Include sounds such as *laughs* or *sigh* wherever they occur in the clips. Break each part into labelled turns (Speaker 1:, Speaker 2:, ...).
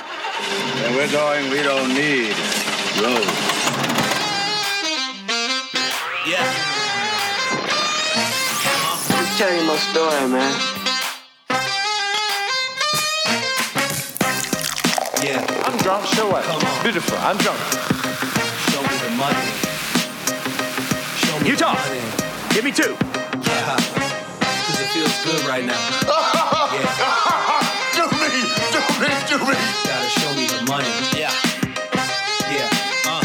Speaker 1: Where we're going, we don't need roads.
Speaker 2: Yeah.
Speaker 3: Just tell you my story, man.
Speaker 2: Yeah.
Speaker 4: I'm drunk, so what?
Speaker 2: Come on.
Speaker 4: Beautiful, I'm drunk.
Speaker 2: Show me the money. Show me
Speaker 4: You
Speaker 2: the
Speaker 4: talk.
Speaker 2: money.
Speaker 4: Give me two.
Speaker 2: Yeah. Cause it feels good right now. yeah.
Speaker 5: *laughs* Do me, do me, do me.
Speaker 2: Gotta show me the money. Yeah. Yeah. Uh.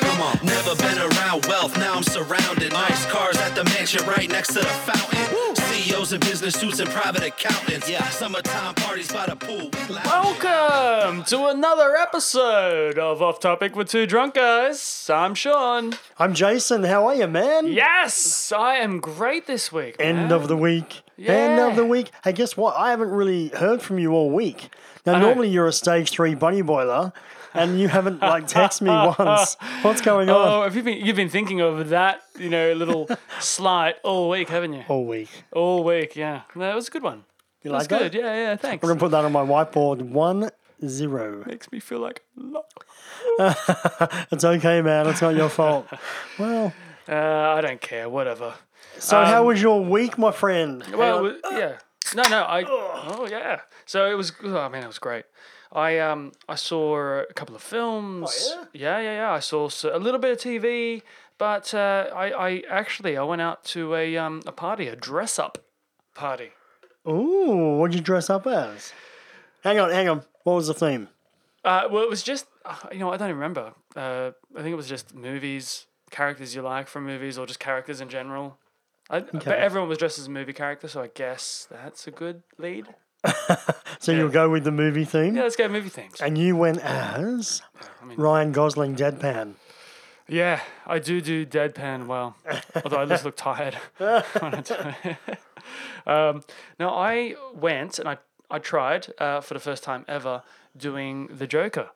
Speaker 2: Come on. Never been around wealth, now I'm surrounded. Nice cars at the mansion right next to the fountain. CEOs in business suits and private accountants. Yeah. Summertime parties by the pool. We lounging.
Speaker 6: Welcome to another episode of Off Topic with Two Drunk Guys. I'm Sean.
Speaker 7: I'm Jason. How are you, man?
Speaker 6: Yes, I am great this week.
Speaker 7: End of the week. End
Speaker 6: Yeah.
Speaker 7: of the week. Hey, guess what? I haven't really heard from you all week. Now,
Speaker 6: know.
Speaker 7: normally you're a stage three bunny boiler, and you haven't like
Speaker 6: *laughs*
Speaker 7: texted me once. What's going
Speaker 6: Oh,
Speaker 7: on
Speaker 6: have you been, you've been thinking of that, you know,
Speaker 7: *laughs*
Speaker 6: little slight all week, haven't you?
Speaker 7: all week?
Speaker 6: All week, yeah. No, That was a good one.
Speaker 7: You
Speaker 6: That's
Speaker 7: like
Speaker 6: good.
Speaker 7: that?
Speaker 6: Yeah, yeah, thanks.
Speaker 7: We're gonna put that on my whiteboard. One zero.
Speaker 6: Makes me feel like a
Speaker 7: *laughs*
Speaker 6: lot.
Speaker 7: It's okay, man. It's not
Speaker 6: *laughs*
Speaker 7: your fault. Well,
Speaker 6: Uh, I don't care, whatever.
Speaker 7: so
Speaker 6: Um,
Speaker 7: how was your week, my friend?
Speaker 6: Well, uh, it was- yeah. No, no, I. Oh, yeah. So it was. Oh man, it was great. I um I saw a couple of films. Oh, yeah? yeah, yeah, I saw s- a little bit of TV, but uh, I I actually I went out to a um a party, a dress up party.
Speaker 7: Ooh, what'd you dress up as? Hang on, hang on. What was the theme?
Speaker 6: Uh, well, it was just uh, you know I don't even remember. Uh, I think it was just movies, characters you like from movies, or just characters in general. I, But everyone was dressed as a movie character, so I guess that's a good lead.
Speaker 7: So you'll go with the movie theme,
Speaker 6: Yeah, let's go movie themes.
Speaker 7: and you went as Ryan Gosling, deadpan.
Speaker 6: Yeah, I do do deadpan well, although I just look tired. *laughs* when I do *laughs* it. um, now I went and I I tried uh, for the first time ever doing the Joker.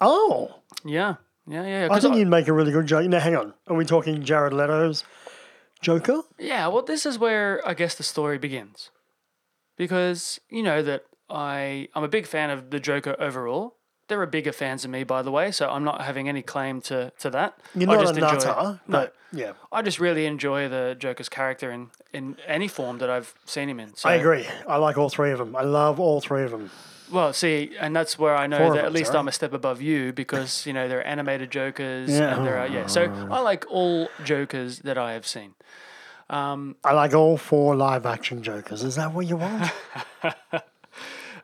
Speaker 7: Oh,
Speaker 6: Yeah, yeah, yeah. yeah,
Speaker 7: I
Speaker 6: 'cause
Speaker 7: think you'd make a really good joke. Now, hang on. Are we talking Jared Leto's Joker?
Speaker 6: Yeah, well, this is where I guess the story begins, because you know that I I'm a big fan of the Joker overall. There are bigger fans than me, by the way, so I'm not having any claim to to that.
Speaker 7: You're
Speaker 6: I
Speaker 7: not
Speaker 6: just
Speaker 7: a
Speaker 6: enjoy-
Speaker 7: nutter, but yeah,
Speaker 6: I just really enjoy the Joker's character in, in any form that I've seen him in. So,
Speaker 7: I agree. I like all three of them. I love all three of them.
Speaker 6: Well, see, and that's where I know
Speaker 7: Four of
Speaker 6: that at
Speaker 7: them,
Speaker 6: least
Speaker 7: sorry.
Speaker 6: I'm a step above you because you know there are animated Jokers
Speaker 7: Yeah.
Speaker 6: and there are yeah. So I like all Jokers that I have seen.
Speaker 7: I like all four live action Jokers. Is that what you
Speaker 6: *laughs*
Speaker 7: want?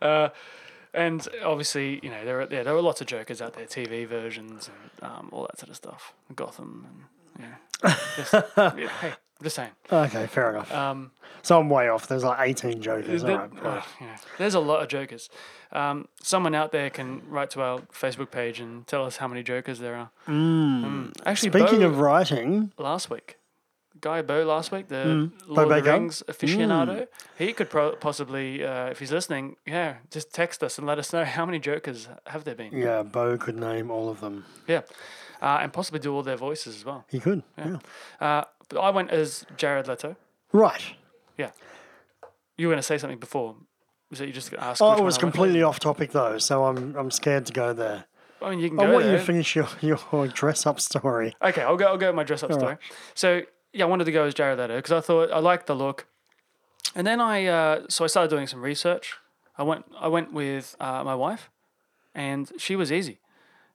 Speaker 6: And obviously, you know there are yeah, there are lots of Jokers out there, TV versions and um, all that sort of stuff, Gotham and yeah.
Speaker 7: *laughs*
Speaker 6: Just, yeah, hey, just saying.
Speaker 7: okay, fair enough. Um, so I'm way off. There's like 18 Jokers. All
Speaker 6: There-
Speaker 7: right.
Speaker 6: *sighs* uh, you know, there's a lot of jokers. Um, someone out there can write to our Facebook page and tell us how many jokers there are. Mm. Actually,
Speaker 7: Hmm. Speaking
Speaker 6: Bo
Speaker 7: of writing,
Speaker 6: last week, guy Bo last week, the
Speaker 7: Hmm. Bo
Speaker 6: Lord of the
Speaker 7: Baker? Hmm.
Speaker 6: Rings aficionado, he could pro- possibly, uh, if he's listening, yeah, just text us and let us know how many jokers have there been.
Speaker 7: yeah, Bo could name all of them.
Speaker 6: Yeah, uh, and possibly do all their voices as well.
Speaker 7: He could. yeah.
Speaker 6: Uh, but I went as Jared Leto.
Speaker 7: Right.
Speaker 6: You were going to say something before. Was it you just asked?
Speaker 7: Oh,
Speaker 6: which
Speaker 7: it
Speaker 6: one I went
Speaker 7: was
Speaker 6: as?
Speaker 7: completely off topic though, so I'm I'm scared to go there.
Speaker 6: I mean, you can
Speaker 7: I
Speaker 6: go
Speaker 7: want Oh, you
Speaker 6: there.
Speaker 7: to finish your, *laughs* your dress up story.
Speaker 6: Okay, I'll go. I'll go with my dress up story. So yeah, I wanted to go as Jared Leto because I thought I liked the look, and then I uh, so I started doing some research. I went I went with uh, my wife, and she was easy.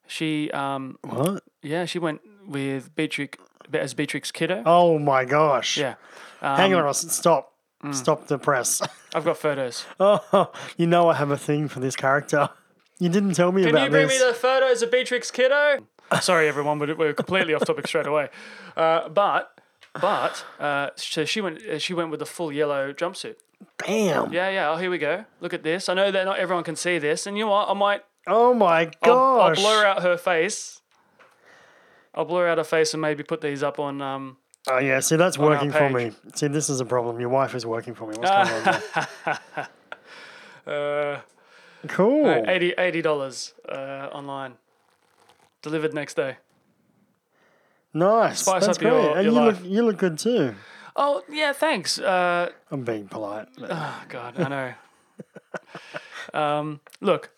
Speaker 6: She um
Speaker 7: What?
Speaker 6: yeah she went with Beatrix as Beatrix Kiddo.
Speaker 7: Oh my gosh.
Speaker 6: Yeah,
Speaker 7: Hang
Speaker 6: Um,
Speaker 7: on, s- stop.
Speaker 6: mm.
Speaker 7: Stop the press. *laughs*
Speaker 6: I've got photos.
Speaker 7: Oh, you know I have a thing for this character. You didn't tell me
Speaker 6: Can
Speaker 7: about
Speaker 6: you bring
Speaker 7: this.
Speaker 6: me the photos of Beatrix Kiddo? Sorry, everyone, but we're completely off topic straight away. Uh, but but uh, so she went she went with the full yellow jumpsuit.
Speaker 7: Damn.
Speaker 6: Yeah, yeah. Oh, here we go. Look at this. I know that not everyone can see this, and you know what? I might.
Speaker 7: Oh my
Speaker 6: I'll, I'll
Speaker 7: gosh.
Speaker 6: blur out her face. I'll blur out her face and maybe put these up on. Um,
Speaker 7: Oh yeah, see that's working for me.
Speaker 6: page.
Speaker 7: See, this is a problem. Your wife is working for me. What's going on? There?
Speaker 6: *laughs* uh,
Speaker 7: Cool.
Speaker 6: eighty eighty dollars uh, online, delivered next day.
Speaker 7: nice.
Speaker 6: spice
Speaker 7: That's
Speaker 6: up your-
Speaker 7: great. And
Speaker 6: your
Speaker 7: you
Speaker 6: life.
Speaker 7: look you look good too.
Speaker 6: Oh yeah, thanks. Uh,
Speaker 7: I'm *laughs* being polite.
Speaker 6: oh God, I know. um, look,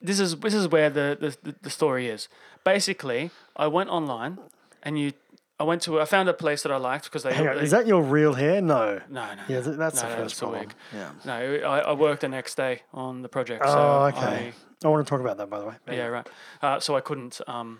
Speaker 6: this is this is where the, the, the story is. Basically, I went online and you I went to I found a place that I liked because they,
Speaker 7: Hang on,
Speaker 6: they-
Speaker 7: is that your real hair? No.
Speaker 6: no no
Speaker 7: Yeah, th- that's
Speaker 6: no,
Speaker 7: the
Speaker 6: no,
Speaker 7: first
Speaker 6: it's a
Speaker 7: problem.
Speaker 6: wig.
Speaker 7: Yeah.
Speaker 6: no I, I worked the next day on the project so
Speaker 7: Oh, okay. I, want to talk about that, by the way.
Speaker 6: I, yeah right uh, so I couldn't um,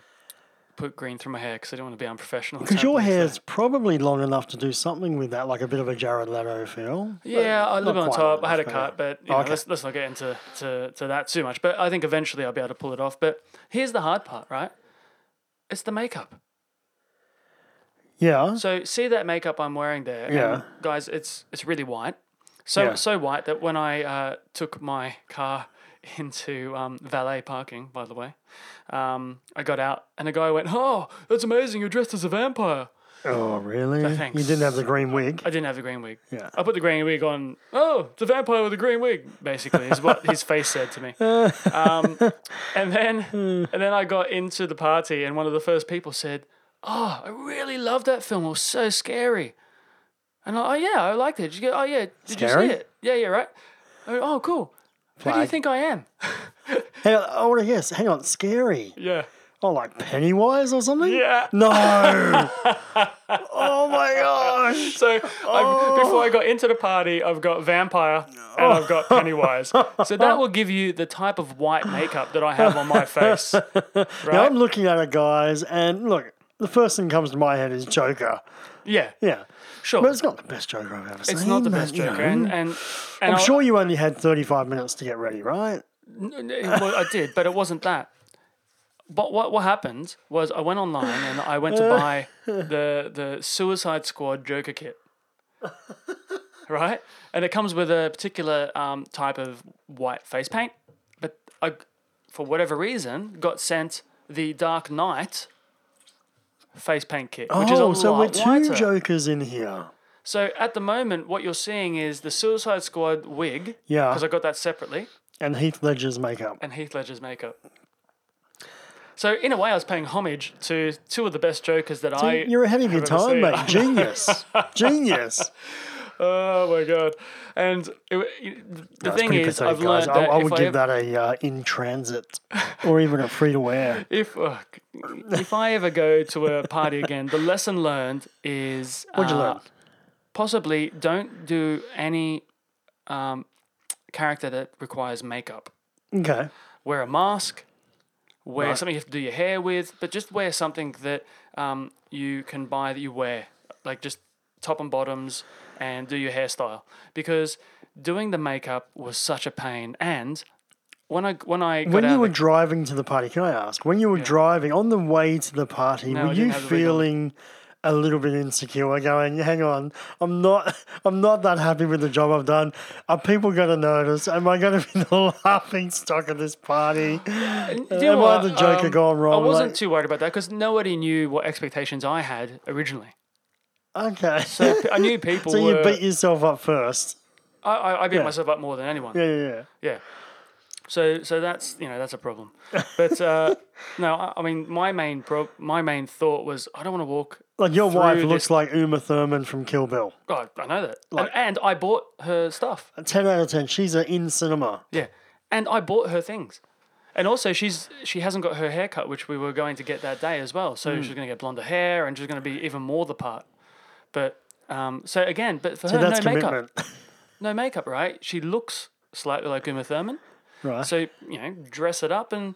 Speaker 6: put green through my hair because I didn't want to be unprofessional
Speaker 7: Because your
Speaker 6: Happened, so-
Speaker 7: hair's probably long enough to do something with that, like a bit of a Jared Leto feel.
Speaker 6: Yeah, I live
Speaker 7: not
Speaker 6: on
Speaker 7: quite
Speaker 6: top.
Speaker 7: long
Speaker 6: I had a
Speaker 7: enough, but yeah.
Speaker 6: cut, but you know,
Speaker 7: Okay.
Speaker 6: let's, let's not get into to, to that too much. But I think eventually I'll be able to pull it off. But here's the hard part, right? It's the makeup.
Speaker 7: Yeah.
Speaker 6: So see that makeup I'm wearing there, and
Speaker 7: Yeah.
Speaker 6: guys. It's it's really white. So
Speaker 7: Yeah.
Speaker 6: so white that when I uh, took my car *laughs* into um, valet parking, by the way, um, I got out and a guy went, "Oh, that's amazing! You're dressed as a vampire."
Speaker 7: oh, really?
Speaker 6: thanks.
Speaker 7: You didn't have the green wig.
Speaker 6: I didn't have the green wig.
Speaker 7: Yeah.
Speaker 6: I put the green wig on. Oh, it's a vampire with a green wig. Basically, is what his face said to
Speaker 7: *laughs*
Speaker 6: me. Um, and then, and then I got into the party, and one of the first people said, "Oh, I really loved that film. It was so scary." And I, oh yeah, I liked it. Did you go, oh yeah, did
Speaker 7: Scary?
Speaker 6: you see it? Yeah, yeah, right. I went, oh, cool. Who do you
Speaker 7: Flag.
Speaker 6: think I
Speaker 7: *laughs*
Speaker 6: am?
Speaker 7: Hang on, I want to guess. Hang on, scary.
Speaker 6: Yeah.
Speaker 7: Oh, like Pennywise or something?
Speaker 6: Yeah. *laughs*
Speaker 7: No. oh my gosh.
Speaker 6: So I've,
Speaker 7: Oh.
Speaker 6: before I got into the party, I've got vampire and I've got Pennywise. So that will give you the type of white makeup that I have on my
Speaker 7: *laughs*
Speaker 6: face.
Speaker 7: Now
Speaker 6: Right?
Speaker 7: I'm looking at it, guys, and look, the first thing that comes to my head is Joker.
Speaker 6: yeah,
Speaker 7: Yeah.
Speaker 6: sure.
Speaker 7: But it's not the best Joker I've ever seen.
Speaker 6: Oh. it's not the
Speaker 7: but,
Speaker 6: best
Speaker 7: you
Speaker 6: joke,
Speaker 7: know,
Speaker 6: and and, and
Speaker 7: I'm
Speaker 6: I-
Speaker 7: sure you only had 35 minutes to get ready, right?
Speaker 6: well, I did, but it wasn't that. But what what happened was I went online and I went
Speaker 7: Uh.
Speaker 6: to buy the the Suicide Squad Joker kit, right? And it comes with a particular um, type of white face paint. But I, for whatever reason, got sent the Dark Knight face paint kit, which is a
Speaker 7: oh, so
Speaker 6: lot
Speaker 7: we're two
Speaker 6: lighter.
Speaker 7: Jokers in here.
Speaker 6: so at the moment, what you're seeing is the Suicide Squad wig,
Speaker 7: Yeah.
Speaker 6: because I got that separately
Speaker 7: And Heath Ledger's makeup.
Speaker 6: and Heath Ledger's makeup. So in a way, I was paying homage to two of the best Jokers that I.
Speaker 7: You're ahead of your
Speaker 6: have ever
Speaker 7: time,
Speaker 6: seen. *laughs*
Speaker 7: mate. Genius. Genius.
Speaker 6: Oh my god! And it, wa- you- the
Speaker 7: That's
Speaker 6: thing
Speaker 7: pretty
Speaker 6: is,
Speaker 7: pathetic,
Speaker 6: I've learned
Speaker 7: guys.
Speaker 6: that
Speaker 7: I, I
Speaker 6: if
Speaker 7: would
Speaker 6: I
Speaker 7: give
Speaker 6: ev-
Speaker 7: that a uh, in
Speaker 6: *laughs*
Speaker 7: transit or even a free to wear.
Speaker 6: if uh, if I ever go to a party again, the lesson learned is
Speaker 7: What'd you
Speaker 6: uh,
Speaker 7: learn?
Speaker 6: possibly don't do any um, character that requires makeup.
Speaker 7: Okay.
Speaker 6: wear a mask, wear something you have to do your hair with, but just wear something that um, you can buy that you wear, like just top and bottoms, and do your hairstyle because doing the makeup was such a pain. And when I when I got
Speaker 7: When
Speaker 6: out
Speaker 7: you
Speaker 6: of
Speaker 7: were
Speaker 6: the-
Speaker 7: driving to the party, can I ask? When you were driving on the way to the party,
Speaker 6: No,
Speaker 7: were
Speaker 6: I didn't
Speaker 7: you
Speaker 6: have the wig on.
Speaker 7: feeling a little bit insecure, going, "Hang on, I'm not, *laughs* I'm not that happy with the job I've done. Are people going to notice? Am I going to be the *laughs* laughing stock of this party?
Speaker 6: Do you know
Speaker 7: uh, Am I
Speaker 6: what? Um,
Speaker 7: the Joker gone wrong?
Speaker 6: I wasn't
Speaker 7: Like-
Speaker 6: too worried about that because nobody knew what expectations I had originally.
Speaker 7: *laughs* Okay,
Speaker 6: So
Speaker 7: so,
Speaker 6: I knew people
Speaker 7: you
Speaker 6: were.
Speaker 7: beat yourself up first.
Speaker 6: I, I, I beat myself up more than anyone.
Speaker 7: Yeah, yeah, yeah.
Speaker 6: Yeah. So so that's you know that's a problem. But
Speaker 7: *laughs*
Speaker 6: uh, no, I, I mean my main pro- my main thought was I don't want to walk.
Speaker 7: Like your wife
Speaker 6: Through
Speaker 7: looks
Speaker 6: this-
Speaker 7: like Uma Thurman from Kill Bill.
Speaker 6: God, I know that. and, and I bought her stuff.
Speaker 7: Ten out of ten. She's a in cinema.
Speaker 6: Yeah. And I bought her things. And also she's she hasn't got her haircut which we were going to get that day as well.
Speaker 7: Hmm.
Speaker 6: So she's going to get blonder hair and she's going to be even more the part. But um, so again, but for
Speaker 7: So
Speaker 6: her
Speaker 7: that's
Speaker 6: no makeup.
Speaker 7: commitment,
Speaker 6: *laughs* No makeup, right? She looks slightly like Uma Thurman.
Speaker 7: right?
Speaker 6: So, you know, dress it up and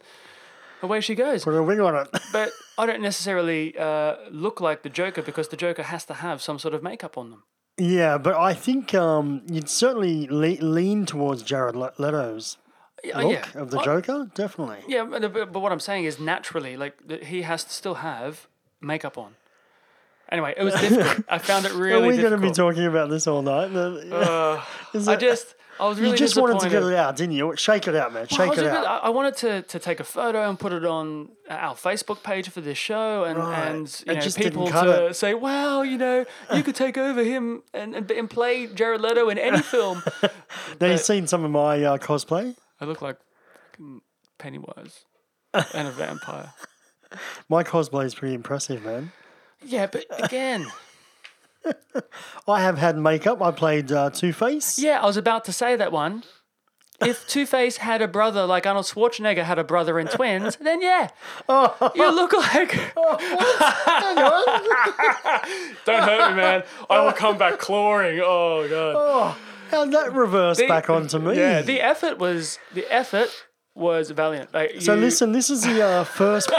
Speaker 6: away she goes.
Speaker 7: Put a wig on it.
Speaker 6: but I don't necessarily uh, look like the Joker because the Joker has to have some sort of makeup on them.
Speaker 7: Yeah, but I think um, you'd certainly le- lean towards Jared Le- Leto's
Speaker 6: Yeah,
Speaker 7: look
Speaker 6: Uh, Oh, yeah.
Speaker 7: of the
Speaker 6: I-
Speaker 7: Joker, definitely.
Speaker 6: yeah, but, but but what I'm saying is naturally, like th- he has to still have makeup on. Anyway, it was
Speaker 7: *laughs*
Speaker 6: difficult. I found it
Speaker 7: Are
Speaker 6: really
Speaker 7: we going to
Speaker 6: difficult.
Speaker 7: be talking about this all night? Is
Speaker 6: I
Speaker 7: it-
Speaker 6: just, I was really
Speaker 7: you just
Speaker 6: disappointed.
Speaker 7: wanted to get it out, didn't you? Shake it out, man.
Speaker 6: I,
Speaker 7: Shake
Speaker 6: was
Speaker 7: it
Speaker 6: a bit-
Speaker 7: out.
Speaker 6: I- I wanted to, to take a photo and put it on our Facebook page for this show, and
Speaker 7: Right.
Speaker 6: and
Speaker 7: It
Speaker 6: you know,
Speaker 7: just didn't
Speaker 6: people
Speaker 7: cut
Speaker 6: to
Speaker 7: it.
Speaker 6: say, "Wow, you know, you could take over him and, and, and play Jared Leto in
Speaker 7: *laughs*
Speaker 6: any film."
Speaker 7: Now you've seen some of my uh, cosplay.
Speaker 6: I look like fucking
Speaker 7: *laughs*
Speaker 6: Pennywise and a vampire.
Speaker 7: My cosplay is pretty impressive, man.
Speaker 6: Yeah, but *laughs* again,
Speaker 7: I have had makeup. I played uh, Two Face.
Speaker 6: yeah, I was about to say that one. if Two Face had a brother like Arnold Schwarzenegger had a brother in
Speaker 7: *laughs*
Speaker 6: twins, then yeah, you look like. Don't hurt me, man. I will come back clawing. Oh god.
Speaker 7: How'd that reverse back onto me?
Speaker 6: Yeah, the effort was the effort was valiant. Like,
Speaker 7: So
Speaker 6: you-
Speaker 7: listen, this is the uh,
Speaker 6: *laughs*
Speaker 7: first.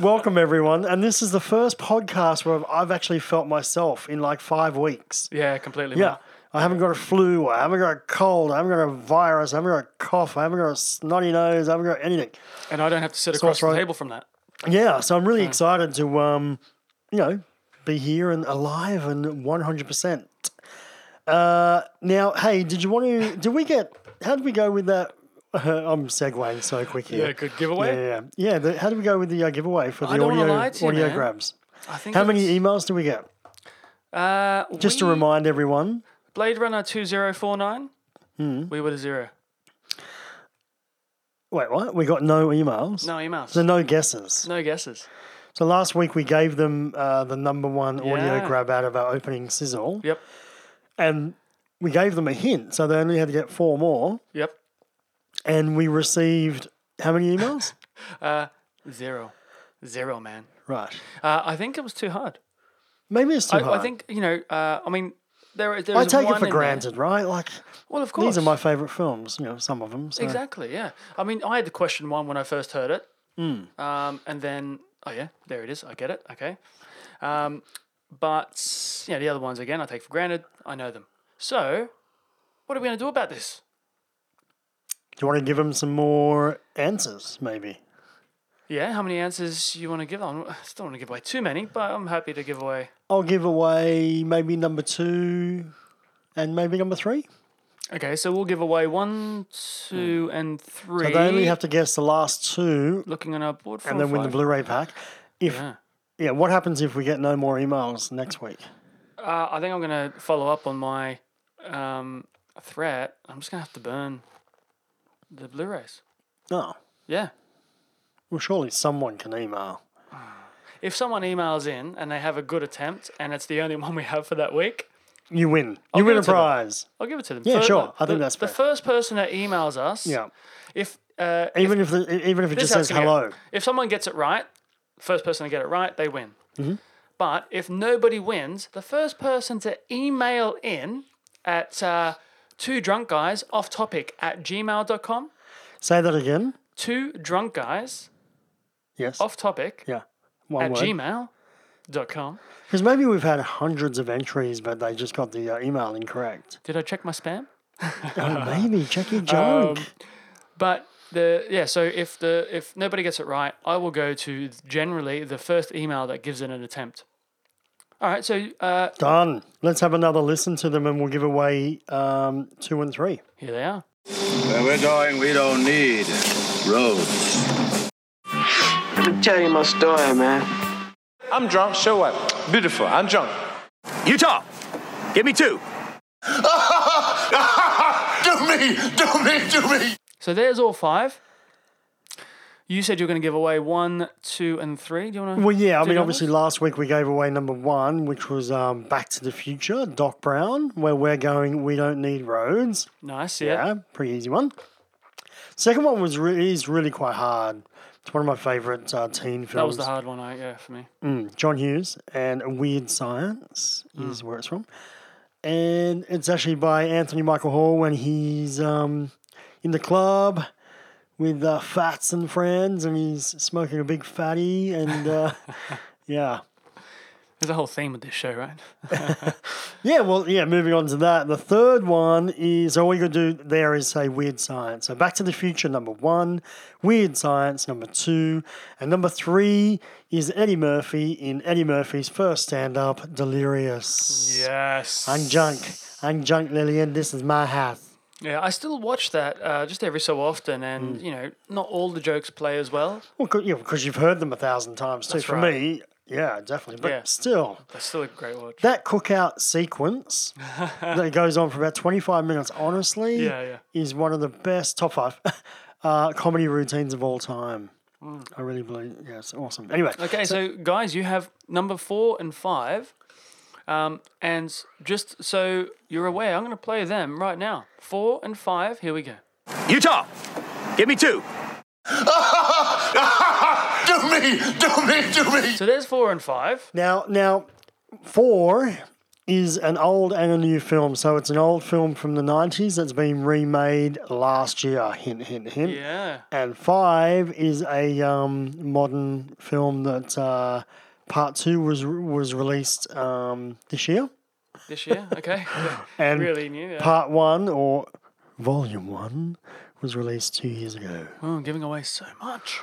Speaker 7: welcome everyone, and this is the first podcast where I've actually felt myself in like five weeks.
Speaker 6: Yeah, completely.
Speaker 7: Yeah,
Speaker 6: man.
Speaker 7: I haven't got a flu. I haven't got a cold. I haven't got a virus. I haven't got a cough. I haven't got a snotty nose. I haven't got anything.
Speaker 6: And I don't have to sit across
Speaker 7: that's
Speaker 6: the
Speaker 7: right.
Speaker 6: table from that.
Speaker 7: Yeah, so I'm really excited to, um, you know, be here and alive and 100. percent Uh, now, hey, did you want to? Did we get? How did we go with that? *laughs* I'm segueing so quick here.
Speaker 6: Yeah, good giveaway.
Speaker 7: Yeah, yeah. yeah the, how did we go with the uh, giveaway for the
Speaker 6: I don't wanna
Speaker 7: audio
Speaker 6: lie to you,
Speaker 7: audio
Speaker 6: man.
Speaker 7: grabs?
Speaker 6: I think
Speaker 7: How
Speaker 6: it
Speaker 7: many
Speaker 6: was-
Speaker 7: emails do we get?
Speaker 6: Uh,
Speaker 7: Just to
Speaker 6: we-
Speaker 7: remind everyone,
Speaker 6: Blade Runner two zero four nine.
Speaker 7: Hmm.
Speaker 6: We were the zero.
Speaker 7: wait, what? We got no emails.
Speaker 6: No emails.
Speaker 7: So no guesses.
Speaker 6: no guesses.
Speaker 7: So last week we gave them uh, the number one
Speaker 6: Yeah.
Speaker 7: audio grab out of our opening sizzle,
Speaker 6: Yep.
Speaker 7: and we gave them a hint, so they only had to get four more.
Speaker 6: Yep.
Speaker 7: And we received how many emails?
Speaker 6: *laughs* Zero. Zero, man.
Speaker 7: right.
Speaker 6: Uh, I think it was too hard.
Speaker 7: Maybe it's too
Speaker 6: I,
Speaker 7: hard.
Speaker 6: I think you know. Uh, I mean, there. there
Speaker 7: I
Speaker 6: is
Speaker 7: take
Speaker 6: one
Speaker 7: it
Speaker 6: in
Speaker 7: for
Speaker 6: there.
Speaker 7: granted, right? Like
Speaker 6: Well, of course.
Speaker 7: these are my favorite films. You know, some of them. So.
Speaker 6: Exactly. Yeah. I mean, I had the question one when I first heard it.
Speaker 7: Hmm.
Speaker 6: Um, and then, oh yeah, there it is. I get it. Okay. Um, but yeah, the other ones again, I take for granted. I know them. So, what are we going to do about this?
Speaker 7: Do you want to give them some more answers? Maybe.
Speaker 6: Yeah. How many answers you want to give? I'm- I still want to give away too many, but I'm happy to give away.
Speaker 7: I'll give away maybe number two, and maybe number three.
Speaker 6: Okay, so we'll give away one, two, and three.
Speaker 7: But Hmm. they only have to guess the last two,
Speaker 6: looking on our board for
Speaker 7: and then win the Blu-ray pack. If
Speaker 6: Yeah.
Speaker 7: yeah, what happens if we get no more emails next week?
Speaker 6: Uh, I think I'm going to follow up on my um, threat. I'm just going to have to burn the Blu-rays.
Speaker 7: No.
Speaker 6: Yeah.
Speaker 7: Well, surely someone can email.
Speaker 6: If someone emails in and they have a good attempt and it's the only *laughs* one we have for that week,
Speaker 7: You win.
Speaker 6: I'll
Speaker 7: you
Speaker 6: give
Speaker 7: win
Speaker 6: it
Speaker 7: a
Speaker 6: to them.
Speaker 7: prize.
Speaker 6: I'll give it to them.
Speaker 7: Yeah,
Speaker 6: Fir-
Speaker 7: sure. I
Speaker 6: the-
Speaker 7: think that's
Speaker 6: the
Speaker 7: fair.
Speaker 6: first person that emails us.
Speaker 7: Yeah.
Speaker 6: If uh,
Speaker 7: Even if the, e, even if it
Speaker 6: this
Speaker 7: just
Speaker 6: is how it's
Speaker 7: says
Speaker 6: gonna go.
Speaker 7: hello.
Speaker 6: If someone gets it right, first person to get it right, they win.
Speaker 7: Mm-hmm.
Speaker 6: But if nobody wins, the first person to email in at uh, two drunk guys off topic at gmail.com,
Speaker 7: Say that again.
Speaker 6: two drunk guys
Speaker 7: Yes.
Speaker 6: off topic
Speaker 7: Yeah. One
Speaker 6: at
Speaker 7: word.
Speaker 6: gmail.com.
Speaker 7: Because maybe we've had hundreds of entries, but they just got the uh, email incorrect.
Speaker 6: Did I check my spam? Uh-huh.
Speaker 7: Oh, maybe check your
Speaker 6: Um,
Speaker 7: junk.
Speaker 6: But the yeah, so if the if nobody gets it right, I will go to generally the first email that gives it an attempt. All right, so uh,
Speaker 7: Done. Let's have another listen to them, and we'll give away um, two and three.
Speaker 6: here they are.
Speaker 1: Where we're going, we don't need roads.
Speaker 3: Let me tell you my story, man.
Speaker 4: I'm drunk, show up. Beautiful, I'm drunk.
Speaker 2: Utah, give
Speaker 5: *laughs*
Speaker 2: me two.
Speaker 5: do me, do me, do me.
Speaker 6: So there's all five. You said you were going to give away one, two, and three. Do you want to?
Speaker 7: Well, yeah. I
Speaker 6: do
Speaker 7: mean,
Speaker 6: the
Speaker 7: obviously,
Speaker 6: others?
Speaker 7: last week we gave away number one, which was um, Back to the Future, Doc Brown, where we're going. We don't need roads.
Speaker 6: nice. Yeah.
Speaker 7: Yeah, pretty easy one. Second one was re- is really quite hard. It's one of my favorite uh, teen films.
Speaker 6: that was the hard one. I yeah for me.
Speaker 7: John Hughes and Weird Science is where it's from, and it's actually by Anthony Michael Hall when he's um, in the club with uh, Fats and friends, and he's smoking a big fatty, and uh, yeah,
Speaker 6: There's a whole theme with this show, right?
Speaker 7: yeah. Well, yeah. Moving on to that, the third one is all we could do there is say Weird Science. So Back to the Future number one, Weird Science number two, and number three is Eddie Murphy in Eddie Murphy's first stand-up, Delirious.
Speaker 6: Yes.
Speaker 7: I'm junk. I'm junk, Lillian. This is my house.
Speaker 6: Yeah, I still watch that uh, just every so often,
Speaker 7: Mm.
Speaker 6: and you know, not all the jokes play as well.
Speaker 7: Well, because you have heard them a thousand times too. For
Speaker 6: right.
Speaker 7: me, yeah, definitely. But
Speaker 6: Yeah.
Speaker 7: still,
Speaker 6: That's still a great watch.
Speaker 7: that cookout sequence
Speaker 6: *laughs*
Speaker 7: that goes on for about 25 minutes, honestly,
Speaker 6: Yeah, yeah.
Speaker 7: is one of the best top five *laughs* uh, comedy routines of all time. I really believe, yeah, it's awesome. Anyway,
Speaker 6: Mm. Okay, so, guys, you have number four and five. Um, and just so you're aware, I'm going to play them right now. Four and five, here we go.
Speaker 8: Utah, give me two.
Speaker 5: do me, do me, do me.
Speaker 6: So there's four and five.
Speaker 7: Now, now, four is an old and a new film. So it's an old film from the nineties that's been remade last year. Hint, hint, hint.
Speaker 6: Yeah.
Speaker 7: And five is a um, modern film that uh, part two was was released um, this year,
Speaker 6: This year. Okay.
Speaker 7: *laughs*
Speaker 6: Yeah.
Speaker 7: and
Speaker 6: Really new, yeah.
Speaker 7: part one or volume one was released two years ago.
Speaker 6: Oh, I'm giving away so much.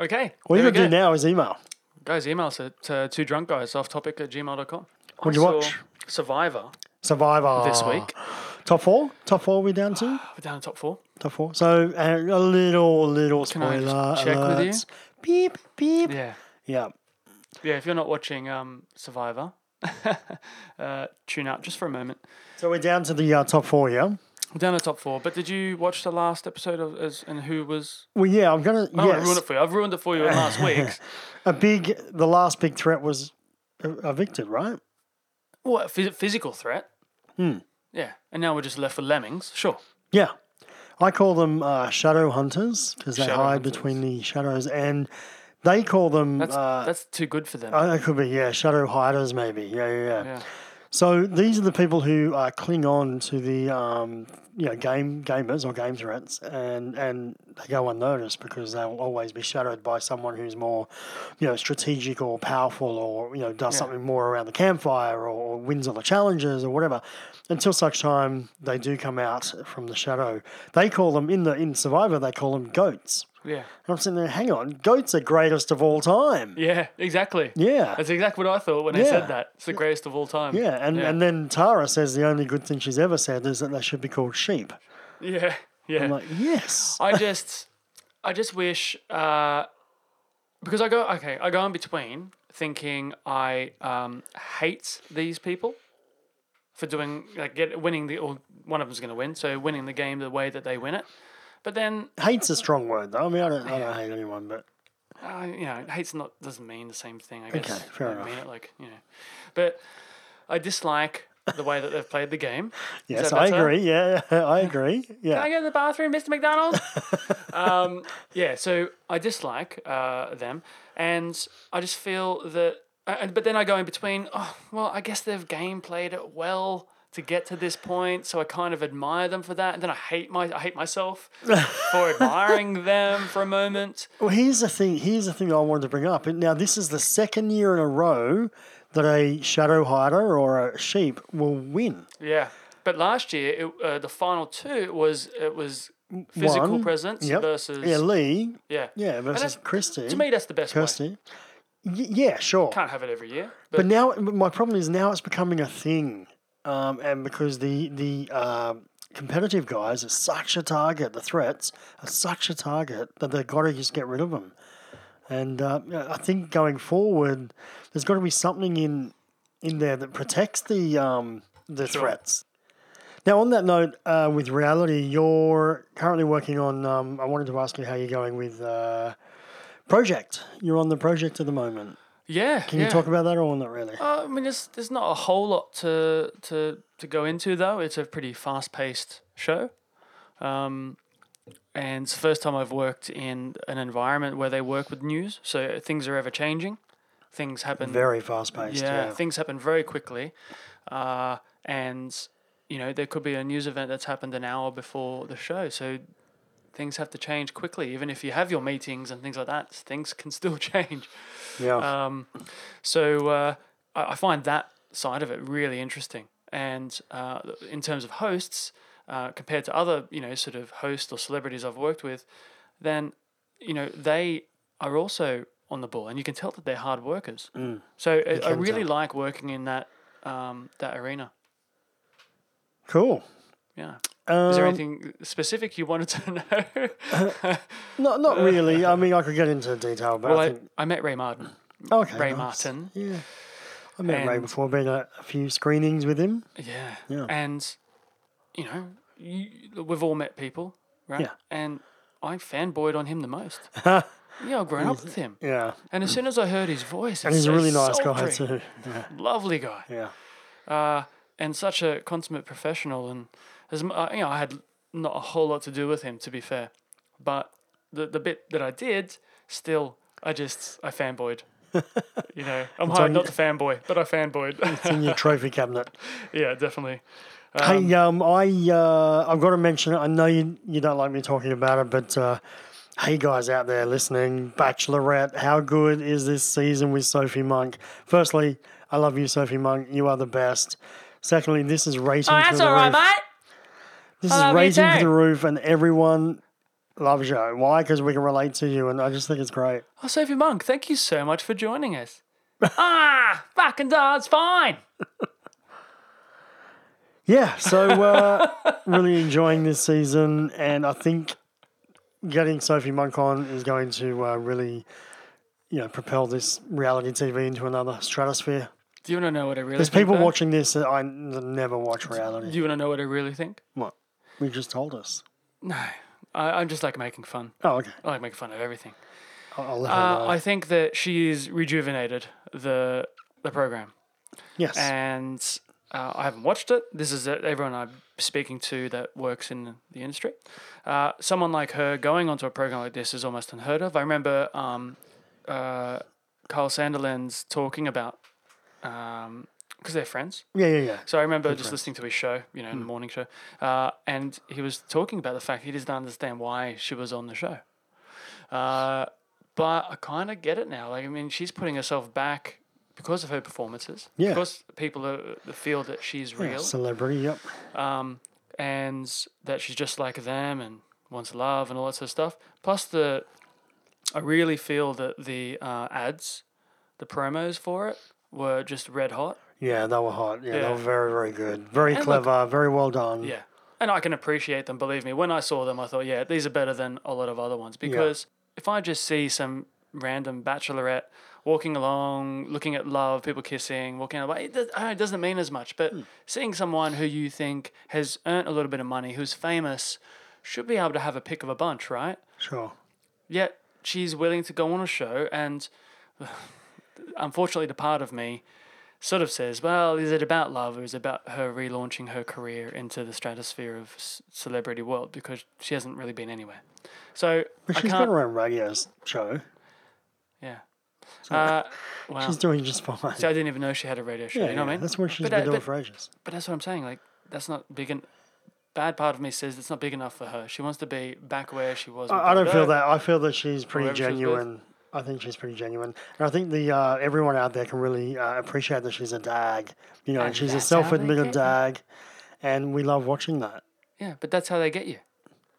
Speaker 6: Okay.
Speaker 7: What
Speaker 6: there
Speaker 7: you
Speaker 6: we
Speaker 7: got to do
Speaker 6: go.
Speaker 7: now is email.
Speaker 6: Guys, email us at uh, two drunk guys off topic at gmail.com.
Speaker 7: What do you watch?
Speaker 6: Survivor
Speaker 7: Survivor
Speaker 6: this week. Ah.
Speaker 7: Top four. Top four. We down to.
Speaker 6: We're down to top four.
Speaker 7: Top four. So uh, a little, little
Speaker 6: Can
Speaker 7: spoiler
Speaker 6: I just check with you?
Speaker 7: alerts. Beep, beep. Yeah.
Speaker 6: Yeah. Yeah, if you're not watching um, Survivor, *laughs* uh, tune out just for a moment.
Speaker 7: So we're down to the uh, top four, yeah.
Speaker 6: We're down to top four. But did you watch the last episode of as, and who was?
Speaker 7: Well, yeah. I'm gonna.
Speaker 6: Oh, I ruined
Speaker 7: yes.
Speaker 6: it for you. I've ruined it for you in
Speaker 7: *laughs*
Speaker 6: last week's.
Speaker 7: A big. The last big threat was e- evicted, right?
Speaker 6: What phys- physical threat? Hmm. Yeah, and now we're just left with lemmings. Sure.
Speaker 7: Yeah. I call them uh, shadow hunters because they
Speaker 6: Shadow
Speaker 7: hide between the shadows, and they call them.
Speaker 6: That's
Speaker 7: uh,
Speaker 6: that's too good for them.
Speaker 7: Oh, that could be, yeah, shadow hiders, maybe. Yeah, yeah, yeah.
Speaker 6: Yeah.
Speaker 7: So these are the people who uh, cling on to the um, you know, game gamers or game threats, and and they go unnoticed because they will always be shadowed by someone who's more, you know, strategic or powerful, or you know, does something more around the campfire or, or wins all the challenges or whatever. Until such time they do come out from the shadow. They call them in the in Survivor. They call them goats.
Speaker 6: yeah.
Speaker 7: And I'm sitting there, hang on, goats are greatest of all time.
Speaker 6: Yeah. Exactly.
Speaker 7: Yeah.
Speaker 6: That's exactly what I thought when I
Speaker 7: Yeah.
Speaker 6: said that. It's the greatest of all time.
Speaker 7: Yeah, and,
Speaker 6: yeah.
Speaker 7: and then Tara says the only good thing she's ever said is that they should be called sheep.
Speaker 6: yeah. Yeah.
Speaker 7: I'm
Speaker 6: *laughs*
Speaker 7: like, yes.
Speaker 6: I just, I just wish, uh, because I go okay, I go in between thinking I um, hate these people for doing like get winning the or one of them's going to win, so winning the game the way that they win it. But then
Speaker 7: Hate's a strong word, though. I mean, I don't, I don't hate anyone, but
Speaker 6: uh, you know, hate's not doesn't mean the same thing. I guess.
Speaker 7: Okay, fair
Speaker 6: I
Speaker 7: enough.
Speaker 6: Mean it like you know, but I dislike the way that they've played the game. Is
Speaker 7: *laughs* yes,
Speaker 6: that
Speaker 7: I
Speaker 6: better?
Speaker 7: agree. Yeah, *laughs* I
Speaker 6: *laughs*
Speaker 7: agree.
Speaker 6: Can I
Speaker 7: Yeah.
Speaker 6: go to the bathroom, Mr.
Speaker 7: *laughs*
Speaker 6: McDonald? um, yeah, so I dislike uh, them, and I just feel that. Uh, and- but then I go in between. Oh, well, I guess they've game played it well to get to this point, so I kind of admire them for that, and then I hate my I hate
Speaker 7: *laughs*
Speaker 6: myself for admiring them for a moment.
Speaker 7: Well, here's the thing. Here's the thing I wanted to bring up. Now, this is the second year in a row that a shadow hider or a sheep will win.
Speaker 6: Yeah. But last year, it, uh, the final two it was it was physical
Speaker 7: One,
Speaker 6: presence
Speaker 7: yep,
Speaker 6: versus
Speaker 7: yeah, Lee.
Speaker 6: yeah
Speaker 7: Yeah,
Speaker 6: And
Speaker 7: versus
Speaker 6: that's-
Speaker 7: Christy.
Speaker 6: To me, that's the best way.
Speaker 7: Kirsty. Y- yeah, sure.
Speaker 6: Can't have it every year, but,
Speaker 7: But now, but my problem is now it's becoming a thing, um, and because the the um competitive guys are such a target, the threats are such a target that they've got to just get rid of them. And uh, I think going forward, there's got to be something in in there that protects the um, the threats. Now, on that note, uh, with reality, you're currently working on. Um, I wanted to ask you how you're going with uh, project. You're on the project at the moment.
Speaker 6: yeah.
Speaker 7: Can you talk about that or not really?
Speaker 6: I mean, there's there's not a whole lot to to to go into though. It's a pretty fast paced show, um, and it's the first time I've worked in an environment where they work with news, so things are ever changing. Things happen
Speaker 7: very fast paced.
Speaker 6: yeah,
Speaker 7: Yeah.
Speaker 6: things happen very quickly, uh, and you know there could be a news event that's happened an hour before the show, so things have to change quickly. Even if you have your meetings and things like that, things can *laughs* still change.
Speaker 7: Yeah.
Speaker 6: Um, so uh, I, I find that side of it really interesting. And uh, in terms of hosts, uh, compared to other you know sort of hosts or celebrities I've worked with, then you know they are also on the ball, and you can tell that they're hard workers. So I, I really like working in that um, that arena.
Speaker 7: cool.
Speaker 6: Yeah. Is there anything specific you wanted to *laughs* know?
Speaker 7: Not not really. I mean, I could get into detail,
Speaker 6: Uh,
Speaker 7: but
Speaker 6: well,
Speaker 7: I
Speaker 6: I,
Speaker 7: think
Speaker 6: I met Ray Martin.
Speaker 7: okay.
Speaker 6: Ray
Speaker 7: nice.
Speaker 6: Martin.
Speaker 7: Yeah. I met Ray
Speaker 6: And-
Speaker 7: before. Been at a few screenings with him.
Speaker 6: Yeah.
Speaker 7: Yeah.
Speaker 6: And, you know, you, we've all met people, right?
Speaker 7: Yeah.
Speaker 6: And I fanboyed on him the
Speaker 7: *laughs*
Speaker 6: most. yeah, I've grown up with him.
Speaker 7: Yeah.
Speaker 6: And as soon as I heard his voice,
Speaker 7: And he's a really nice guy
Speaker 6: too. *laughs*
Speaker 7: too.
Speaker 6: Lovely guy.
Speaker 7: Yeah.
Speaker 6: Uh, and such a consummate professional. And as m- uh, you know, I had not a whole lot to do with him, to be fair. But the the bit that I did, still, I just I
Speaker 7: *laughs*
Speaker 6: fanboyed. you know, I'm hired
Speaker 7: on
Speaker 6: not
Speaker 7: you.
Speaker 6: to fanboy, but I fanboyed.
Speaker 7: in your trophy cabinet.
Speaker 6: *laughs* yeah, definitely.
Speaker 7: hey, um, I uh, I've got to mention it. I know you you don't like me talking about it, but uh, hey, guys out there listening, Bachelorette, how good is this season with Sophie Monk? Firstly, I love you, Sophie Monk. You are the best. Secondly, this is rating. Oh, that's all right, mate. This is rating for the roof, and everyone loves you. Why? Because we can relate to you, and I just think it's great.
Speaker 6: Oh, Sophie Monk, thank you so much for joining us. *laughs* ah, fucking dance, fine.
Speaker 7: Yeah, so uh,
Speaker 6: *laughs*
Speaker 7: really enjoying this season, and I think getting Sophie Monk on is going to uh, really, you know, propel this reality TV into another stratosphere.
Speaker 6: Do you want to know what I really?
Speaker 7: There's
Speaker 6: think,
Speaker 7: people
Speaker 6: though?
Speaker 7: watching this that I n- never watch reality.
Speaker 6: Do you want to know what I really think?
Speaker 7: What? We just told us.
Speaker 6: I, I'm just like making fun.
Speaker 7: Oh, okay.
Speaker 6: I like making fun of everything.
Speaker 7: I'll, I'll let her
Speaker 6: Uh,
Speaker 7: know.
Speaker 6: I think that she is rejuvenated the the program,
Speaker 7: yes.
Speaker 6: and uh, I haven't watched it. This is uh, everyone I'm speaking to that works in the industry. Uh, someone like her going onto a program like this is almost unheard of. I remember um, uh, Carl Sanderlands talking about because they're friends.
Speaker 7: yeah, yeah, yeah.
Speaker 6: So I remember just listening to his show, you know, in the morning show, uh, and he was talking about the fact he doesn't understand why she was on the show. Uh, but I kind of get it now. Like, I mean, she's putting herself back because of her performances.
Speaker 7: Yeah.
Speaker 6: Because people are, uh, feel that she's real
Speaker 7: Celebrity. Yep.
Speaker 6: and that she's just like them and wants love and all that sort of stuff. Plus, the I really feel that the uh, ads, the promos for it, were just red hot.
Speaker 7: Yeah, they were hot. Yeah, they
Speaker 6: Yeah.
Speaker 7: were very, very good. Very
Speaker 6: And look-
Speaker 7: clever. very well done.
Speaker 6: Yeah. And I can appreciate them, believe me. When I saw them, I thought, yeah, these are better than a lot of other ones. Because if I just see some random bachelorette walking along, looking at love, people kissing, walking away, it, does, I know it doesn't mean as much. But seeing someone who you think has earned a little bit of money, who's famous, should be able to have a pick of a bunch, right?
Speaker 7: Sure.
Speaker 6: Yet she's willing to go on a show. And *sighs* unfortunately, the part of me sort of says, well, is it about love or is it about her relaunching her career into the stratosphere of c- celebrity world because she hasn't really been anywhere. So
Speaker 7: But
Speaker 6: I
Speaker 7: she's
Speaker 6: can't.
Speaker 7: got her own radio s- show.
Speaker 6: Yeah. Uh, wow.
Speaker 7: She's doing just fine.
Speaker 6: See, I didn't even know she had a radio show.
Speaker 7: yeah,
Speaker 6: you know what
Speaker 7: yeah,
Speaker 6: I mean?
Speaker 7: That's what she's
Speaker 6: But,
Speaker 7: been
Speaker 6: uh,
Speaker 7: doing
Speaker 6: but-
Speaker 7: for ages.
Speaker 6: But that's what I'm saying. Like, that's not big. En- bad part of me says it's not big enough for her. She wants to be back where she was. with
Speaker 7: I, I don't feel
Speaker 6: Bordeaux.
Speaker 7: that. I feel that she's pretty
Speaker 6: whoever she was with.
Speaker 7: genuine. I think she's pretty genuine, and I think the uh, everyone out there can really uh, appreciate that she's a dag. You know, and she's a
Speaker 6: that's how they
Speaker 7: self-admitted
Speaker 6: get her.
Speaker 7: dag, and we love watching that.
Speaker 6: Yeah, but that's how they get you.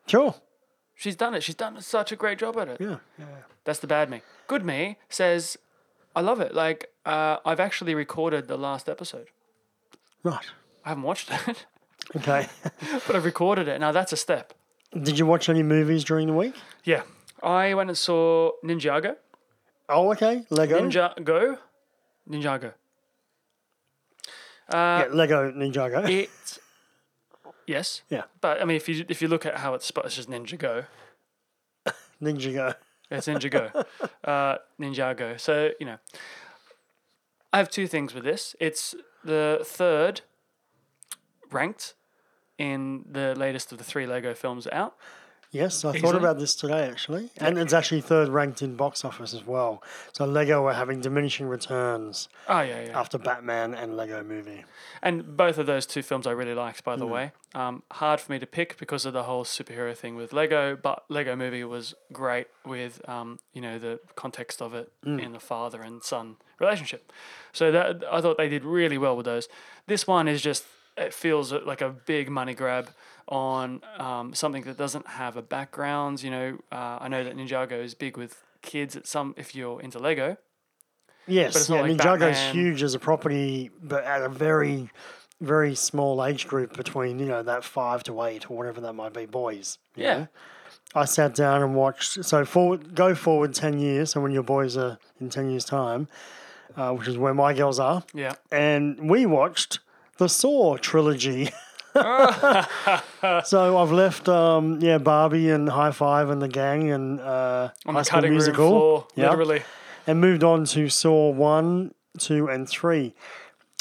Speaker 7: Sure.
Speaker 6: She's done it. She's done such a great job at it.
Speaker 7: Yeah.
Speaker 6: That's the bad me. Good me says, I love it. Like, uh, I've actually recorded the last episode.
Speaker 7: Right.
Speaker 6: I haven't watched *laughs* it,
Speaker 7: *laughs* Okay.
Speaker 6: but I've recorded it. Now, that's a step.
Speaker 7: Did you watch any movies during the week?
Speaker 6: Yeah. I went and saw Ninjago.
Speaker 7: Oh, okay. Lego.
Speaker 6: Ninjago. Ninjago.
Speaker 7: yeah, Lego Ninjago.
Speaker 6: It. Yes.
Speaker 7: Yeah.
Speaker 6: But, I mean, if you if you look at how it's spelled, it's just Ninjago.
Speaker 7: Ninjago.
Speaker 6: It's Ninjago. uh, Ninjago. So, you know, I have two things with this. It's the third ranked in the latest of the three Lego films out.
Speaker 7: Yes, I thought about this today actually, and it's actually third ranked in box office as well. So Lego are having diminishing returns
Speaker 6: Oh, yeah, yeah.
Speaker 7: after Batman and Lego Movie.
Speaker 6: And both of those two films I really liked, by
Speaker 7: Hmm.
Speaker 6: the way. Um, hard for me to pick because of the whole superhero thing with Lego, but Lego Movie was great with um, you know the context of it
Speaker 7: Hmm.
Speaker 6: in the father and son relationship. So that I thought they did really well with those. This one is just it feels like a big money grab on um, something that doesn't have a background. You know, uh, I know that Ninjago is big with kids at some if you're into Lego.
Speaker 7: Yes,
Speaker 6: it's not
Speaker 7: yeah,
Speaker 6: like
Speaker 7: Ninjago's
Speaker 6: Batman.
Speaker 7: huge as a property, but at a very, very small age group between you know that five to eight or whatever that might be, boys. you
Speaker 6: Yeah.
Speaker 7: know? I sat down and watched. So forward, go forward ten years, so when your boys are in ten years' time, uh, which is where my girls are,
Speaker 6: Yeah.
Speaker 7: and we watched the Saw trilogy. *laughs* so I've left, um, yeah, Barbie and High Five and the gang and uh,
Speaker 6: On
Speaker 7: High
Speaker 6: the
Speaker 7: School
Speaker 6: cutting room
Speaker 7: Musical,
Speaker 6: floor,
Speaker 7: Yeah
Speaker 6: literally.
Speaker 7: and moved on to Saw one, two, and three.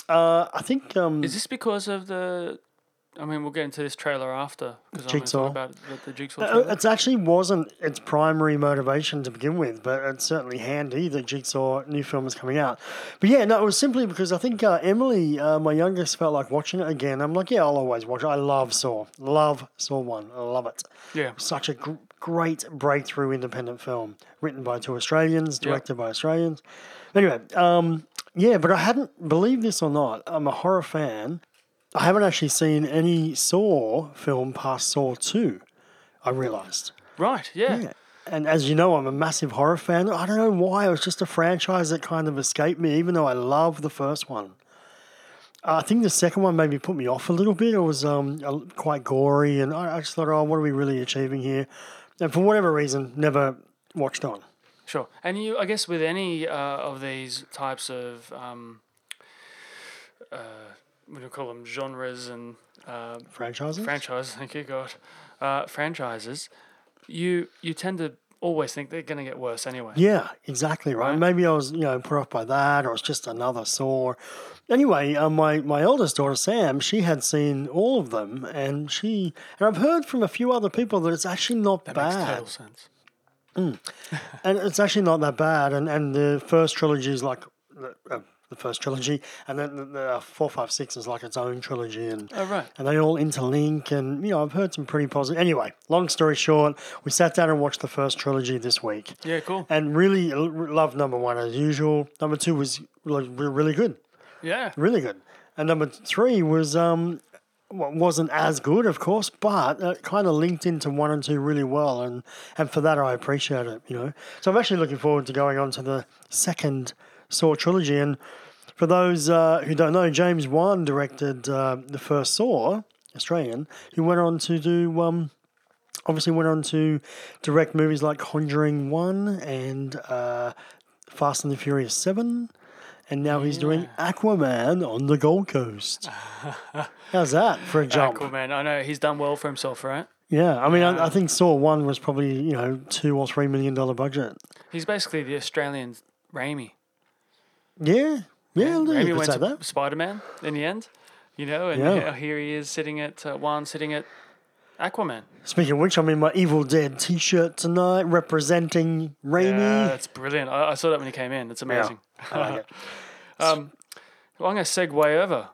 Speaker 7: Uh, I think um,
Speaker 6: Is this because of the I mean, we'll get into this trailer after because I'm gonna
Speaker 7: Jigsaw.
Speaker 6: talk about it, the, the jigsaw.
Speaker 7: Uh,
Speaker 6: Trailer.
Speaker 7: It actually wasn't its primary motivation to begin with, but it's certainly handy that Jigsaw new film is coming out. But yeah, no, it was simply because I think uh, Emily, uh, my youngest, felt like watching it again. I'm like, yeah, I'll always watch it. I love Saw. Love Saw 1. I love it.
Speaker 6: yeah,
Speaker 7: Such a gr- great breakthrough independent film written by two Australians, directed by Australians. Anyway, um, yeah, but I hadn't, believe this or not, I'm a horror fan. I haven't actually seen any Saw film past Saw 2. I realised.
Speaker 6: right, yeah.
Speaker 7: And as you know, I'm a massive horror fan. I don't know why. It was just a franchise that kind of escaped me, even though I love the first one. Uh, I think the second one maybe put me off a little bit. It was um, a- quite gory, and I I just thought, oh, what are we really achieving here? And for whatever reason, never watched on.
Speaker 6: Sure. And you, I guess, with any uh, of these types of, um, uh, what do you call them, genres and uh,
Speaker 7: Franchises?
Speaker 6: franchise. *laughs* Thank you, God. Uh, franchises, you you tend to always think they're going to get worse anyway.
Speaker 7: Yeah, exactly right. Maybe I was, you know, put off by that, or it's just another sore. Anyway, uh, my my eldest daughter Sam, she had seen all of them, and she and I've heard from a few other people that it's actually not
Speaker 6: Makes
Speaker 7: bad,
Speaker 6: total sense.
Speaker 7: and it's actually not that bad. And and the first trilogy is like the, uh, the first trilogy, and then the, the uh, four, five, six is like its own trilogy, and
Speaker 6: Oh, right.
Speaker 7: and they all interlink. And you know, I've heard some pretty positive. Anyway, long story short, we sat down and watched the first trilogy this week
Speaker 6: Yeah, cool.
Speaker 7: and really l- loved number one as usual. Number two was like re- really good,
Speaker 6: Yeah.
Speaker 7: really good, and number three was um wa- wasn't as good, of course, but it kind of linked into one and two really well, and and for that I appreciate it, you know. So I'm actually looking forward to going on to the second Saw trilogy, and for those uh, who don't know, James Wan directed uh, the first Saw, Australian, who went on to do. Um, obviously went on to direct movies like Conjuring 1 and uh, Fast and the Furious 7. And now he's doing Aquaman on the
Speaker 6: *laughs*
Speaker 7: Gold Coast. How's that for a jump?
Speaker 6: Cool man. I know he's done well for himself, right?
Speaker 7: Yeah, I mean, I, I think Saw 1 was probably, you know, two or three million dollar budget.
Speaker 6: He's basically the Australian Raimi.
Speaker 7: Yeah, yeah, yeah
Speaker 6: Raimi
Speaker 7: you could
Speaker 6: went
Speaker 7: say
Speaker 6: to
Speaker 7: that.
Speaker 6: Spider Man in the end, you know, and
Speaker 7: Yeah.
Speaker 6: you know, here he is sitting at uh, one, sitting at Aquaman.
Speaker 7: Speaking of which, I'm in my Evil Dead t shirt tonight representing Raimi.
Speaker 6: Yeah, Ah, that's brilliant. I, I saw that when he came in. It's amazing.
Speaker 7: *laughs* I like it.
Speaker 6: Well, I'm going to segue over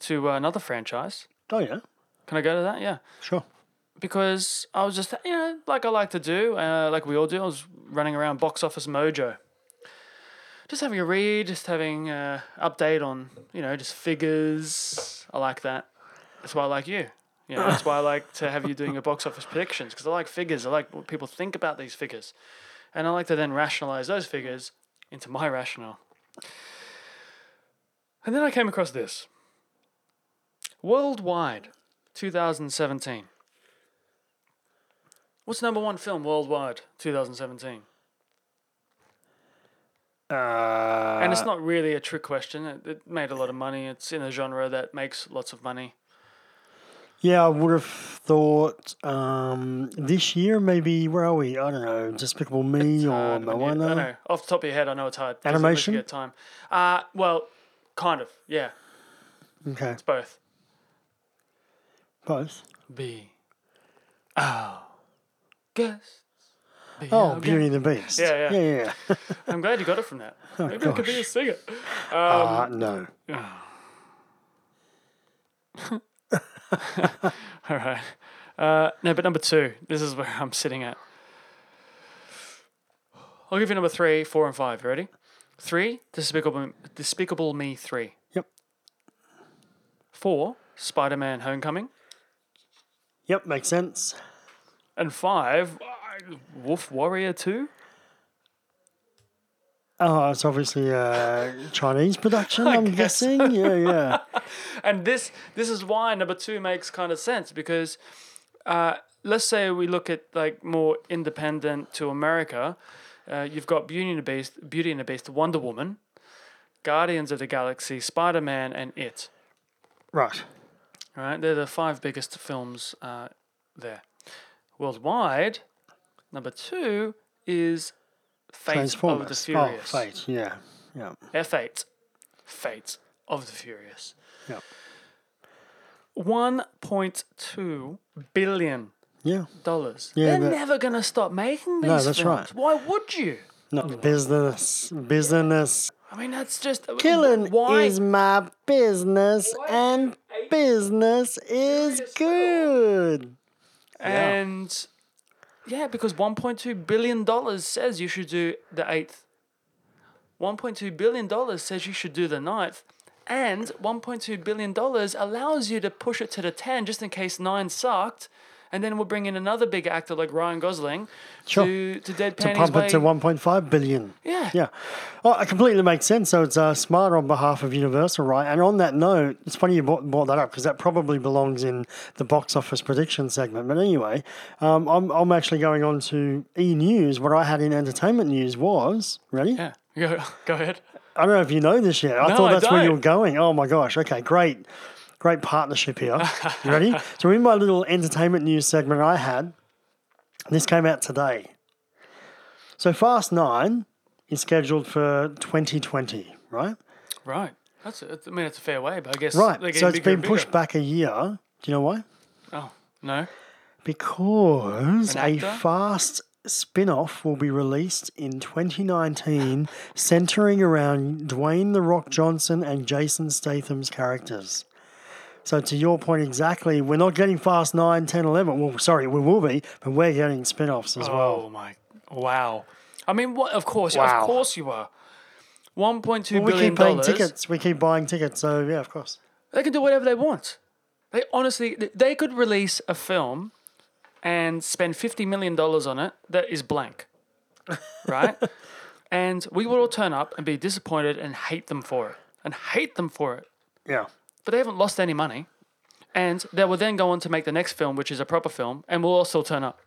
Speaker 6: to uh, another franchise.
Speaker 7: Oh, yeah,
Speaker 6: Can I go to that? Yeah.
Speaker 7: sure.
Speaker 6: Because I was just, you know, like I like to do, uh, like we all do, I was running around Box Office Mojo. Just having a read, just having an update on, you know, just figures. I like that. That's why I like you. You know, that's why I like to have you doing your box office predictions because I like figures. I like what people think about these figures. And I like to then rationalize those figures into my rationale. And then I came across this Worldwide 2017. What's number one film worldwide 2017?
Speaker 7: Uh,
Speaker 6: and it's not really a trick question. It, it made a lot of money. It's in a genre that makes lots of money.
Speaker 7: Yeah, I would have thought um, this year maybe. Where are we? I don't know. Despicable Me or
Speaker 6: Um, and you- I
Speaker 7: Moana.
Speaker 6: know. Off the top of your head, I know it's hard. 'cause it looks
Speaker 7: Uh-huh. Animation?
Speaker 6: like you Get time. Uh, well, kind of. Yeah,
Speaker 7: Okay,
Speaker 6: both.
Speaker 7: both.
Speaker 6: B. Oh. Guess. B.
Speaker 7: Oh, Beauty and the Beast.
Speaker 6: Yeah, yeah.
Speaker 7: yeah. yeah, yeah.
Speaker 6: I'm glad you got it from that.
Speaker 7: Oh,
Speaker 6: Maybe I could be a singer. Um,
Speaker 7: Uh, no.
Speaker 6: All right. Uh, no, but number two, this is where I'm sitting at. I'll give you number three, four, and five. You ready? Three, Despicable, Despicable Me 3.
Speaker 7: Yep.
Speaker 6: Four, Spider Man Homecoming.
Speaker 7: Yep, makes sense.
Speaker 6: And five, uh, Wolf Warrior 2.
Speaker 7: Oh, it's obviously a Chinese
Speaker 6: *laughs*
Speaker 7: production. I'm guessing. Yeah, yeah.
Speaker 6: And this this is why number two makes kind of sense because uh, let's say we look at like more independent to America, uh, you've got Beauty and the Beast, Beauty and the Beast, Wonder Woman, Guardians of the Galaxy, Spider Man, and It.
Speaker 7: Right.
Speaker 6: Right, they're the five biggest films uh, there worldwide. Number two is Fate of the
Speaker 7: Transformers. Oh,
Speaker 6: Furious.
Speaker 7: Fate. Yeah, yeah.
Speaker 6: F8. Fate of the Furious.
Speaker 7: Yep.
Speaker 6: 1.2 billion
Speaker 7: Yeah.
Speaker 6: dollars.
Speaker 7: Yeah,
Speaker 6: They're
Speaker 7: that-
Speaker 6: never going to stop making these.
Speaker 7: No, that's
Speaker 6: films.
Speaker 7: right.
Speaker 6: Why would you?
Speaker 7: No, business. Business.
Speaker 6: I mean, that's just uh,
Speaker 7: Killing
Speaker 6: Why?
Speaker 7: is my business, and business is good.
Speaker 6: And yeah, because 1.2 billion dollars says you should do the eighth. 1.2 billion dollars says you should do the ninth. And 1.2 billion dollars allows you to push it to the 10 just in case 9 sucked. And then we'll bring in another big actor like Ryan Gosling
Speaker 7: Sure.
Speaker 6: to, to deadpan
Speaker 7: To
Speaker 6: his
Speaker 7: pump
Speaker 6: way.
Speaker 7: it to 1.5 billion.
Speaker 6: Yeah.
Speaker 7: Yeah. Oh, it completely makes sense. So it's uh, smart on behalf of Universal, right? And on that note, it's funny you brought, brought that up because that probably belongs in the box office prediction segment. But anyway, um, I'm, I'm actually going on to e news. What I had in entertainment news was ready?
Speaker 6: *laughs* Yeah. Go, go ahead.
Speaker 7: I don't know if you know this yet. I
Speaker 6: No,
Speaker 7: thought
Speaker 6: I
Speaker 7: that's where you
Speaker 6: don't.
Speaker 7: were going. Oh my gosh. Okay, great. Great
Speaker 6: *laughs*
Speaker 7: partnership here. You ready? so, in my little entertainment news segment I had, this came out today. So, Fast 9 is scheduled for 2020, right?
Speaker 6: Right. That's a, I mean, it's a fair way, but I guess. they're
Speaker 7: Right.
Speaker 6: getting
Speaker 7: So, it's
Speaker 6: bigger
Speaker 7: been
Speaker 6: and
Speaker 7: pushed
Speaker 6: bigger.
Speaker 7: back a year. Do you know why?
Speaker 6: Oh, no.
Speaker 7: Because
Speaker 6: An
Speaker 7: a
Speaker 6: actor?
Speaker 7: Fast spin off will be released in 2019, centering around Dwayne The Rock Johnson and Jason Statham's characters. So, to your point exactly, we're not getting Fast 9, 10, 11. Well, sorry, we will be, but we're getting spin offs as well.
Speaker 6: Oh my! Wow. I mean, what? Of course, of
Speaker 7: Wow.
Speaker 6: course you are. One point two
Speaker 7: We
Speaker 6: Oh, billion
Speaker 7: keep paying
Speaker 6: dollars.
Speaker 7: tickets. We keep buying tickets. So, yeah, of course.
Speaker 6: They can do whatever they want. They honestly, th- they could release a film and spend fifty million dollars on it that is blank, *laughs* right? and we would all turn up and be disappointed and hate them for it, and hate them for it.
Speaker 7: Yeah.
Speaker 6: But they haven't lost any money, and they will then go on to make the next film, which is a proper film, and we'll all still turn up.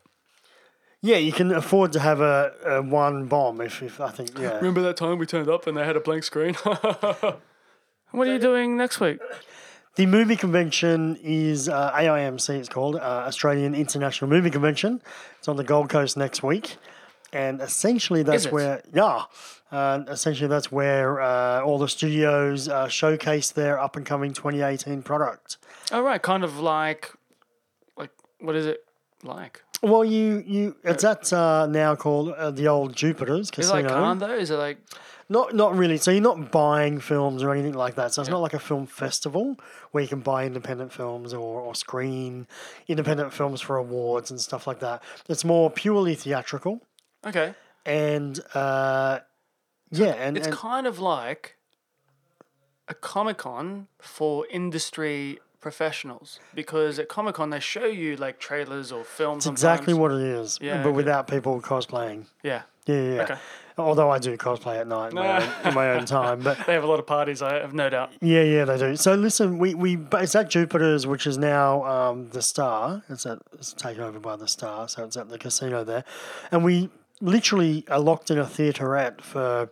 Speaker 7: Yeah, you can afford to have a, a one bomb if, if I think, yeah.
Speaker 6: Remember that time we turned up and they had a blank screen? *laughs* what are you doing next week?
Speaker 7: The movie convention is uh, AIMC, it's called uh, Australian International Movie Convention. It's on the Gold Coast next week. And essentially, that's
Speaker 6: it?
Speaker 7: where, yeah, uh, essentially, that's where uh, all the studios uh, showcase their up and coming 2018 product.
Speaker 6: All Oh, right, kind of like, like what is it like?
Speaker 7: Well, you, you it's that's uh, now called uh, the old Jupiter's
Speaker 6: Is
Speaker 7: Casino.
Speaker 6: it like Khan though? Is it like
Speaker 7: Not not really. So you're not buying films or anything like that. So it's not like a film festival where you can buy independent films or, or screen independent films for awards and stuff like that. It's more purely theatrical
Speaker 6: okay?
Speaker 7: and uh, yeah, and,
Speaker 6: It's
Speaker 7: and
Speaker 6: kind of like a Comic Con for industry professionals because at Comic Con they show you like trailers or films.
Speaker 7: it's exactly
Speaker 6: sometimes.
Speaker 7: what it is,
Speaker 6: Yeah,
Speaker 7: but
Speaker 6: okay.
Speaker 7: without people cosplaying.
Speaker 6: Yeah,
Speaker 7: Yeah, yeah. yeah.
Speaker 6: Okay.
Speaker 7: Although I do cosplay at night in my, own, in my own time, but
Speaker 6: they have a lot of parties. I have no doubt.
Speaker 7: Yeah, yeah, they do. So listen, we we but it's at Jupiter's, which is now um, the Star. It's at it's taken over by the Star, so it's at the casino there, and we literally are locked in a theaterette for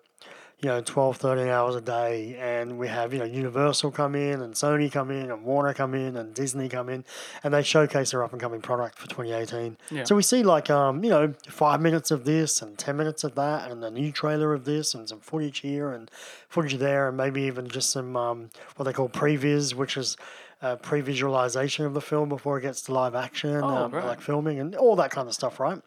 Speaker 7: you know 12, 13 hours a day, and we have you know Universal come in and Sony come in and Warner come in and Disney come in, and they showcase their up and coming product for twenty eighteen.
Speaker 6: Yeah.
Speaker 7: So we see like um you know five minutes of this and ten minutes of that and a new trailer of this and some footage here and footage there and maybe even just some um, what they call previs, which is uh, pre-visualization of the film before it gets to live action, um,
Speaker 6: Oh, right.
Speaker 7: like filming and all that kind of stuff, right?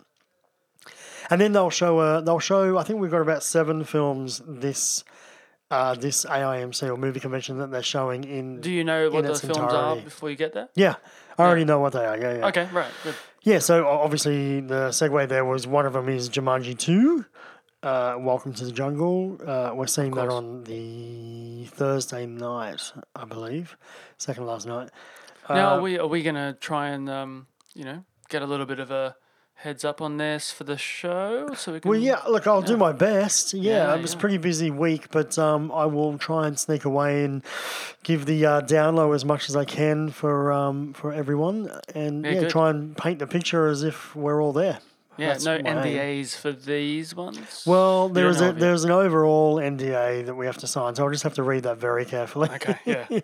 Speaker 7: And then they'll show uh, they'll show I think we've got about seven films this. Uh, this AIMC or movie convention that they're showing in.
Speaker 6: Do you know what
Speaker 7: in
Speaker 6: the
Speaker 7: its
Speaker 6: films are
Speaker 7: entirety.
Speaker 6: before you get there?
Speaker 7: Yeah, I already know what they are. Yeah, yeah.
Speaker 6: Okay, right. Good.
Speaker 7: Yeah, so o- obviously the segue there was one of them is Jumanji 2, uh, Welcome to the Jungle. Uh, we're seeing that on the Thursday night, I believe, second last night.
Speaker 6: Now, are
Speaker 7: Uh,
Speaker 6: we are we gonna try and um, you know get a little bit of a heads up on this for the show so we can?
Speaker 7: Well, yeah, look, I'll do my best. Yeah,
Speaker 6: Yeah,
Speaker 7: it was
Speaker 6: yeah.
Speaker 7: a pretty busy week, but um, I will try and sneak away and give the uh, down low as much as I can for um, for everyone and yeah,
Speaker 6: good.
Speaker 7: try and paint the picture as if we're all there.
Speaker 6: Yeah,
Speaker 7: that's
Speaker 6: no
Speaker 7: my aim.
Speaker 6: NDAs for these ones.
Speaker 7: Well,
Speaker 6: You
Speaker 7: there
Speaker 6: don't
Speaker 7: is
Speaker 6: know
Speaker 7: a,
Speaker 6: of yet.
Speaker 7: there's an overall NDA that we have to sign, so I'll just have to read that very carefully.
Speaker 6: okay, yeah,
Speaker 7: *laughs*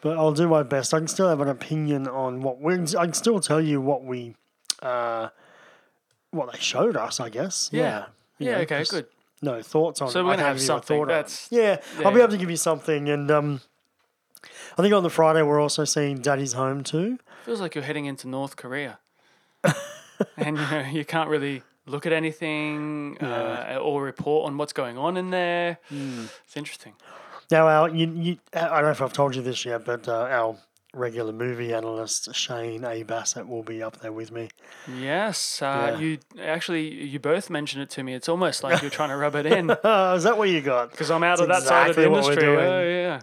Speaker 7: but I'll do my best. I can still have an opinion on what we. I can still tell you what we, uh, what they showed us. I guess. Yeah.
Speaker 6: yeah,
Speaker 7: You
Speaker 6: yeah.
Speaker 7: know,
Speaker 6: Okay,
Speaker 7: just
Speaker 6: good.
Speaker 7: No thoughts on.
Speaker 6: So
Speaker 7: I
Speaker 6: we're gonna
Speaker 7: can't
Speaker 6: have
Speaker 7: give you a
Speaker 6: something.
Speaker 7: thought on it.
Speaker 6: That's
Speaker 7: yeah, I'll be
Speaker 6: yeah.
Speaker 7: able to give you something, and um, I think on the Friday we're also seeing Daddy's Home too.
Speaker 6: Feels like you're heading into North Korea, *laughs* and you know you can't really look at
Speaker 7: *laughs*
Speaker 6: anything uh, or report on what's going on in there.
Speaker 7: Hmm.
Speaker 6: It's interesting.
Speaker 7: Now, our you, you, I don't know if I've told you this yet, but uh, our regular movie analyst Shane A Bassett will be up there with me.
Speaker 6: Yes, uh, you actually you both mentioned it to me. It's almost like you're trying to rub it in
Speaker 7: *laughs*
Speaker 6: because
Speaker 7: Oh, is that what you got?
Speaker 6: I'm out
Speaker 7: It's
Speaker 6: of that side of the
Speaker 7: exactly what we're
Speaker 6: industry. Oh
Speaker 7: doing.
Speaker 6: yeah,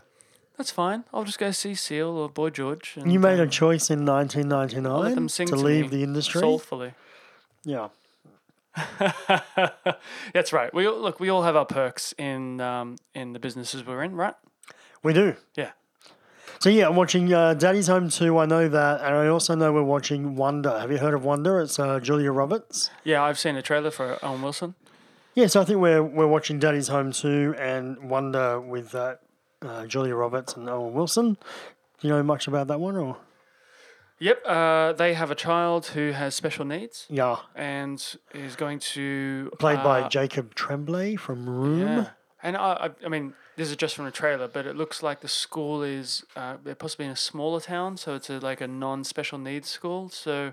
Speaker 6: that's fine. I'll just go see Seal or Boy George. And
Speaker 7: You made a
Speaker 6: uh,
Speaker 7: choice in
Speaker 6: I'll let them
Speaker 7: 1999
Speaker 6: sing
Speaker 7: to
Speaker 6: me
Speaker 7: leave the industry.
Speaker 6: soulfully.
Speaker 7: Yeah.
Speaker 6: That's right. We all, look. We all have our perks in um, in the businesses we're in, right?
Speaker 7: We do.
Speaker 6: Yeah.
Speaker 7: So yeah, I'm watching uh, Daddy's Home 2. I know that, and I also know we're watching Wonder. Have you heard of Wonder? It's uh, Julia Roberts.
Speaker 6: Yeah, I've seen a trailer for Owen Wilson.
Speaker 7: Yeah, so I think we're we're watching Daddy's Home 2 and Wonder with uh, uh, Julia Roberts and Owen Wilson. Do you know much about that one, or
Speaker 6: Yep. Uh, they have a child who has special needs
Speaker 7: yeah?
Speaker 6: and is going to
Speaker 7: Played by
Speaker 6: uh,
Speaker 7: Jacob Tremblay from Room.
Speaker 6: Yeah. And I, I, I mean, this is just from a trailer, but it looks like the school is uh, they're possibly in a smaller town, so it's a, like a non-special needs school. So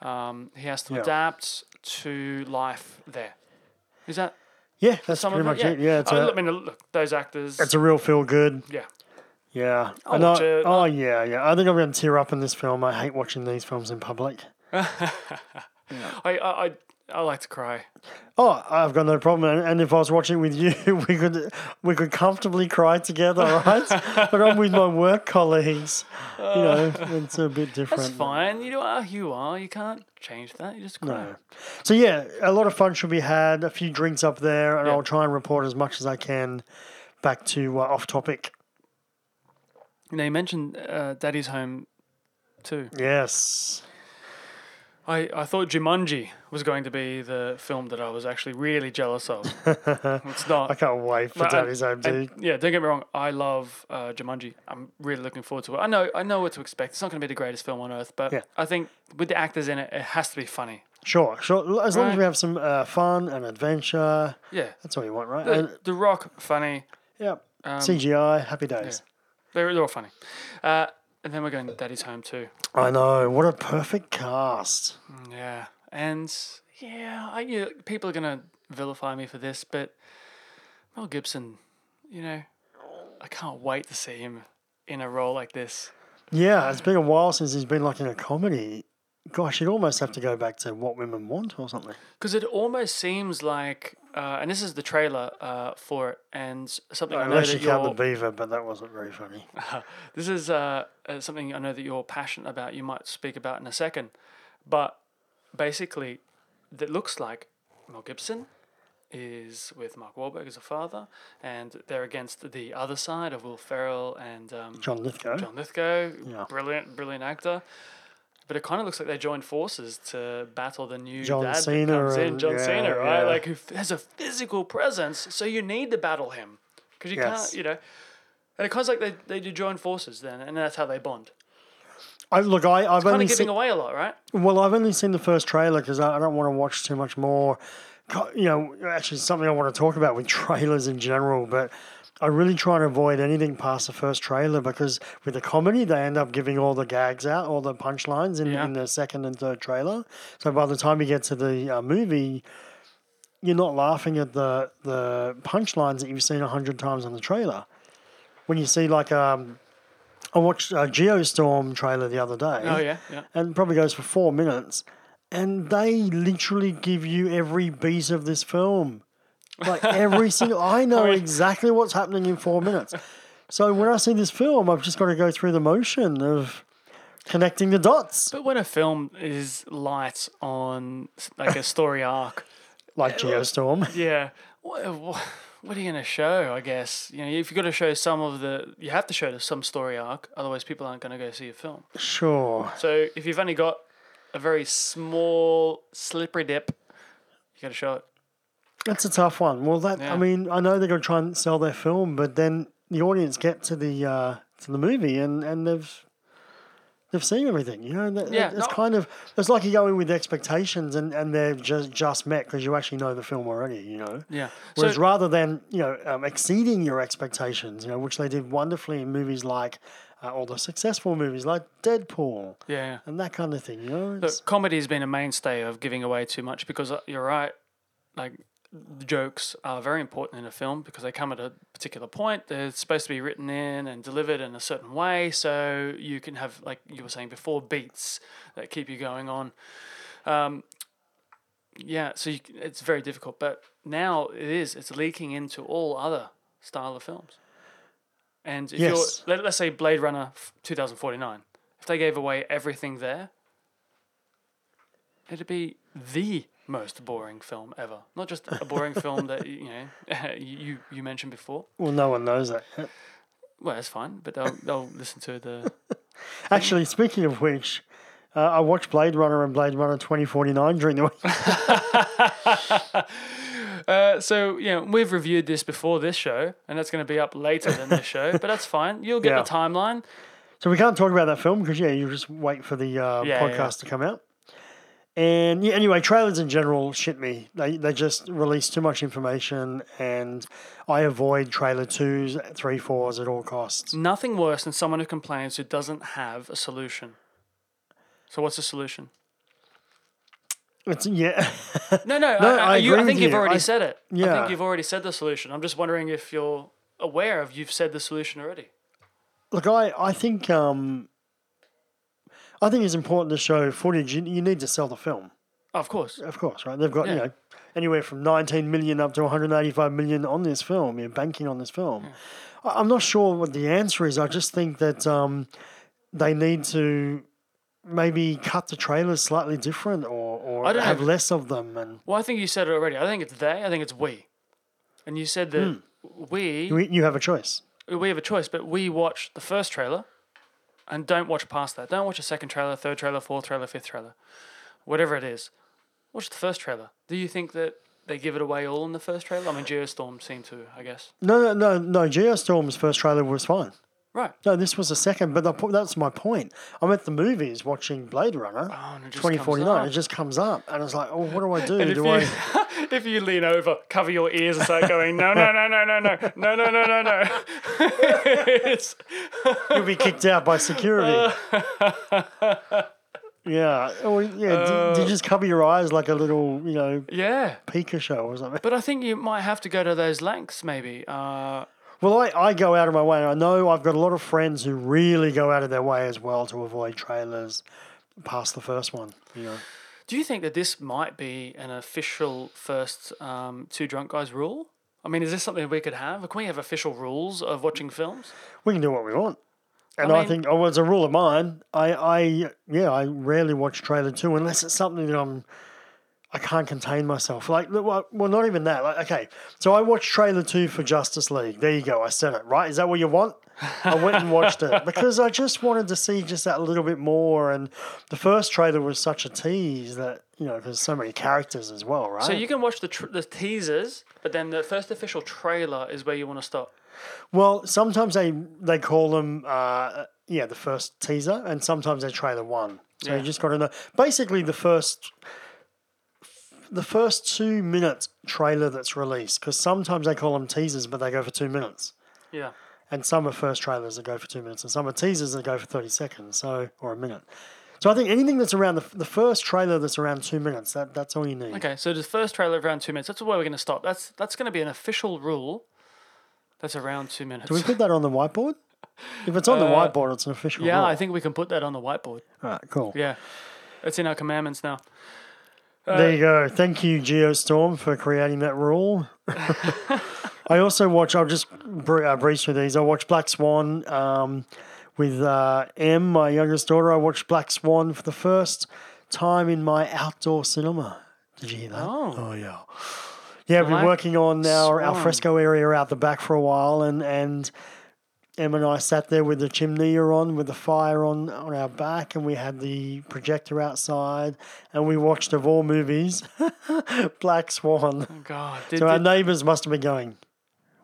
Speaker 6: um, he has to
Speaker 7: Yeah.
Speaker 6: adapt to life there. Is that
Speaker 7: Yeah, that's
Speaker 6: some
Speaker 7: pretty
Speaker 6: of Oh,
Speaker 7: much
Speaker 6: it?
Speaker 7: it. Yeah, it's,
Speaker 6: I
Speaker 7: a,
Speaker 6: I mean, look, those actors.
Speaker 7: it's a real feel good.
Speaker 6: yeah.
Speaker 7: Yeah.
Speaker 6: I'll
Speaker 7: And
Speaker 6: watch
Speaker 7: I-
Speaker 6: it.
Speaker 7: Oh, yeah, yeah. I think I'm going to tear up in this film. I hate watching these films in public.
Speaker 6: I, I, I, I like to cry.
Speaker 7: Oh, I've got no problem. And- And if I was watching with you, *laughs* we could we could comfortably cry together,
Speaker 6: *laughs*
Speaker 7: right? but I'm with my work colleagues. You know, it's a bit different.
Speaker 6: It's fine. You are who you are. You can't change that. You just cry.
Speaker 7: So yeah, a lot of fun should be had. A few drinks up there, and
Speaker 6: Yeah.
Speaker 7: I'll try and report as much as I can back to uh, off topic.
Speaker 6: Now you mentioned uh, Daddy's Home, too.
Speaker 7: Yes.
Speaker 6: I, I thought Jumanji was going to be the film that I was actually really jealous
Speaker 7: *laughs*
Speaker 6: of. it's not.
Speaker 7: I can't wait for
Speaker 6: But I-
Speaker 7: Daddy's Home,
Speaker 6: I-
Speaker 7: dude.
Speaker 6: yeah, don't get me wrong. I love uh, Jumanji. I'm really looking forward to it. I know I know what to expect. It's not going to be the greatest film on earth, but
Speaker 7: Yeah.
Speaker 6: I think with the actors in it, it has to be funny.
Speaker 7: Sure, sure. As long as
Speaker 6: Right.
Speaker 7: we have some uh, fun and adventure,
Speaker 6: Yeah.
Speaker 7: that's all you want, right?
Speaker 6: The,
Speaker 7: And-
Speaker 6: the Rock, funny.
Speaker 7: yeah.
Speaker 6: um,
Speaker 7: CGI, happy days.
Speaker 6: They're, they're all funny. Uh, and then we're going Daddy's Home, too.
Speaker 7: I know. What a perfect cast.
Speaker 6: Yeah, and yeah, I you people are gonna vilify me for this, but Mel Gibson, you know, I can't wait to see him in a role like this.
Speaker 7: Yeah, it's been a while since he's been like in a comedy. Gosh, you'd almost have to go back to What Women Want or something.
Speaker 6: Because it almost seems like, uh, and this is the trailer uh, for it, and something I know
Speaker 7: Unless you
Speaker 6: that
Speaker 7: count the
Speaker 6: you're.
Speaker 7: beaver, but that wasn't
Speaker 6: *laughs*
Speaker 7: very funny.
Speaker 6: This is uh, uh, something I know that you're passionate about. You might speak about in a second, but basically, that looks like Mel Gibson is with Mark Wahlberg as a father, and they're against the other side of Will Ferrell and um,
Speaker 7: John Lithgow.
Speaker 6: John Lithgow, brilliant, brilliant actor. But it kind of looks like they joined forces to battle the new
Speaker 7: John
Speaker 6: dad
Speaker 7: Cena
Speaker 6: that comes in,
Speaker 7: and-
Speaker 6: John
Speaker 7: yeah,
Speaker 6: Cena, right?
Speaker 7: yeah.
Speaker 6: Like who f- has a physical presence, so you need to battle him because you
Speaker 7: Yes.
Speaker 6: can't, you know. And it kind of like they they do join forces then, and that's how they bond.
Speaker 7: I, look, I, I've
Speaker 6: Kind
Speaker 7: only
Speaker 6: of giving
Speaker 7: seen,
Speaker 6: away a lot,
Speaker 7: *laughs*
Speaker 6: right?
Speaker 7: well, I've only seen the first trailer because I, I don't want to watch too much more. Co- You know, actually, it's something I want to talk about with *laughs* trailers in general, but I really try and avoid anything past the first trailer because with the comedy, they end up giving all the gags out, all the punchlines in,
Speaker 6: Yeah.
Speaker 7: in the second and third trailer. So by the time you get to the uh, movie, you're not laughing at the the punchlines that you've seen a hundred times on the trailer. When you see like um, I watched a Geostorm trailer the other day.
Speaker 6: Oh yeah, yeah.
Speaker 7: and it probably goes for four minutes, and they literally give you every beat of this film. Like every single, I know exactly what's happening in four minutes. So when I see this film, I've just got to go through the motion of connecting the dots,
Speaker 6: But when a film is light on s- like a story arc,
Speaker 7: like Geostorm.
Speaker 6: yeah, what, what, what are you going to show? I guess you know if you've got to show some of the, you have to show some story arc, otherwise people aren't going to go see a film.
Speaker 7: Sure.
Speaker 6: So if you've only got a very small slippery dip, you got to show it.
Speaker 7: That's a tough one. Well, that
Speaker 6: Yeah.
Speaker 7: I mean, I know they're going to try and sell their film, but then the audience get to the uh, to the movie and and they've they've seen everything. You know, That-
Speaker 6: Yeah,
Speaker 7: it's
Speaker 6: no-
Speaker 7: kind of it's like you go in with expectations and, and they're just just met because you actually know the film already. You know.
Speaker 6: Yeah.
Speaker 7: Whereas
Speaker 6: So-
Speaker 7: rather than you know um, exceeding your expectations, you know, which they did wonderfully in movies like uh, all the successful movies like Deadpool.
Speaker 6: Yeah.
Speaker 7: And that kind of thing, you know. It's,
Speaker 6: Look, comedy has been a mainstay of giving away too much because uh, you're right. Like the jokes are very important in a film because they come at a particular point. They're supposed to be written in and delivered in a certain way, so you can have like you were saying before beats that keep you going on. Um, yeah, so you, c- it's very difficult, but now it is. It's leaking into all other style of films. And if
Speaker 7: Yes.
Speaker 6: you're let, let's say Blade Runner f- 2049, if they gave away everything there, it'd be the most boring film ever. Not just a
Speaker 7: *laughs*
Speaker 6: boring film that you know *laughs* you you mentioned before.
Speaker 7: well, no one knows that.
Speaker 6: Well, that's fine, but they'll they'll listen to
Speaker 7: *laughs*
Speaker 6: the
Speaker 7: Actually, speaking of which, uh, I watched Blade Runner and Blade Runner 2049 during the week.
Speaker 6: Uh, so yeah, we've reviewed this before this show, and that's going to be up later than this show. But that's fine. You'll get
Speaker 7: Yeah.
Speaker 6: the timeline.
Speaker 7: So we can't talk about that film because yeah, you just wait for the uh,
Speaker 6: Yeah,
Speaker 7: podcast
Speaker 6: yeah.
Speaker 7: to come out. And yeah, anyway, trailers in general shit me. They they just release too much information, and I avoid trailer twos, three, fours at all costs.
Speaker 6: Nothing worse than someone who complains who doesn't have a solution. So what's the solution?
Speaker 7: It's yeah, *laughs*
Speaker 6: No, no, I,
Speaker 7: No,
Speaker 6: I,
Speaker 7: I
Speaker 6: you,
Speaker 7: agree
Speaker 6: I think
Speaker 7: with
Speaker 6: you've
Speaker 7: you.
Speaker 6: already
Speaker 7: I-
Speaker 6: said it. I
Speaker 7: yeah.
Speaker 6: think you've already said the solution. I'm just wondering if you're aware of you've said the solution already.
Speaker 7: look, I I think um, I think it's important to show footage. You, you need to sell the film,
Speaker 6: of course.
Speaker 7: of course, right? They've got you
Speaker 6: Yeah.
Speaker 7: know anywhere from 19 million up to 185 million on this film. You're banking on this film.
Speaker 6: Hmm.
Speaker 7: I, I'm not sure what the answer is. I just think that um, they need to maybe cut the trailers slightly different or, or
Speaker 6: I don't
Speaker 7: have
Speaker 6: know.
Speaker 7: less of them. And
Speaker 6: Well, I think you said it already. I think it's they. I think it's we. And you said that we,
Speaker 7: Hmm. you, you have a choice.
Speaker 6: we have a choice, but we watch the first trailer and don't watch past that. Don't watch a second trailer, third trailer, fourth trailer, fifth trailer, whatever it is. Watch the first trailer. Do you think that they give it away all in the first trailer? I mean, Geostorm seemed to, I guess.
Speaker 7: No, no, no, no. Geostorm's first trailer was fine.
Speaker 6: Right.
Speaker 7: No, this was the second, but the, po- that's my point. I'm at the movies watching Blade Runner
Speaker 6: Oh, and it just comes
Speaker 7: 2049.
Speaker 6: up.
Speaker 7: It just comes up, and it's like, oh, what
Speaker 6: *laughs*
Speaker 7: do I do?
Speaker 6: And if
Speaker 7: do
Speaker 6: you,
Speaker 7: I?
Speaker 6: if you *laughs* lean over, cover your ears and start going, no, no, no, no, no, no, no, no, no, no, no. *laughs* it's, *laughs*
Speaker 7: You'll be kicked out by security. yeah. Or, yeah. do, do you just cover your eyes like a little, you know,
Speaker 6: yeah.
Speaker 7: Pika show or something?
Speaker 6: But I think you might have to go to those lengths, maybe. Uh,
Speaker 7: Well, I, I go out of my way. and I know I've got a lot of friends who really go out of their way as well to avoid trailers past the first one. Yeah.
Speaker 6: do you think that this might be an official first um, Two Drunk Guys rule? I mean, is this something we could have? Can we have official rules of watching films?
Speaker 7: We can do what we want. And I,
Speaker 6: mean-
Speaker 7: think, oh, well, it's a rule of mine. I, I, yeah, I rarely watch trailer two unless it's something that I'm, I can't contain myself. Like, look, well, well, not even that. Like, okay, so I watched trailer two for Justice League. There you go. I said it right. Is that what you want? I went and
Speaker 6: *laughs*
Speaker 7: watched it because I just wanted to see just that little bit more. And the first trailer was such a tease that you know, there's so many characters as well, right?
Speaker 6: So you can watch the, tr- the teasers, but then the first official trailer is where you want to stop.
Speaker 7: Well, sometimes they they call them uh, yeah the first teaser, and sometimes they trailer one. So you just got to know. Basically, the first the first two minutes trailer that's released because sometimes they call them teasers, but they go for two minutes,
Speaker 6: Yeah.
Speaker 7: and some are first trailers that go for two minutes, and some are teasers that go for thirty seconds, so or a minute. So I think anything that's around the, the first trailer that's around two minutes, that, that's all you need.
Speaker 6: Okay, so the first trailer of around two minutes. That's where we're going to stop. That's that's going to be an official rule. That's around two minutes.
Speaker 7: Do we put that on the whiteboard? If it's on the whiteboard, it's an
Speaker 6: *laughs*
Speaker 7: official.
Speaker 6: Uh, yeah,
Speaker 7: rule.
Speaker 6: I think we can put that on the whiteboard.
Speaker 7: All right, cool.
Speaker 6: Yeah, it's in our commandments now.
Speaker 7: There you go. Thank you, Geostorm, for creating that rule. I also watch, I'll just br- uh, breeze through these. I watch Black Swan um, with uh, M, my youngest daughter. I watched Black Swan for the first time in my outdoor cinema. Did you hear that?
Speaker 6: Oh.
Speaker 7: yeah. Yeah, we've
Speaker 6: Black
Speaker 7: been working on our
Speaker 6: Swan.
Speaker 7: al fresco area out the back for a while, and, and Em and I sat there with the chimney on, with the fire on, on our back, and we had the projector outside, and we watched, of all movies, *laughs* Black Swan.
Speaker 6: God, did,
Speaker 7: So our
Speaker 6: did,
Speaker 7: neighbours must have been going,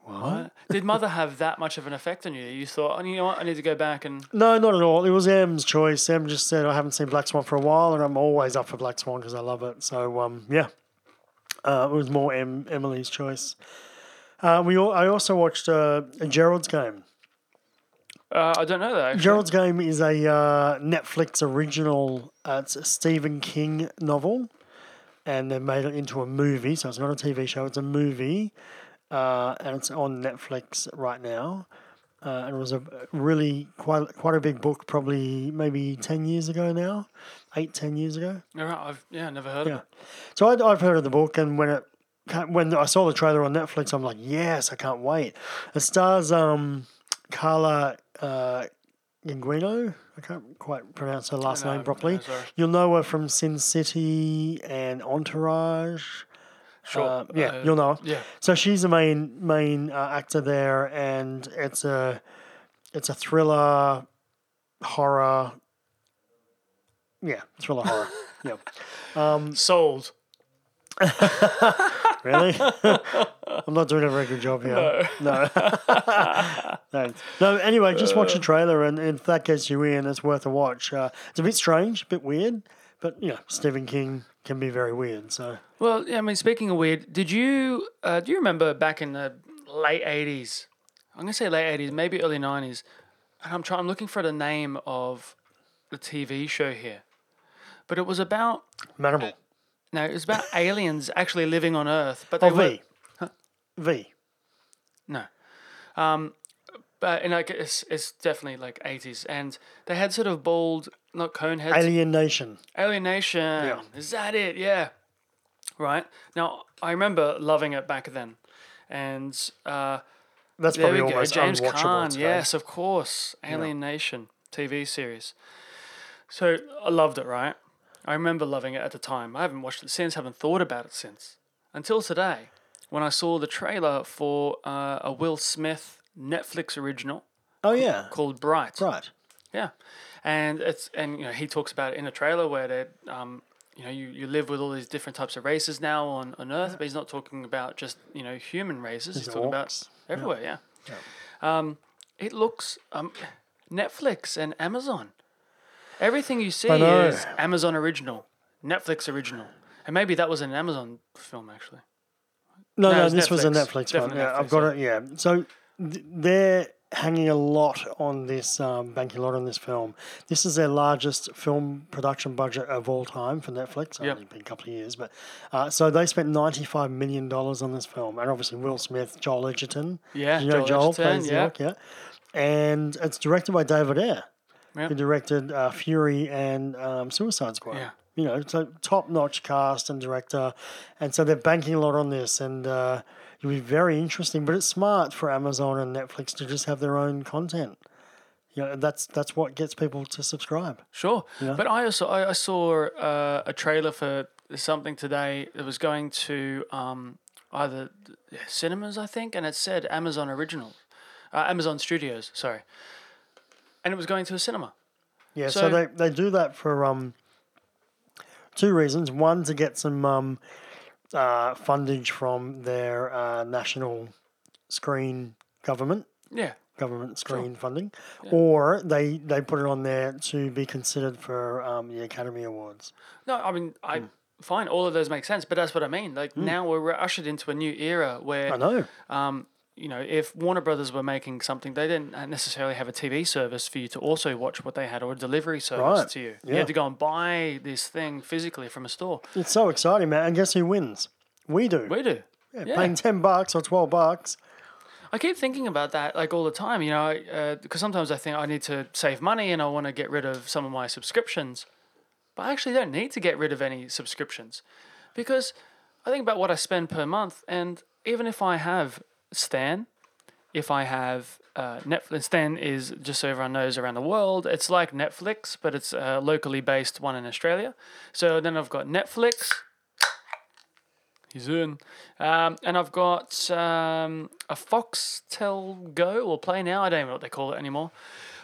Speaker 6: What? Did Mother have that much of an effect on you? You thought, oh, you know what? I need to go back and.
Speaker 7: No, not at all. It was Em's choice. Em just said, I haven't seen Black Swan for a while, and I'm always up for Black Swan because I love it. So, um, yeah, uh, it was more em- Emily's choice. Uh, we all, I also watched uh, Gerald's Game.
Speaker 6: Uh, I don't know that. actually.
Speaker 7: Gerald's Game is a uh, Netflix original. Uh, it's a Stephen King novel, and they made it into a movie. So it's not a TV show; it's a movie, uh, and it's on Netflix right now. Uh, and it was a really quite quite a big book, probably maybe ten years ago now, eight ten years ago.
Speaker 6: All right, I've yeah, never heard of
Speaker 7: Yeah.
Speaker 6: it.
Speaker 7: So I'd, I've heard of the book, and when it ca- when I saw the trailer on Netflix, I'm like, yes, I can't wait. It stars um, Carla uh, Inguino. I can't quite pronounce her last
Speaker 6: No,
Speaker 7: name properly.
Speaker 6: no, sorry.
Speaker 7: You'll know her from Sin City and Entourage.
Speaker 6: Sure.
Speaker 7: Uh, yeah,
Speaker 6: Uh,
Speaker 7: you'll know her.
Speaker 6: yeah.
Speaker 7: So she's the main main uh, actor there, and it's a it's a thriller horror. Yeah,
Speaker 6: *laughs*
Speaker 7: thriller horror. yeah.
Speaker 6: Sold. *laughs*
Speaker 7: Really? I'm not doing a very good job here. No. No. Thanks. No, *laughs* anyway, just watch a trailer, and, and if that gets you in, it's worth a watch. Uh, it's a bit strange, a bit weird, but, you know, Stephen King can be very weird, so.
Speaker 6: Well, yeah, I mean, speaking of weird, did you uh, do you remember back in the late eighties? I'm gonna say late eighties, maybe early nineties. And I'm trying. I'm looking for the name of the TV show here, but it was about
Speaker 7: Manimal.
Speaker 6: no, it was about aliens actually living on Earth. But they
Speaker 7: Oh,
Speaker 6: were
Speaker 7: V. V.
Speaker 6: No. Um, but and like it's it's definitely like eighties, and they had sort of bald, not cone heads.
Speaker 7: Alien Nation.
Speaker 6: Alienation. Is that it? Yeah. Right now, I remember loving it back then, and uh,
Speaker 7: That's
Speaker 6: there
Speaker 7: probably
Speaker 6: we go.
Speaker 7: almost
Speaker 6: James
Speaker 7: unwatchable
Speaker 6: Caan.
Speaker 7: today.
Speaker 6: Yes, of course. Alienation TV series. So I loved it. Right. I remember loving it at the time. I haven't watched it since. Haven't thought about it since until today, when I saw the trailer for uh, a Will Smith Netflix original
Speaker 7: Oh, yeah.
Speaker 6: called Bright.
Speaker 7: Right.
Speaker 6: Yeah, and it's and you know he talks about it in a trailer where they um you know you, you live with all these different types of races now on on Earth, but he's not talking about just you know human races. He's talking
Speaker 7: orcs.
Speaker 6: about everywhere. Yeah. Um, it looks um, Netflix and Amazon. Everything you see
Speaker 7: know.
Speaker 6: is Amazon original, Netflix original, and maybe that was an Amazon film actually.
Speaker 7: No,
Speaker 6: No,
Speaker 7: no,
Speaker 6: it was
Speaker 7: this was a
Speaker 6: Netflix.
Speaker 7: Netflix one.
Speaker 6: Definitely
Speaker 7: Yeah, I've
Speaker 6: Netflix,
Speaker 7: got it. Yeah, so th- they're hanging a lot on this um, banking a lot on this film. This is their largest film production budget of all time for Netflix.
Speaker 6: Yep.
Speaker 7: Only been a couple of years, but uh, so they spent ninety five million dollars on this film, and obviously Will Smith, Joel Edgerton.
Speaker 6: Yeah,
Speaker 7: you know
Speaker 6: Joel
Speaker 7: Joel,
Speaker 6: Edgerton,
Speaker 7: plays
Speaker 6: yeah.
Speaker 7: the orc, yeah. And it's directed by David Ayer,
Speaker 6: Yep.
Speaker 7: who directed uh, Fury and um, Suicide Squad.
Speaker 6: Yeah.
Speaker 7: You know, so top notch cast and director. And so they're banking a lot on this. And uh, it'll be very interesting. But it's smart for Amazon and Netflix to just have their own content. You know, that's that's what gets people to subscribe.
Speaker 6: Sure, but I also I, I saw uh, a trailer for something today that was going to um, either th- cinemas, I think, and it said Amazon Original, uh, Amazon Studios, sorry, and it was going to a cinema.
Speaker 7: Yeah, so,
Speaker 6: So-
Speaker 7: they, they do that for um, two reasons. One, to get some um, uh, fundage from their uh, national screen government.
Speaker 6: Yeah,
Speaker 7: government screen funding, or they they put it on there to be considered for um, the Academy Awards.
Speaker 6: no, I mean
Speaker 7: Hmm.
Speaker 6: I. Fine, all of those make sense, but that's what I mean. Like now we're we're ushered into a new era where
Speaker 7: I know.
Speaker 6: um, you know, if Warner Brothers were making something, they didn't necessarily have a TV service for you to also watch what they had or a delivery service
Speaker 7: Right,
Speaker 6: to you. You
Speaker 7: yeah.
Speaker 6: had to go and buy this thing physically from a store.
Speaker 7: It's so exciting, man! And guess who wins? We do.
Speaker 6: We do. yeah.
Speaker 7: Paying ten bucks or twelve bucks.
Speaker 6: I keep thinking about that like all the time, you know, because sometimes I think I need to save money and I want to get rid of some of my subscriptions, but I actually don't need to get rid of any subscriptions because I think about what I spend per month, and even if I have Stan, if I have uh, Netflix, Stan is just so everyone knows around the world, it's like Netflix, but it's a locally based one in Australia. So then I've got Netflix. He's in. Um, and I've got um, a Foxtel Go or Play Now. I don't even know what they call it anymore.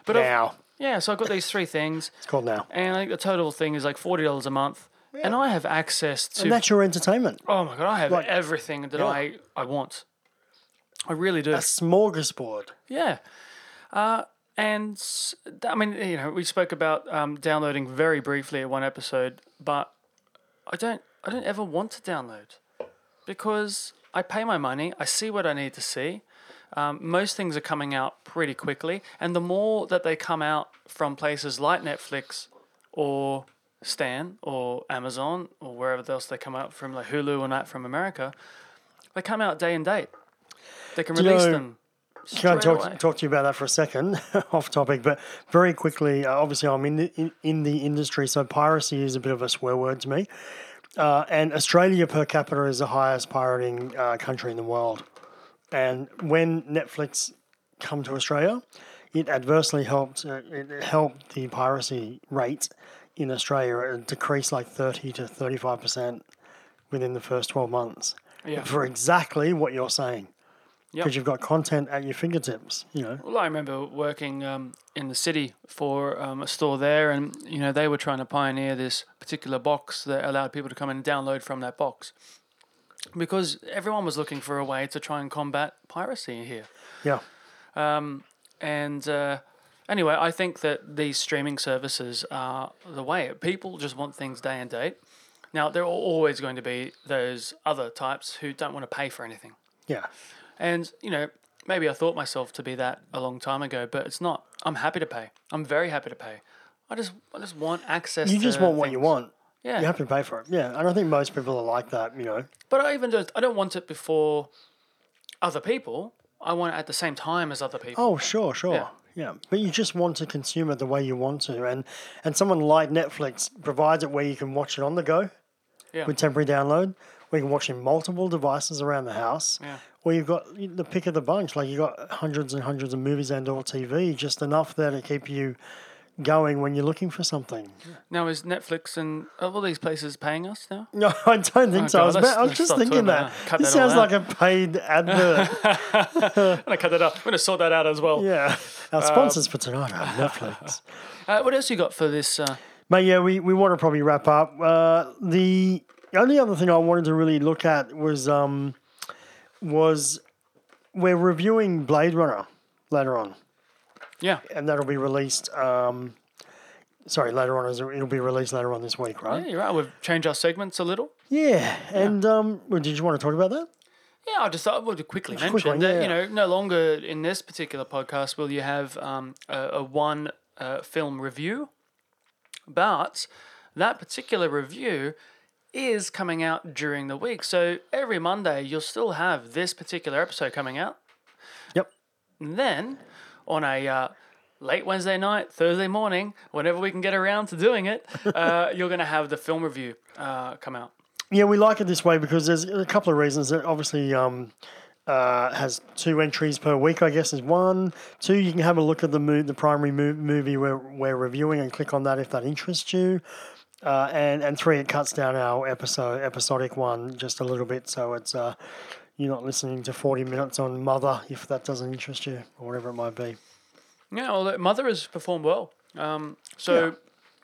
Speaker 6: But I've-
Speaker 7: Now
Speaker 6: yeah, so I've got these three things,
Speaker 7: it's called now,
Speaker 6: and I think the total thing is like forty dollars a month. And I have access to
Speaker 7: and that's your entertainment.
Speaker 6: oh my god, I have
Speaker 7: like-
Speaker 6: everything that I, I want. I really do.
Speaker 7: A smorgasbord.
Speaker 6: Yeah. Uh, and s- I mean, you know, we spoke about um, downloading very briefly at one episode, but I don't, I don't ever want to download because I pay my money, I see what I need to see. Um, most things are coming out pretty quickly, and the more that they come out from places like Netflix or Stan or Amazon or wherever else they come out from, like Hulu and that from America, they come out day and date. They can
Speaker 7: you
Speaker 6: release
Speaker 7: know,
Speaker 6: them.
Speaker 7: Can I
Speaker 6: straight away.
Speaker 7: talk, talk to you about that for a second, *laughs* off topic, but very quickly. Uh, obviously, I'm in the, in, in the industry, so piracy is a bit of a swear word to me. Uh, and Australia per capita is the highest pirating uh, country in the world. And when Netflix come to Australia, it adversely helped uh, it helped the piracy rate in Australia decrease like thirty to thirty five percent within the first twelve months.
Speaker 6: Yeah.
Speaker 7: For exactly what you're saying because you've got content at your fingertips. You know,
Speaker 6: Well, I remember working um, in the city for um, a store there, and you know they were trying to pioneer this particular box that allowed people to come in and download from that box, because everyone was looking for a way to try and combat piracy here.
Speaker 7: yeah,
Speaker 6: And uh, anyway, I think that these streaming services are the way. People just want things day and date. Now there are always going to be those other types who don't want to pay for anything.
Speaker 7: yeah.
Speaker 6: And, you know, maybe I thought myself to be that a long time ago, but it's not. I'm happy to pay. I'm very happy to pay. I just I just want access
Speaker 7: You just
Speaker 6: to
Speaker 7: want what you
Speaker 6: things.
Speaker 7: want.
Speaker 6: Yeah.
Speaker 7: You have to pay for it. Yeah, and I think most people are like that. You know,
Speaker 6: But I even don't I don't want it before other people. I want it at the same time as other people.
Speaker 7: oh sure, sure.
Speaker 6: Yeah.
Speaker 7: Yeah. but you just want to consume it the way you want to, and and someone like Netflix provides it where you can watch it on the go
Speaker 6: yeah.
Speaker 7: with temporary download. We can watch in multiple devices around the house, yeah. or you've got the pick of the bunch. Like you've got hundreds and hundreds of movies and or TV, just enough there to keep you going when you're looking for something.
Speaker 6: now is Netflix and are all these places paying us now?
Speaker 7: No, *laughs* I don't think
Speaker 6: Oh,
Speaker 7: so. I
Speaker 6: God,
Speaker 7: was,
Speaker 6: let's-
Speaker 7: about, I was
Speaker 6: let's
Speaker 7: just
Speaker 6: stop talking
Speaker 7: thinking that.
Speaker 6: about that. Cut
Speaker 7: this
Speaker 6: that all
Speaker 7: sounds like a paid advert.
Speaker 6: *laughs* I'm gonna cut that out. I'm gonna sort that out as well.
Speaker 7: yeah. Our
Speaker 6: Um,
Speaker 7: sponsors for tonight are Netflix.
Speaker 6: Uh, what else you got for this? Uh,
Speaker 7: But yeah, we, we want to probably wrap up. Uh, the only other thing I wanted to really look at was um, was we're reviewing Blade Runner later on,
Speaker 6: yeah.
Speaker 7: and that'll be released. Um, sorry, later on. It'll it'll be released later on this week,
Speaker 6: Yeah,
Speaker 7: right?
Speaker 6: you're right. We've changed our segments a little.
Speaker 7: Yeah. And um, well, did you want to talk about that?
Speaker 6: Yeah, I just thought we'll quickly mention
Speaker 7: one,
Speaker 6: that
Speaker 7: yeah,
Speaker 6: you
Speaker 7: yeah.
Speaker 6: know no longer in this particular podcast will you have um, a, a one uh, film review, but that particular review is coming out during the week. So every Monday you'll still have this particular episode coming out.
Speaker 7: Yep.
Speaker 6: And then on a uh, late Wednesday night, Thursday morning, whenever we can get around to doing it, uh, *laughs* you're going to have the film review uh, come out.
Speaker 7: Yeah, we like it this way because there's a couple of reasons. It obviously um, uh, has two entries per week, I guess, is one. Two, you can have a look at the mo- the primary mo- movie we're, we're reviewing and click on that if that interests you. Uh, and, and three, it cuts down our episode episodic one just a little bit. So it's uh, you're not listening to 40 minutes on Mother if that doesn't interest you or whatever it might be.
Speaker 6: Yeah, well, Mother has performed well. Um, so,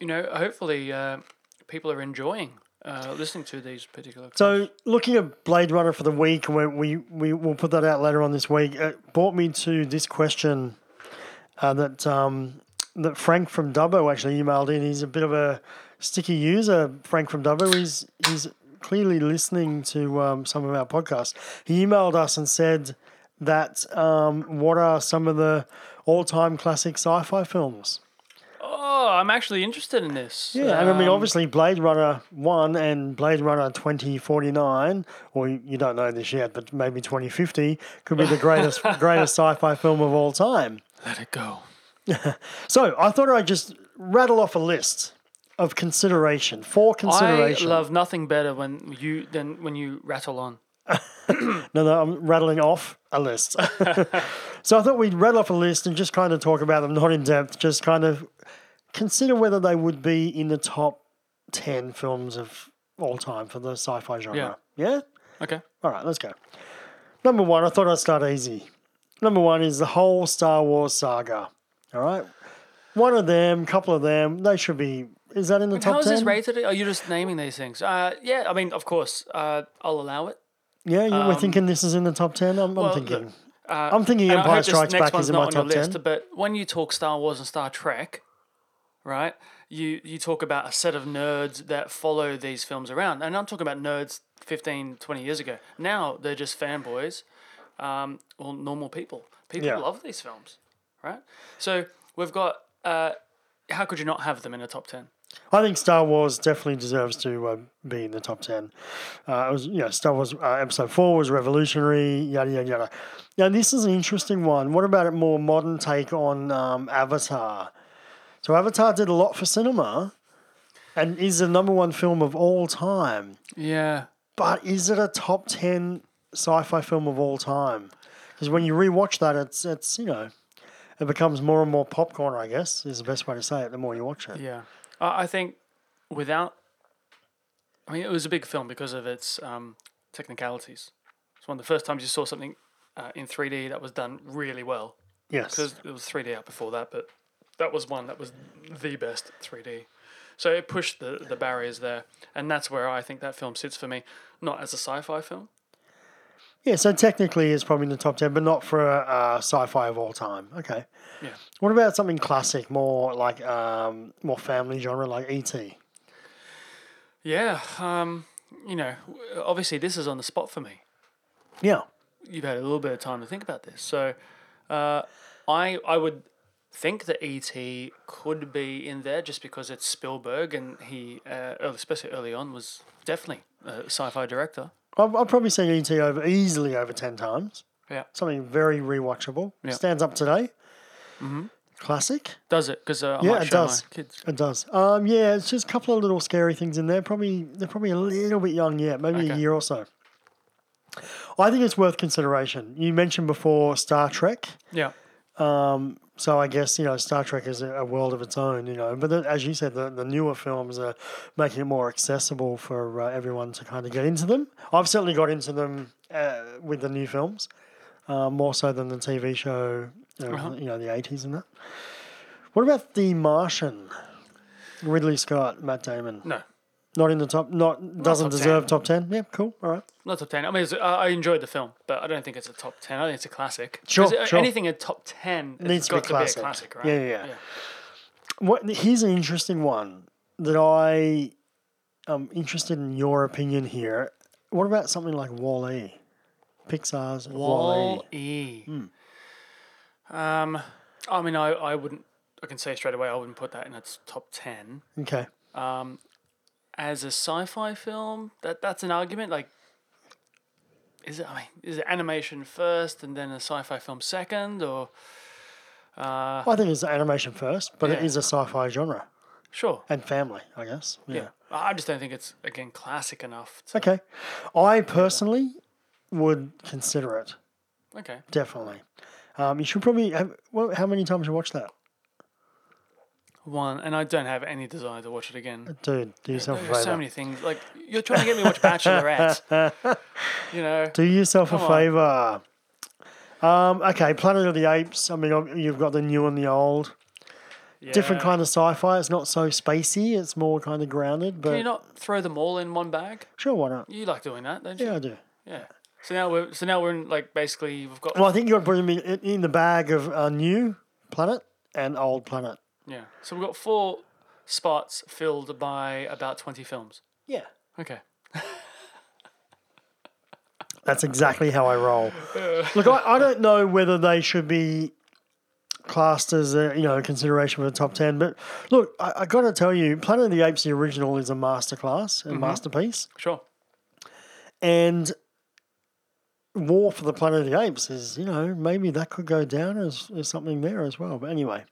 Speaker 6: you know, hopefully uh, people are enjoying uh, listening to these particular.
Speaker 7: So looking at Blade Runner for the week, we we we will put that out later on this week. It brought me to this question uh, that um, that Frank from Dubbo actually emailed in. He's a bit of a sticky user. Frank from Dubbo, he's he's clearly listening to um, some of our podcasts. He emailed us and said that um, what are some of the all-time classic sci-fi films?
Speaker 6: oh, I'm actually interested in this.
Speaker 7: Yeah, and I mean,
Speaker 6: Um,
Speaker 7: obviously, Blade Runner 1 and Blade Runner 2049, or you you don't know this yet, but maybe 2050, could be the greatest
Speaker 6: *laughs*
Speaker 7: greatest sci fi film of all time.
Speaker 6: Let it go.
Speaker 7: *laughs* So I thought I'd just rattle off a list of consideration, for
Speaker 6: I
Speaker 7: consideration.
Speaker 6: love nothing better when you than when you rattle on.
Speaker 7: No, no, I'm rattling off a list. *laughs* so I thought we'd rattle off a list and just kind of talk about them, not in depth, just kind of consider whether they would be in the top 10 films of all time for the sci fi genre. yeah?
Speaker 6: Okay.
Speaker 7: All right, let's go. Number one, I thought I'd start easy. Number one is the whole Star Wars saga. All right, one of them, couple of them, they should be. Is that in the top
Speaker 6: How is
Speaker 7: ten?
Speaker 6: this rated? Are you just naming these things? Uh, yeah, I mean, of course, uh, I'll allow it.
Speaker 7: Yeah, you were thinking this is in the top ten. am
Speaker 6: well,
Speaker 7: thinking.
Speaker 6: look,
Speaker 7: I'm thinking
Speaker 6: And I
Speaker 7: Empire
Speaker 6: hope this
Speaker 7: Strikes
Speaker 6: next
Speaker 7: Back
Speaker 6: one's
Speaker 7: is in
Speaker 6: not
Speaker 7: my
Speaker 6: on your
Speaker 7: top ten.
Speaker 6: list, But when you talk Star Wars and Star Trek, right, you you talk about a set of nerds that follow these films around, and I'm talking about nerds 15, 20 years ago. Now they're just fanboys, um, or normal people. People
Speaker 7: Yeah.
Speaker 6: love these films, right? So we've got. Uh, how could you not have them in a top ten?
Speaker 7: I think Star Wars definitely deserves to uh, be in the top ten. Uh, it was, yeah, Star Wars uh, Episode Four was revolutionary. Yada yada yada. Now this is an interesting one. What about a more modern take on um, Avatar? So Avatar did a lot for cinema, and is the number one film of all time.
Speaker 6: Yeah,
Speaker 7: But is it a top ten sci-fi film of all time? Because when you rewatch that, it's it's you know, it becomes more and more popcorn. I guess is the best way to say it. The more you watch it,
Speaker 6: Yeah, I, I think without, I mean, it was a big film because of its um, technicalities. It's one of the first times you saw something uh, in 3D that was done really well.
Speaker 7: yes,
Speaker 6: Because it was 3D out before that, but that was one that was the best 3D. So it pushed the, the barriers there, and that's where I think that film sits for me. Not as a sci-fi film.
Speaker 7: yeah. So technically, it's probably in the top ten, but not for uh, sci-fi of all time. Okay.
Speaker 6: Yeah.
Speaker 7: What about something classic, more like um, more family genre, like E ET?
Speaker 6: Yeah. Um, you know, w- obviously this is on the spot for me.
Speaker 7: Yeah.
Speaker 6: you've had a little bit of time to think about this. So, uh, I I would think that ET could be in there just because it's Spielberg and he, uh, early- especially early on, was definitely a sci-fi director.
Speaker 7: I've, I've probably seen ET over easily over ten times.
Speaker 6: Yeah,
Speaker 7: Something very rewatchable.
Speaker 6: Yeah.
Speaker 7: Stands up today. Mm-hmm. Classic.
Speaker 6: does it? Because uh, I
Speaker 7: Yeah,
Speaker 6: might
Speaker 7: it
Speaker 6: show
Speaker 7: does.
Speaker 6: my kids.
Speaker 7: It does. Um, yeah, it's just a couple of little scary things in there. Probably they're probably a little bit young yet, maybe a
Speaker 6: Okay.
Speaker 7: year or so. I think it's worth consideration. You mentioned before Star Trek,
Speaker 6: Yeah,
Speaker 7: so I guess you know Star Trek is a a world of its own, you know. But the, as you said, the, the newer films are making it more accessible for uh, everyone to kind of get into them. I've certainly got into them uh, with the new films, uh, more so than the TV show, you know, you know the eighties and that. What about The Martian? Ridley Scott, Matt Damon.
Speaker 6: no,
Speaker 7: Not in the top. Not doesn't
Speaker 6: top
Speaker 7: deserve top ten. Yeah, cool. All right.
Speaker 6: not top ten. I mean, it's, I I enjoyed the film, but I don't think it's a top ten. I think it's a classic. 'Cause,
Speaker 7: Sure,
Speaker 6: uh,
Speaker 7: sure.
Speaker 6: Anything a top ten it's
Speaker 7: Needs to be
Speaker 6: got
Speaker 7: classic.
Speaker 6: a classic, right?
Speaker 7: Yeah, yeah, yeah. What here's an interesting one that I am interested in your opinion here. What about something like Wall-E? Pixar's Wall-E.
Speaker 6: Wall E. Um, I mean, I, I wouldn't. I can say straight away, I wouldn't put that in its top ten
Speaker 7: Okay.
Speaker 6: as a sci-fi film. That that's an argument. Like, is it? I mean, is it animation first and then a sci-fi film second, or
Speaker 7: I think it's animation first, but it
Speaker 6: Yeah.
Speaker 7: is a sci-fi genre
Speaker 6: sure?
Speaker 7: and family, I guess. Yeah.
Speaker 6: Yeah, I I just don't think it's again classic enough. To,
Speaker 7: Okay. I personally would consider it
Speaker 6: okay,
Speaker 7: definitely. Um, you should probably have. Well, how many times you watch that,
Speaker 6: one, and I don't have any desire to watch it again.
Speaker 7: dude? Do yourself a
Speaker 6: There's
Speaker 7: favor.
Speaker 6: so many things. Like, you're trying to get me to watch Bachelorette. you know,
Speaker 7: Do yourself a
Speaker 6: Come on.
Speaker 7: favor. Um, okay, Planet of the Apes. I mean, ob- you've got the new and the old. Different
Speaker 6: Yeah.
Speaker 7: kind of sci-fi. It's not so spacey. It's more kind of grounded. But
Speaker 6: Can you not throw them all in one bag?
Speaker 7: sure, why not?
Speaker 6: You like doing that, don't you?
Speaker 7: Yeah, I do.
Speaker 6: Yeah. So now we're so now we're in like basically we've got
Speaker 7: Well, I think you're putting me in in the bag of uh, new planet and old planet.
Speaker 6: yeah. So we've got four spots filled by about twenty films.
Speaker 7: Yeah,
Speaker 6: Okay.
Speaker 7: that's exactly how
Speaker 6: *laughs*
Speaker 7: I roll. Look, I, I don't know whether they should be classed as a you know consideration for the top ten, but look, I, I got to tell you, Planet of the Apes, the original, is a masterclass, a
Speaker 6: Mm-hmm.
Speaker 7: masterpiece.
Speaker 6: Sure.
Speaker 7: And War for the Planet of the Apes is, you know, maybe that could go down as, as something there as well. But anyway,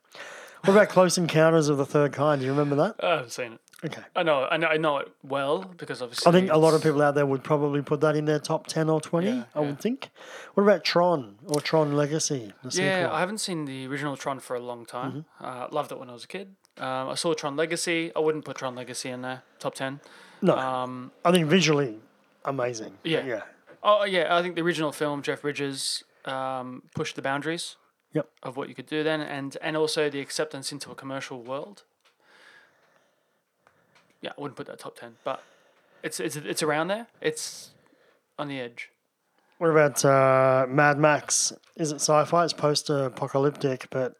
Speaker 7: what about Close Encounters of the Third Kind? Do you remember that?
Speaker 6: I haven't seen it.
Speaker 7: Okay.
Speaker 6: I know I know I know it well because obviously
Speaker 7: I think a lot of
Speaker 6: it's-
Speaker 7: people out there would probably put that in their top 10 or 20,
Speaker 6: Yeah,
Speaker 7: I would think. What about Tron or Tron Legacy? The
Speaker 6: Yeah,
Speaker 7: sequel?
Speaker 6: I haven't seen the original Tron for a long time.
Speaker 7: Mm-hmm.
Speaker 6: Uh, loved it when I was a kid. Um, I saw Tron Legacy. I wouldn't put Tron Legacy in there. Top ten.
Speaker 7: no. I think visually amazing.
Speaker 6: um, Yeah.
Speaker 7: Yeah.
Speaker 6: Oh yeah, I think the original film Jeff Bridges um, pushed the boundaries
Speaker 7: Yep.
Speaker 6: of what you could do then, and and also the acceptance into a commercial world. Yeah, I wouldn't put that top ten, but it's it's it's around there. It's on the edge.
Speaker 7: What about uh, Mad Max? Is it sci-fi? It's post-apocalyptic, but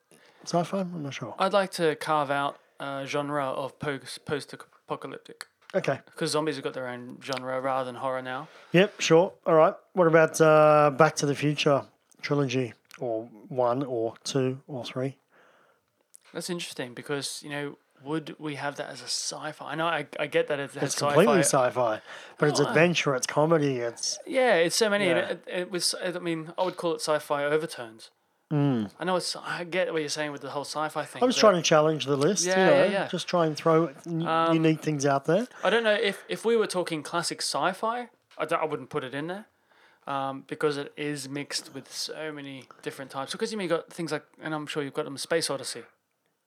Speaker 7: sci-fi? I'm not sure.
Speaker 6: I'd like to carve out a genre of post apocalyptic.
Speaker 7: Okay.
Speaker 6: Because zombies have got their own genre rather than horror now.
Speaker 7: Yep. Sure. All right. What about uh, Back to the Future trilogy, or one, or two, or three?
Speaker 6: That's interesting because, you know, would we have that as a sci fi? I know I, I get that it has
Speaker 7: It's completely
Speaker 6: sci-fi.
Speaker 7: sci-fi, but it's adventure, it's comedy, it's
Speaker 6: Yeah, it's so many. and
Speaker 7: Yeah.
Speaker 6: It, it was, I mean, I would call it sci fi overtones. I know it's, I get what you're saying with the whole sci fi thing.
Speaker 7: Hmm. I was
Speaker 6: but
Speaker 7: trying to challenge the list,
Speaker 6: Yeah,
Speaker 7: you know,
Speaker 6: yeah, yeah. Um,
Speaker 7: just try and throw n- unique things out there.
Speaker 6: I don't know if, if we were talking classic sci fi, I, don't- I wouldn't put it in there. Um, because it is mixed with so many different types. Because you mean you've got things like, and I'm sure you've got them, Space Odyssey.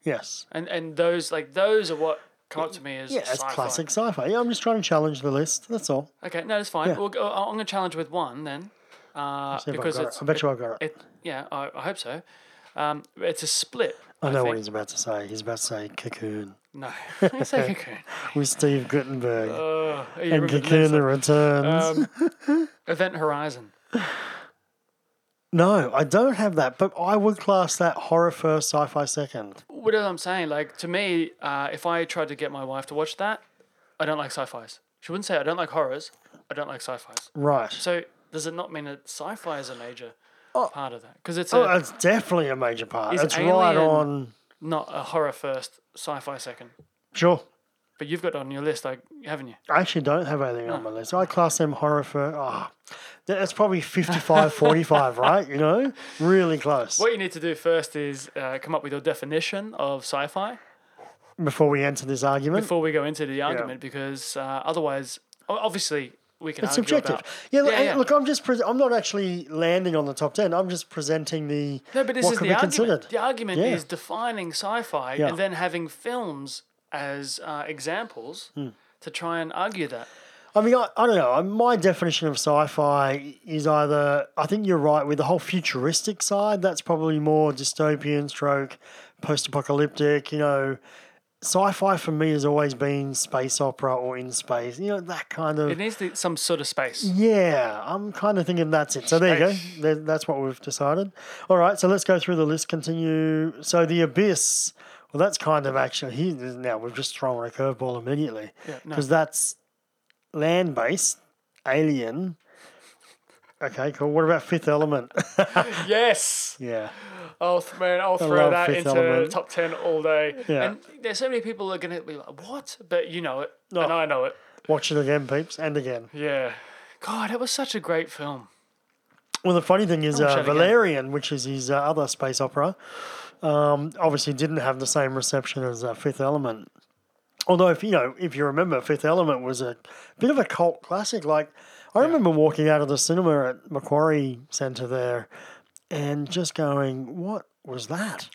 Speaker 7: Yes.
Speaker 6: and and those like those are what come up to me as
Speaker 7: Yeah, it's
Speaker 6: sci-fi.
Speaker 7: classic sci-fi. Yeah, I'm just trying to challenge the list. That's all.
Speaker 6: Okay, no, that's fine.
Speaker 7: Yeah.
Speaker 6: We'll go, I'm gonna challenge with one then, uh,
Speaker 7: See if I've
Speaker 6: because
Speaker 7: got it.
Speaker 6: it's
Speaker 7: I bet you I've got it.
Speaker 6: it, yeah, I, I hope so. Um, it's a split.
Speaker 7: I know what
Speaker 6: think.
Speaker 7: he's about to say. He's about to say Cocoon
Speaker 6: No, *laughs* it's
Speaker 7: *laughs*
Speaker 6: like cocoon.
Speaker 7: with Steve Guttenberg
Speaker 6: Uh, you
Speaker 7: and
Speaker 6: remember
Speaker 7: Cocoon
Speaker 6: this?
Speaker 7: the Returns.
Speaker 6: Um, Event Horizon.
Speaker 7: no, I don't have that, but I would class that horror first, sci-fi second.
Speaker 6: What I'm saying, like to me, uh, if I tried to get my wife to watch that, I don't like sci-fi's. She wouldn't say I don't like horrors. I don't like sci-fi's.
Speaker 7: Right.
Speaker 6: So does it not mean that sci-fi is a major part of that? Because it's a,
Speaker 7: oh, it's definitely a major part.
Speaker 6: uh, Is
Speaker 7: It's right
Speaker 6: Alien-
Speaker 7: on.
Speaker 6: not a horror first, sci-fi second.
Speaker 7: Sure.
Speaker 6: But you've got it on your list, like haven't you?
Speaker 7: I actually don't have anything on my
Speaker 6: Hmm.
Speaker 7: list. I class them horror for. ah, that's probably 55 45, *laughs* right? You know? Really close.
Speaker 6: What you need to do first is uh, come up with your definition of sci-fi
Speaker 7: Before we enter this argument,
Speaker 6: before we go into the argument, because uh, otherwise, o- obviously, we can.
Speaker 7: it's
Speaker 6: argue
Speaker 7: subjective.
Speaker 6: About,
Speaker 7: yeah, look,
Speaker 6: Yeah,
Speaker 7: and
Speaker 6: yeah.
Speaker 7: look, I'm just, pre- I'm not actually landing on the top 10. I'm just presenting the.
Speaker 6: no, but this
Speaker 7: what
Speaker 6: is
Speaker 7: could
Speaker 6: the
Speaker 7: be
Speaker 6: argument.
Speaker 7: considered.
Speaker 6: The argument
Speaker 7: Yeah.
Speaker 6: is defining sci-fi
Speaker 7: Yeah.
Speaker 6: and then having films as uh, examples
Speaker 7: Hmm.
Speaker 6: to try and argue that.
Speaker 7: I mean, I, I don't know. Uh, My definition of sci-fi is either I think you're right with the whole futuristic side. That's probably more dystopian, stroke, post-apocalyptic. You know, sci-fi for me has always been space opera or in space. You know, that kind
Speaker 6: It
Speaker 7: of.
Speaker 6: needs to, some sort of space.
Speaker 7: Yeah, I'm kind of thinking that's it. So there you go. There- That's what we've decided. All right, so let's go through the list. Continue. So the abyss. Well, that's kind of actually he now we've just thrown a curveball immediately
Speaker 6: no.
Speaker 7: because that's land based, alien. Okay, cool. What about Fifth Element?
Speaker 6: Yes.
Speaker 7: yeah,
Speaker 6: I'll th- man, I'll throw
Speaker 7: love
Speaker 6: that
Speaker 7: Fifth
Speaker 6: into
Speaker 7: Element.
Speaker 6: top ten all day.
Speaker 7: Yeah.
Speaker 6: And there's so many people that are gonna be like, "What?" But you know it, and I know it.
Speaker 7: watch it again, peeps, and again.
Speaker 6: Yeah. God, it was such a great film.
Speaker 7: Well, the funny thing is,
Speaker 6: I'll
Speaker 7: uh,
Speaker 6: shout again.
Speaker 7: Valerian, which is his uh, other space opera, um, obviously didn't have the same reception as uh, Fifth Element. Although, if you know, if you remember, Fifth Element was a bit of a cult classic. Like, I remember walking out of the cinema at Macquarie Centre there, and just going, "What
Speaker 6: *laughs*
Speaker 7: was that?"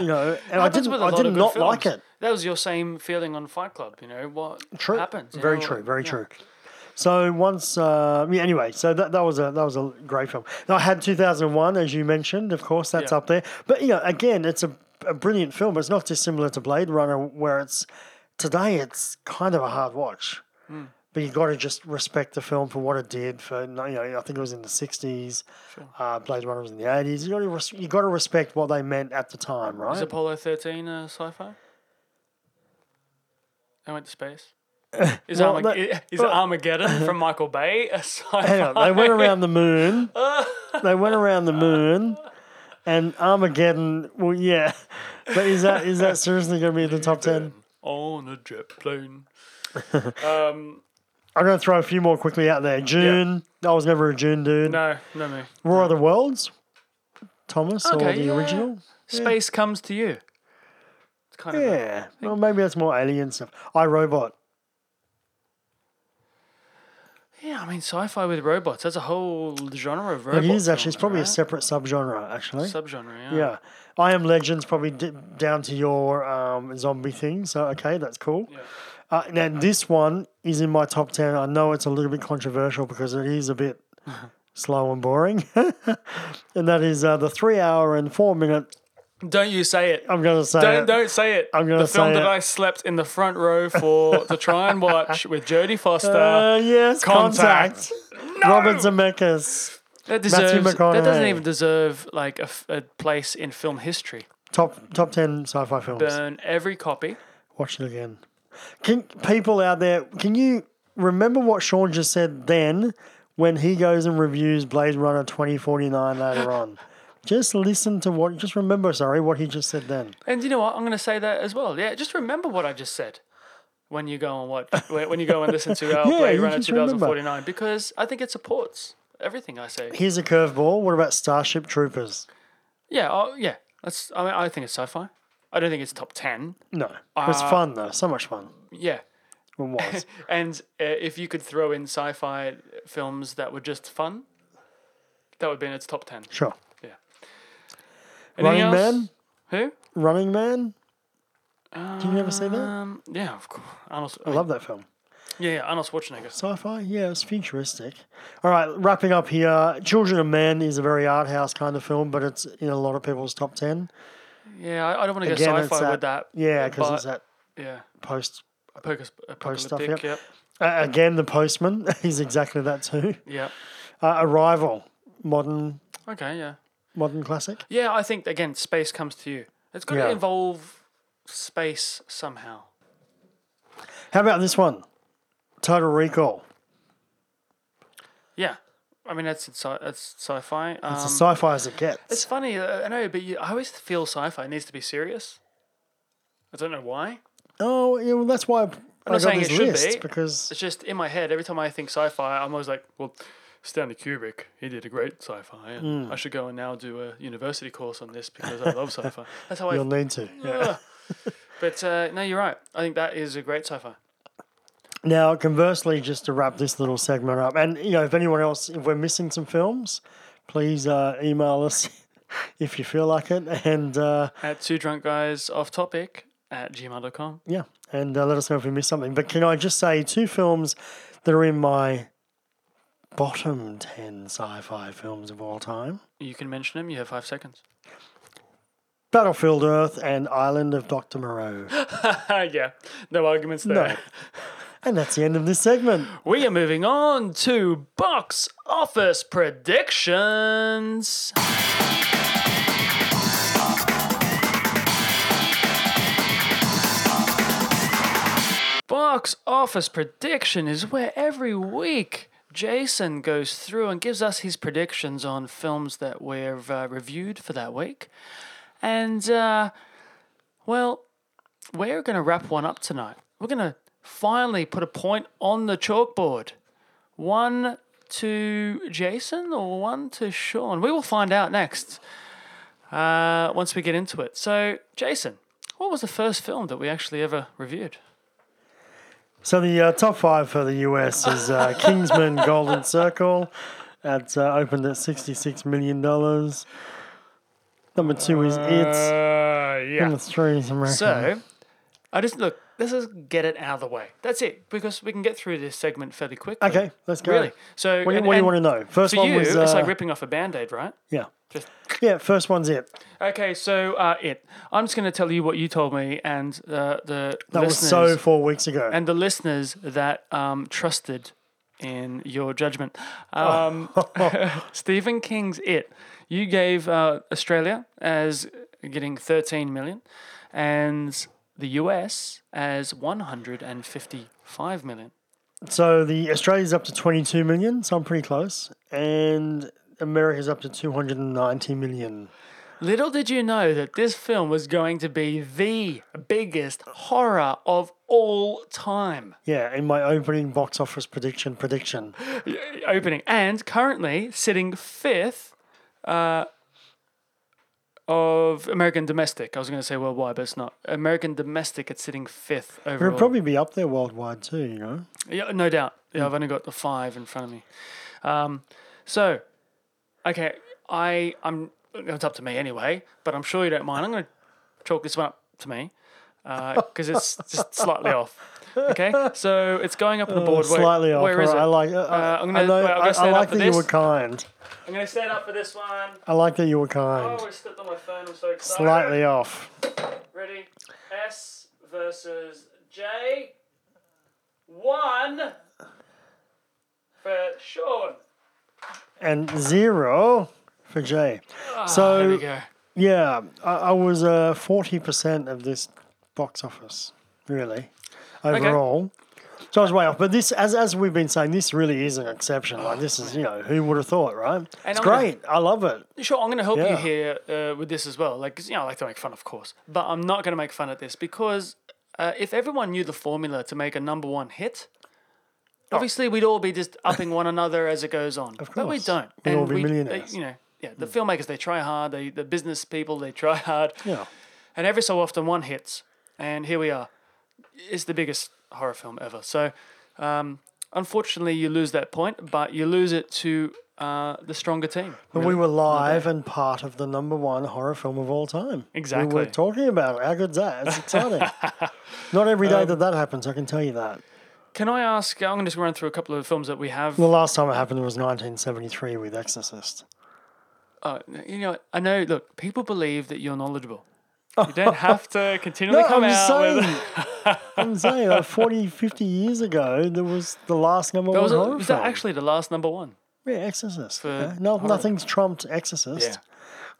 Speaker 7: you know, and I
Speaker 6: Happens
Speaker 7: didn't,
Speaker 6: with a
Speaker 7: I
Speaker 6: lot
Speaker 7: did
Speaker 6: of good
Speaker 7: not like
Speaker 6: films.
Speaker 7: it.
Speaker 6: That was your same feeling on Fight Club. You know what
Speaker 7: True.
Speaker 6: happens? you
Speaker 7: Very
Speaker 6: know,
Speaker 7: true. Very
Speaker 6: yeah.
Speaker 7: true. So once, uh, yeah, anyway, so that, that was a that was a great film. Now, I had two thousand and one, as you mentioned. Of course, that's
Speaker 6: Yeah.
Speaker 7: up there. But you know, again, it's a, a brilliant film. It's not dissimilar to Blade Runner, where it's today it's kind of a hard watch.
Speaker 6: Hmm.
Speaker 7: But you got to just respect the film for what it did. For you know, I think it was in the sixties. Uh, Blade Runner was in the eighties. You got to res- you got to respect what they meant at the time, right?
Speaker 6: Is Apollo thirteen uh, sci-fi? I went to
Speaker 7: *laughs*
Speaker 6: space. Is,
Speaker 7: Well,
Speaker 6: Armag-
Speaker 7: that-
Speaker 6: i- is
Speaker 7: *laughs*
Speaker 6: Armageddon from Michael Bay a sci-fi?
Speaker 7: Hang on, they went around the moon. they went around the moon, and Armageddon. Well, yeah, but is that is that seriously going to be in the top ten?
Speaker 6: *laughs* on a jet plane.
Speaker 7: I'm going to throw a few more quickly out there. June. I was never a June dude.
Speaker 6: No, no, no.
Speaker 7: War of the Worlds. Thomas or
Speaker 6: Okay,
Speaker 7: the
Speaker 6: yeah.
Speaker 7: original?
Speaker 6: Space comes to you. It's kind of a-
Speaker 7: Yeah. Well, maybe that's more alien stuff. I Robot.
Speaker 6: Yeah, I mean, sci-fi with robots. That's a whole genre of
Speaker 7: It
Speaker 6: robots.
Speaker 7: is actually. It's probably a
Speaker 6: oh, right?
Speaker 7: separate subgenre. Actually.
Speaker 6: subgenre. Yeah.
Speaker 7: yeah. I Am Legends probably d- down to your um, zombie thing. So okay, that's cool. Uh, now this one is in my top ten. I know it's a little bit controversial because it is
Speaker 6: *laughs*
Speaker 7: a bit *laughs* slow and boring, and that is uh, the three hour and four minute
Speaker 6: Don't you say it.
Speaker 7: I'm gonna say
Speaker 6: Don't
Speaker 7: it.
Speaker 6: don't say it.
Speaker 7: I'm gonna
Speaker 6: the film
Speaker 7: say
Speaker 6: that
Speaker 7: it.
Speaker 6: I slept in the front row for to try
Speaker 7: *laughs*
Speaker 6: and watch with Jodie Foster.
Speaker 7: Uh, yes,
Speaker 6: Contact.
Speaker 7: contact. Robert Zemeckis,
Speaker 6: that
Speaker 7: Matthew
Speaker 6: deserves. That doesn't
Speaker 7: McConaughey. even
Speaker 6: even deserve like a, place in film history.
Speaker 7: top top ten sci-fi films.
Speaker 6: Burn every copy.
Speaker 7: Watch it again. Can people out there? Can you remember what Sean just said? Then when he goes and reviews Blade Runner 2049 later on, just listen to what. Just remember, sorry, what he just said. Then
Speaker 6: And you know what? I'm going to say that as well. Yeah, just remember what I just said when you go and watch,
Speaker 7: *laughs*
Speaker 6: when when you go and listen to our
Speaker 7: Yeah,
Speaker 6: Blade
Speaker 7: you
Speaker 6: Runner
Speaker 7: just remember.
Speaker 6: 2049, because I think it supports everything I say.
Speaker 7: here's a curveball. What about Starship Troopers?
Speaker 6: Yeah, oh, yeah. That's. I mean, I think it's sci-fi. I don't think it's top ten.
Speaker 7: No, it
Speaker 6: Uh,
Speaker 7: was fun though. So much fun.
Speaker 6: Yeah,
Speaker 7: It
Speaker 6: *laughs*
Speaker 7: was.
Speaker 6: and uh, if you could throw in sci-fi films that were just fun, that would be in its top ten.
Speaker 7: Sure.
Speaker 6: Anything
Speaker 7: Running
Speaker 6: else?
Speaker 7: Man.
Speaker 6: Who?
Speaker 7: Running Man. Did you ever see that?
Speaker 6: Um, yeah, of course. Arnold.
Speaker 7: I love that film.
Speaker 6: Yeah, yeah, Arnold Schwarzenegger.
Speaker 7: Sci-fi, yeah, it's futuristic. All right, wrapping up here. Children of Men is a very art house kind of film, but it's in a lot of people's top ten.
Speaker 6: Yeah, I, I don't want to go
Speaker 7: Again, it's
Speaker 6: sci-fi with that.
Speaker 7: Yeah, because it's
Speaker 6: but-
Speaker 7: that
Speaker 6: Yeah,
Speaker 7: post.
Speaker 6: Pocus,
Speaker 7: Post stuff,
Speaker 6: apocalyptic.
Speaker 7: yep.
Speaker 6: Yep.
Speaker 7: Uh, again, the Postman *laughs* is exactly that too.
Speaker 6: Yeah.
Speaker 7: Uh, Arrival, modern
Speaker 6: Okay. Yeah.
Speaker 7: modern classic.
Speaker 6: Yeah. I think again, space comes to you. It's got
Speaker 7: Yeah.
Speaker 6: to involve space somehow.
Speaker 7: How about this one? Total Recall.
Speaker 6: Yeah. I mean, that's sci- that's sci-fi. Um,
Speaker 7: It's as sci-fi as it
Speaker 6: it's
Speaker 7: gets.
Speaker 6: funny. uh, I know, but you, I always feel sci-fi needs to be serious. I don't know why.
Speaker 7: Oh, yeah, well, that's why I, I got
Speaker 6: saying
Speaker 7: this
Speaker 6: it should
Speaker 7: list
Speaker 6: be.
Speaker 7: because
Speaker 6: It's just in my head. Every time I think sci-fi, I'm always like, well. Stanley Kubrick, he did a great sci-fi, and I should go and now do a university course on this because I love *laughs* sci-fi. That's how I
Speaker 7: you'll need to.
Speaker 6: *laughs* But uh, no, you're right. I think that is a great sci-fi.
Speaker 7: Now, conversely, just to wrap this little segment up, and you know, if anyone else, if we're missing some films, please uh, email us *laughs* if you feel like it, and uh,
Speaker 6: At two drunk guys off topic at gmail.com.
Speaker 7: yeah, and uh, let us know if we missed something. But can I just say two films that are in my bottom ten sci-fi films of all time:
Speaker 6: You can mention them. You have five seconds.
Speaker 7: Battlefield Earth and Island of Doctor Moreau.
Speaker 6: *laughs* yeah, no arguments there.
Speaker 7: No. and that's the end of this segment.
Speaker 6: We are moving on to box office predictions. Box office prediction is where every week Jason goes through and gives us his predictions on films that we've uh, reviewed for that week. And, uh, well, we're going to wrap one up tonight. We're going to finally put a point on the chalkboard. One to Jason or one to Sean? We will find out next uh, once we get into it. So, Jason, what was the first film that we actually ever reviewed?
Speaker 7: So the uh, top five for the US
Speaker 6: *laughs*
Speaker 7: is uh, Kingsman Golden Circle. That's uh, opened at $66 million. Number two is It.
Speaker 6: Uh, yeah.
Speaker 7: Number three is American. *laughs*
Speaker 6: So, I just look, let's just get it out of the way. That's it, because we can get through this segment fairly quickly.
Speaker 7: okay, let's go.
Speaker 6: Really? So,
Speaker 7: What, do you-
Speaker 6: and-
Speaker 7: what do you
Speaker 6: and
Speaker 7: want to know? First
Speaker 6: For
Speaker 7: one
Speaker 6: you,
Speaker 7: was.
Speaker 6: it's like
Speaker 7: uh,
Speaker 6: ripping off a band aid, right?
Speaker 7: yeah.
Speaker 6: Just-
Speaker 7: Yeah, first one's It.
Speaker 6: Okay, so uh, it. I'm just going to tell you what you told me, and uh, the
Speaker 7: That was
Speaker 6: listeners
Speaker 7: so four weeks ago.
Speaker 6: and the listeners that um, trusted in your judgment.
Speaker 7: Oh.
Speaker 6: Um,
Speaker 7: *laughs*
Speaker 6: *laughs* Stephen King's It. You gave uh, Australia as getting 13 million, and the US as 155 million.
Speaker 7: so the Australia's up to 22 million, so I'm pretty close. And America's up to 290 million.
Speaker 6: Little did you know that this film was going to be the biggest horror of all time.
Speaker 7: Yeah, in my opening box office prediction, prediction.
Speaker 6: opening and currently sitting fifth uh, of American Domestic. I was going to say worldwide, but it's not. American Domestic, it's sitting fifth
Speaker 7: It
Speaker 6: overall.
Speaker 7: would probably Hmm. be up there worldwide too, you know?
Speaker 6: yeah, no doubt. Yeah, I've only got the five in front of me. Um, so, okay, I I'm it's up to me anyway, but I'm sure you don't mind. I'm going to chalk this one up to me because it's uh, just slightly off. Okay, so it's going up on the board. Where-
Speaker 7: Uh, Slightly off.
Speaker 6: where is
Speaker 7: all right,
Speaker 6: it?
Speaker 7: I like.
Speaker 6: Uh, I'm
Speaker 7: I
Speaker 6: gonna, well,
Speaker 7: know-
Speaker 6: I'm
Speaker 7: I-
Speaker 6: gonna
Speaker 7: I
Speaker 6: stand
Speaker 7: like
Speaker 6: up for
Speaker 7: that you
Speaker 6: this.
Speaker 7: were kind.
Speaker 6: I'm gonna stand up for this one.
Speaker 7: I like that you were kind.
Speaker 6: Oh, I stepped on my phone. I'm so excited.
Speaker 7: Slightly off.
Speaker 6: Ready? S versus J. One for Sean.
Speaker 7: and zero for Jay.
Speaker 6: Ah, There we
Speaker 7: so
Speaker 6: go.
Speaker 7: yeah, I, I was uh, forty percent of this box office really overall. So I was way off, but this, as as we've been saying, this really is an exception. Like this is, you know, who would have thought, right? it's
Speaker 6: I'm gonna-
Speaker 7: great. I love it.
Speaker 6: Sure, I'm going to help
Speaker 7: Yeah.
Speaker 6: you here uh, with this as well. Like, 'cause, you know, I like to make fun, of course, but I'm not going to make fun at this because uh, if everyone knew the formula to make a number one hit,
Speaker 7: Oh.
Speaker 6: obviously we'd all be just upping one another as it goes
Speaker 7: *laughs*
Speaker 6: on. Of But we
Speaker 7: course.
Speaker 6: don't.
Speaker 7: We'd all be millionaires. Hmm.
Speaker 6: They, you know, yeah, the filmmakers they try hard. They the business people they try hard.
Speaker 7: Yeah,
Speaker 6: And every so often one hits, and here we are. It's the biggest horror film ever. So, um, unfortunately, you lose that point, but you lose it to uh, the stronger team.
Speaker 7: but we were live and part of the number one horror film of all time. we
Speaker 6: Exactly.
Speaker 7: were talking about it. How good's that? It's
Speaker 6: *laughs*
Speaker 7: exciting. Not every
Speaker 6: Um,
Speaker 7: day that that happens. I can tell you that.
Speaker 6: Can I ask? I'm going to just run through a couple of films that we have.
Speaker 7: The last time it happened was 1973 with Exorcist.
Speaker 6: Uh, you know, I know. Look, people believe that you're
Speaker 7: *laughs*
Speaker 6: knowledgeable. You don't have to continually
Speaker 7: No,
Speaker 6: come
Speaker 7: I'm
Speaker 6: out.
Speaker 7: saying. *laughs*
Speaker 6: with-
Speaker 7: I'm saying like 40, 50 years ago, there was the last number
Speaker 6: That was,
Speaker 7: one horror
Speaker 6: was
Speaker 7: film.
Speaker 6: that actually the last number one?
Speaker 7: yeah, Exorcist. okay. No, nothing's trumped Exorcist.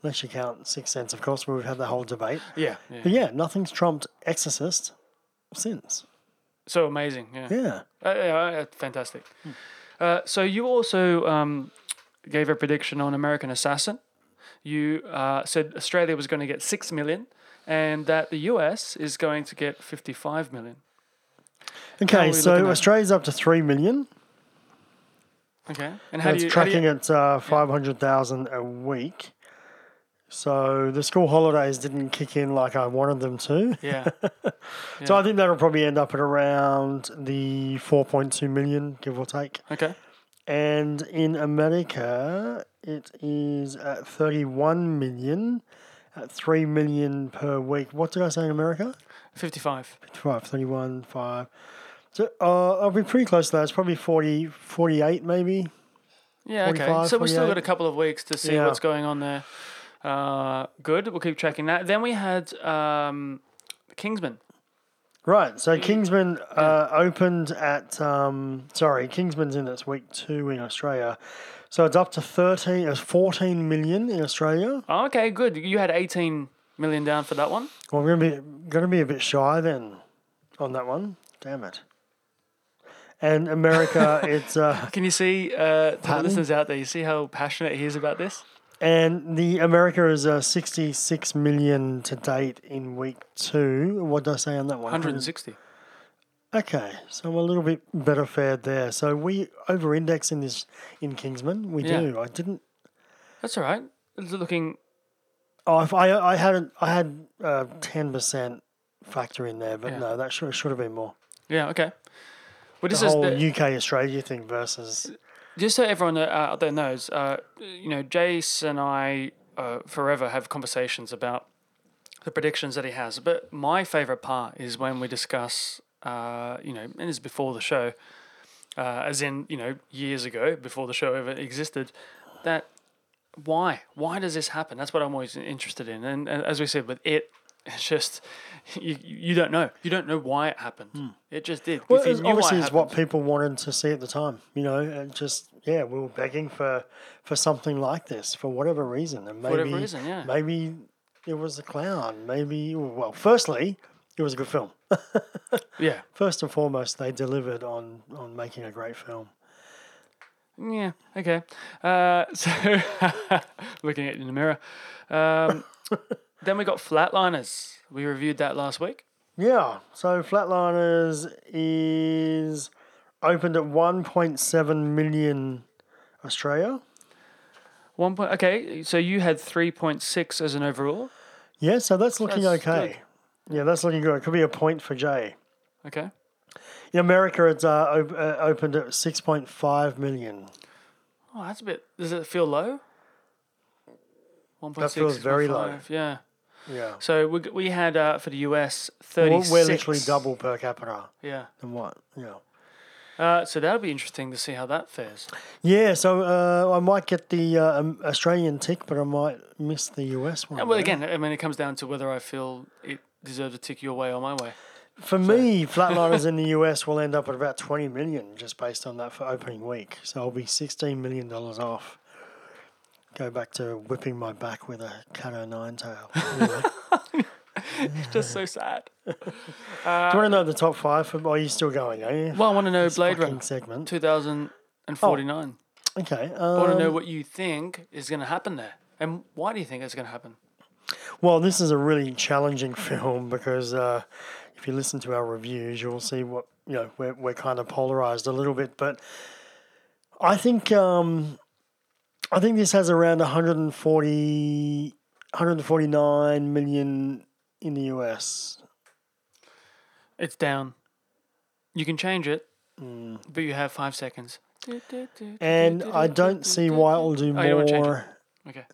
Speaker 7: Unless you count Sixth Sense, of course, where we've had the whole debate.
Speaker 6: Yeah.
Speaker 7: But yeah, nothing's trumped Exorcist since.
Speaker 6: So amazing. Yeah.
Speaker 7: Yeah.
Speaker 6: Uh, yeah, uh, fantastic. Uh, so you also um, gave a prediction on American Assassin. You uh, said Australia was going to get six million, and that the US is going to get fifty-five million. are
Speaker 7: Okay,
Speaker 6: we looking
Speaker 7: so
Speaker 6: at?
Speaker 7: Australia's up to 3 million.
Speaker 6: Okay. And how
Speaker 7: And
Speaker 6: do
Speaker 7: it's
Speaker 6: you how do you-
Speaker 7: tracking at uh, 500,000 a week. So the school holidays didn't kick in like I wanted them to.
Speaker 6: Yeah.
Speaker 7: So I think that'll probably end up at around the 4.2 million, give or take.
Speaker 6: *laughs* Okay.
Speaker 7: And in America, it is at 31 million, at 3 million per week. What did I say in America?
Speaker 6: Fifty-five.
Speaker 7: 5, 31, 5. So uh, I'll be pretty close to that. It's probably 40, 48 maybe.
Speaker 6: Yeah, okay.
Speaker 7: 45,
Speaker 6: So we've still got
Speaker 7: 48.
Speaker 6: a couple of weeks to see
Speaker 7: Yeah.
Speaker 6: what's going on there. Uh, good. We'll keep tracking that. Then we had um, Kingsman.
Speaker 7: Right. So Kingsman uh, opened at, um, sorry, Kingsman's in its week two in Australia. So it's up to 13, it's 14 million in Australia.
Speaker 6: Oh, okay, good. You had 18 million down for that one.
Speaker 7: Well, we're gonna be gonna be a bit shy then on that one. Damn it. And America,
Speaker 6: *laughs*
Speaker 7: it's uh,
Speaker 6: Can you see, uh, to the listeners out there, you see how passionate he is about this?
Speaker 7: and the America is uh, sixty six million to date in week two. What did I say on that one?
Speaker 6: 160.
Speaker 7: Okay, so I'm a little bit better fared there. So we over index in this in Kingsman. We
Speaker 6: Yeah.
Speaker 7: do. I didn't.
Speaker 6: That's all right. It's looking.
Speaker 7: Oh, if I I had I had uh, ten percent factor in there, but no, that should should have been more.
Speaker 6: Yeah, okay. Well, this
Speaker 7: The whole
Speaker 6: is the,
Speaker 7: UK Australia thing versus
Speaker 6: just so everyone uh, out there knows, uh, you know, Jace and I uh, forever have conversations about the predictions that he has. But my favorite part is when we discuss, uh, you know, and it's before the show, uh, as in, you know, years ago, before the show ever existed, that why? Why does this happen? That's what I'm always interested in. And, and as we said with it, *laughs* it's just, you, you don't know. You don't know why it happened. It just did.
Speaker 7: Hmm. Well,
Speaker 6: If you
Speaker 7: it's
Speaker 6: knew why it
Speaker 7: obviously, it's
Speaker 6: happened-
Speaker 7: what people wanted to see at the time. You know, and just yeah, we were begging for for something like this for whatever reason, and maybe
Speaker 6: whatever reason, yeah.
Speaker 7: maybe it was a clown. Maybe well, firstly, it was a good film.
Speaker 6: yeah.
Speaker 7: First and foremost, they delivered on on making a great film.
Speaker 6: Yeah. Okay. Uh, *laughs* so looking at it in the mirror.
Speaker 7: *laughs*
Speaker 6: Um, then we got Flatliners. We reviewed that last week.
Speaker 7: Yeah. So Flatliners is opened at one point seven million Australia.
Speaker 6: One point. Okay. So you had three point six as an overall.
Speaker 7: Yeah, so that's looking
Speaker 6: That's
Speaker 7: okay. Yeah, that's looking good. It could be a point for Jay.
Speaker 6: Okay.
Speaker 7: In America, it's uh, op- uh, opened at 6.5 million.
Speaker 6: Oh, that's a bit. Does it feel low? One point six.
Speaker 7: feels very low.
Speaker 6: Yeah.
Speaker 7: Yeah.
Speaker 6: So we, we had uh, for the US
Speaker 7: We're,
Speaker 6: 36.
Speaker 7: we're literally double per capita
Speaker 6: Yeah.
Speaker 7: than what, yeah.
Speaker 6: Uh, so that'll be interesting to see how that fares.
Speaker 7: Yeah, so uh, I might get the uh, um, Australian tick, but I might miss the US one.
Speaker 6: Well,
Speaker 7: yeah.
Speaker 6: again, I mean, it comes down to whether I feel it deserves a tick your way or my
Speaker 7: *laughs*
Speaker 6: way.
Speaker 7: For me, Flatliners in the US will end up at about 20 million just based on that for opening week. So I'll be $16 million off. Go back to whipping my back with a cat o' nine tail. Do
Speaker 6: Just so sad.
Speaker 7: you want to know the top five? For, are you still going? Are you?
Speaker 6: Well, I want to know Blade
Speaker 7: Fucking
Speaker 6: Runner
Speaker 7: segment.
Speaker 6: 2049.
Speaker 7: Okay.
Speaker 6: I want to know
Speaker 7: Um,
Speaker 6: what you think is going to happen there. And why do you think it's going to happen?
Speaker 7: well, this is a really challenging *laughs* film because uh, if you listen to our reviews, you'll see what you know. We're we're kind of polarized a little bit, but I think um, I think this has around 140, 149 million in the US.
Speaker 6: It's down. You can change it, but you have five seconds.
Speaker 7: And I don't see why it'll do
Speaker 6: Oh, you don't wanna change
Speaker 7: more.
Speaker 6: Okay.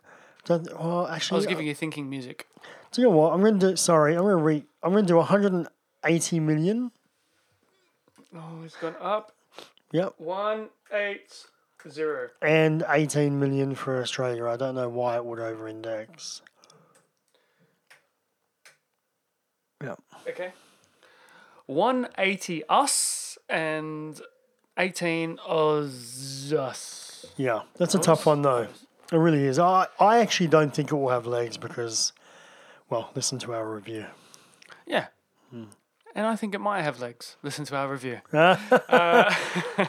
Speaker 7: Don't, well,
Speaker 6: I was
Speaker 7: actually,
Speaker 6: giving you thinking music.
Speaker 7: do you know what? I'm going to do. Sorry, I'm going to re. I'm going to do 180 million.
Speaker 6: Oh, it's gone up.
Speaker 7: Yep,
Speaker 6: One, eight, zero.
Speaker 7: and 18 million for Australia. I don't know why it would over-index. Yep.
Speaker 6: Okay. 180 us and 18 Oz. us.
Speaker 7: Yeah, that's a tough one though. It really is. I, I actually don't think it will have legs because, well, listen to our review.
Speaker 6: Yeah. And I think it might have legs. Listen to our review.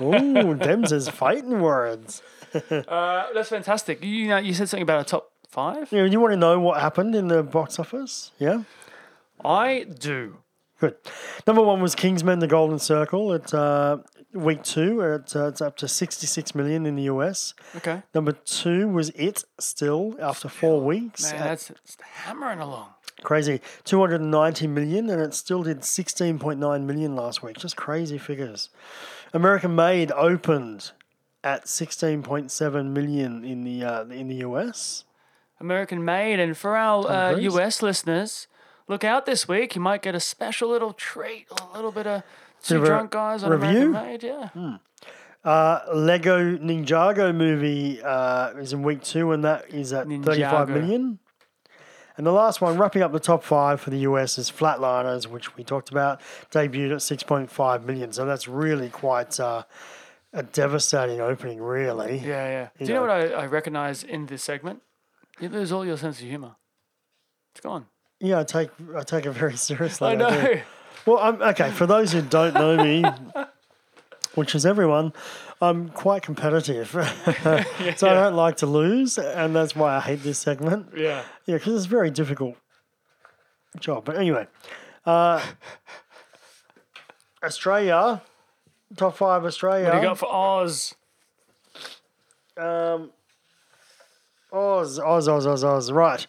Speaker 7: Ooh, them's is fighting words.
Speaker 6: Uh, that's fantastic. You, know, you said something about a top five?
Speaker 7: You, you want to know what happened in the box office? Yeah?
Speaker 6: I do.
Speaker 7: Good. Number one was Kingsman: The Golden Circle at uh, week two. At, uh, it's up to 66 million in the US.
Speaker 6: Okay.
Speaker 7: Number two was It Still after four weeks.
Speaker 6: Man,
Speaker 7: at-
Speaker 6: that's it's hammering along.
Speaker 7: Crazy. 290 million, and it still did 16.9 million last week. Just crazy figures. American Made opened at 16.7 million in the uh, in the US.
Speaker 6: American Made. And for our uh,
Speaker 7: Cruise.
Speaker 6: US listeners, look out this week. You might get a special little treat, a little bit of two
Speaker 7: of a
Speaker 6: drunk guys on
Speaker 7: review?
Speaker 6: American Made. Yeah.
Speaker 7: Lego Ninjago movie uh, is in week two, and that is at 35
Speaker 6: Ninjago.
Speaker 7: million. And the last one, wrapping up the top five for the US, is Flatliners, which we talked about, debuted at 6.5 million. So that's really quite uh, a devastating opening, really.
Speaker 6: Yeah, yeah. Do you know what I, I recognize in this segment? You lose all your sense of humor. It's gone.
Speaker 7: Yeah, I take I take it very seriously.
Speaker 6: I know.
Speaker 7: do. Well, I'm okay. For those who don't know me, *laughs* which is everyone, I'm
Speaker 6: *laughs*
Speaker 7: quite competitive, *laughs* so I don't like to lose, and that's why I hate this segment.
Speaker 6: Yeah.
Speaker 7: Yeah, because it's a very difficult job. But anyway, uh, *laughs* Australia, top five Australia.
Speaker 6: What do you got for Oz?
Speaker 7: Oz, Oz, Oz, Oz, Oz. Right.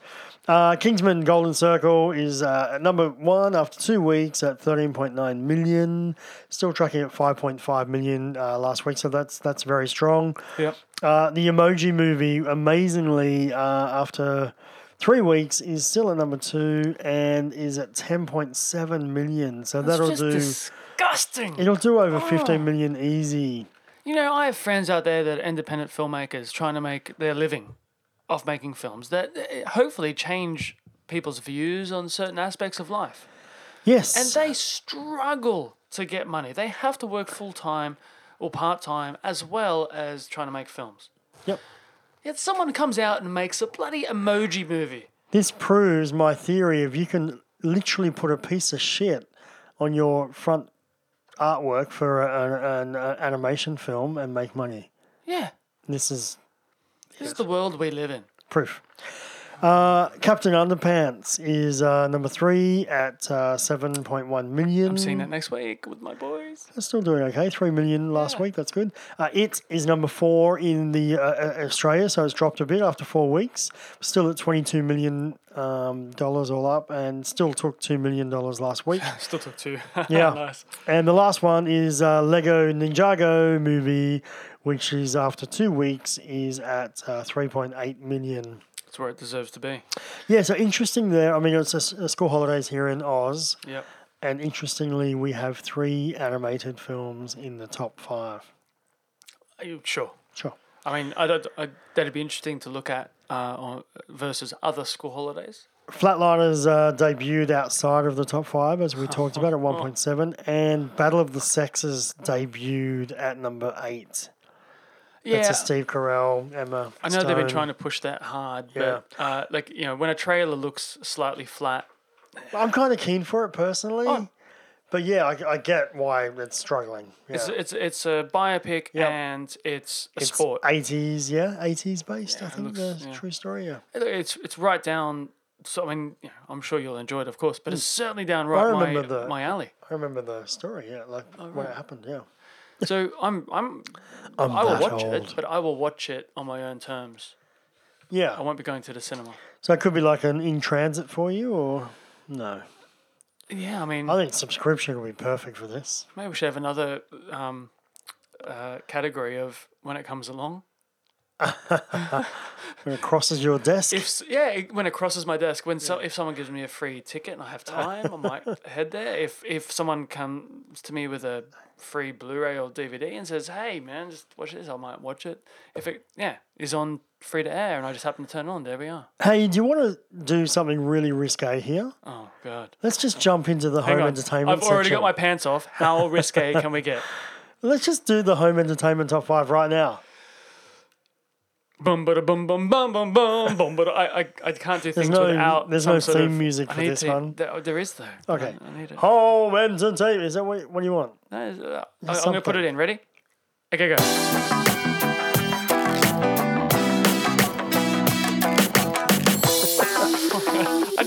Speaker 7: Uh, Kingsman Golden Circle is uh, at number one after two weeks at 13.9 million. Still tracking at 5.5 million uh, last week, so that's that's very strong.
Speaker 6: Yep.
Speaker 7: Uh, the Emoji movie, amazingly, uh, after three weeks, is still at number two and is at 10.7 million. So that'll
Speaker 6: just
Speaker 7: do.
Speaker 6: disgusting. Oh.
Speaker 7: It'll do over 15 million easy.
Speaker 6: You know, I have friends out there that are independent filmmakers trying to make their living off making films that eh, hopefully change people's views on certain aspects of life.
Speaker 7: Yes.
Speaker 6: And they struggle to get money. They have to work full time or part time as well as trying to make films.
Speaker 7: Yep.
Speaker 6: Yet someone comes out and makes a bloody emoji movie.
Speaker 7: This proves my theory of you can literally put a piece of shit on your front artwork for a, an, an animation film and make money.
Speaker 6: Yeah.
Speaker 7: This is
Speaker 6: This is the world we live in.
Speaker 7: proof. Uh, Captain Underpants is uh, number three at uh, 7.1 million.
Speaker 6: I'm seeing that next week with my boys.
Speaker 7: That's still doing okay. Three million last week. That's good. Uh, it is number four in the uh, uh, Australia, so it's dropped a bit after four weeks. Still at twenty-two million um, dollars all up, and still took two million dollars
Speaker 6: *laughs*
Speaker 7: last week.
Speaker 6: Still took two.
Speaker 7: Yeah.
Speaker 6: nice.
Speaker 7: And the last one is uh, Lego Ninjago movie, which is after two weeks is at uh, three point eight million.
Speaker 6: That's where it deserves to be.
Speaker 7: Yeah, so interesting there. I mean, it's a, s- a school holidays here in Oz.
Speaker 6: Yep.
Speaker 7: And interestingly, we have three animated films in the top five.
Speaker 6: Are you Sure.
Speaker 7: Sure.
Speaker 6: I mean, I don't, I, that'd be interesting to look at uh, on, versus other school holidays.
Speaker 7: Flatliners uh, debuted outside of the top
Speaker 6: *laughs*
Speaker 7: five, as we talked about, at
Speaker 6: Oh.
Speaker 7: 1.7, and Battle of the Sexes debuted at number eight.
Speaker 6: Yeah,
Speaker 7: That's a Steve Carell, Emma.
Speaker 6: I know they've been
Speaker 7: Stone.
Speaker 6: trying to push that hard, but uh, like you know, when a trailer looks slightly flat,
Speaker 7: I'm kind of keen for it personally,
Speaker 6: Oh.
Speaker 7: but yeah, I, I get why it's struggling. Yeah.
Speaker 6: it's it's it's a biopic and it's a
Speaker 7: It's
Speaker 6: sport.
Speaker 7: 80s, yeah, 80s based. I think
Speaker 6: looks-
Speaker 7: the
Speaker 6: yeah.
Speaker 7: true story. Yeah.
Speaker 6: it's it's right down. So I mean, you know, I'm sure you'll enjoy it, of course, but it's certainly down
Speaker 7: Mm. I
Speaker 6: right my,
Speaker 7: remember that.
Speaker 6: my alley.
Speaker 7: I remember the story. Yeah, like
Speaker 6: Oh,
Speaker 7: when it happened. Yeah.
Speaker 6: So I'm I'm
Speaker 7: I'm
Speaker 6: I will
Speaker 7: that
Speaker 6: watch it,
Speaker 7: old.
Speaker 6: but I will watch it on my own terms. I
Speaker 7: Yeah.
Speaker 6: won't be going to the cinema.
Speaker 7: So it could be like an in transit for you, or no?
Speaker 6: Yeah, I mean,
Speaker 7: I think subscription would be perfect for this.
Speaker 6: maybe we should have another um, uh, category of when it comes along.
Speaker 7: When it crosses your desk.
Speaker 6: If s- yeah, it- when it crosses my desk, when so, if someone gives me a free ticket and I
Speaker 7: *laughs*
Speaker 6: have time, I might head there. If if someone comes to me with a free Blu-ray or DVD and says, "Hey, man, just watch this," I might watch it. If it yeah is on free to air and I just happen to turn it on, there we are.
Speaker 7: hey, do you want to do something really risque here?
Speaker 6: Oh god.
Speaker 7: Let's just jump into the
Speaker 6: Hang
Speaker 7: home
Speaker 6: on.
Speaker 7: entertainment.
Speaker 6: I've already
Speaker 7: section.
Speaker 6: got my pants off. How
Speaker 7: *laughs*
Speaker 6: risque can we get?
Speaker 7: Let's just do the home entertainment top five right now.
Speaker 6: Bum bada bum bum bum bum bum bum. But I, I I can't do things
Speaker 7: no-
Speaker 6: without.
Speaker 7: there's
Speaker 6: some
Speaker 7: no
Speaker 6: sort
Speaker 7: theme
Speaker 6: of,
Speaker 7: music
Speaker 6: I
Speaker 7: for
Speaker 6: need
Speaker 7: this
Speaker 6: to-
Speaker 7: one.
Speaker 6: There, oh, there is though.
Speaker 7: Okay.
Speaker 6: I, I need it.
Speaker 7: Home entertainment. Is that what, what do you want?
Speaker 6: No, it's, uh, I, I'm gonna put
Speaker 7: something.
Speaker 6: it in. Ready? Okay, go. *laughs* I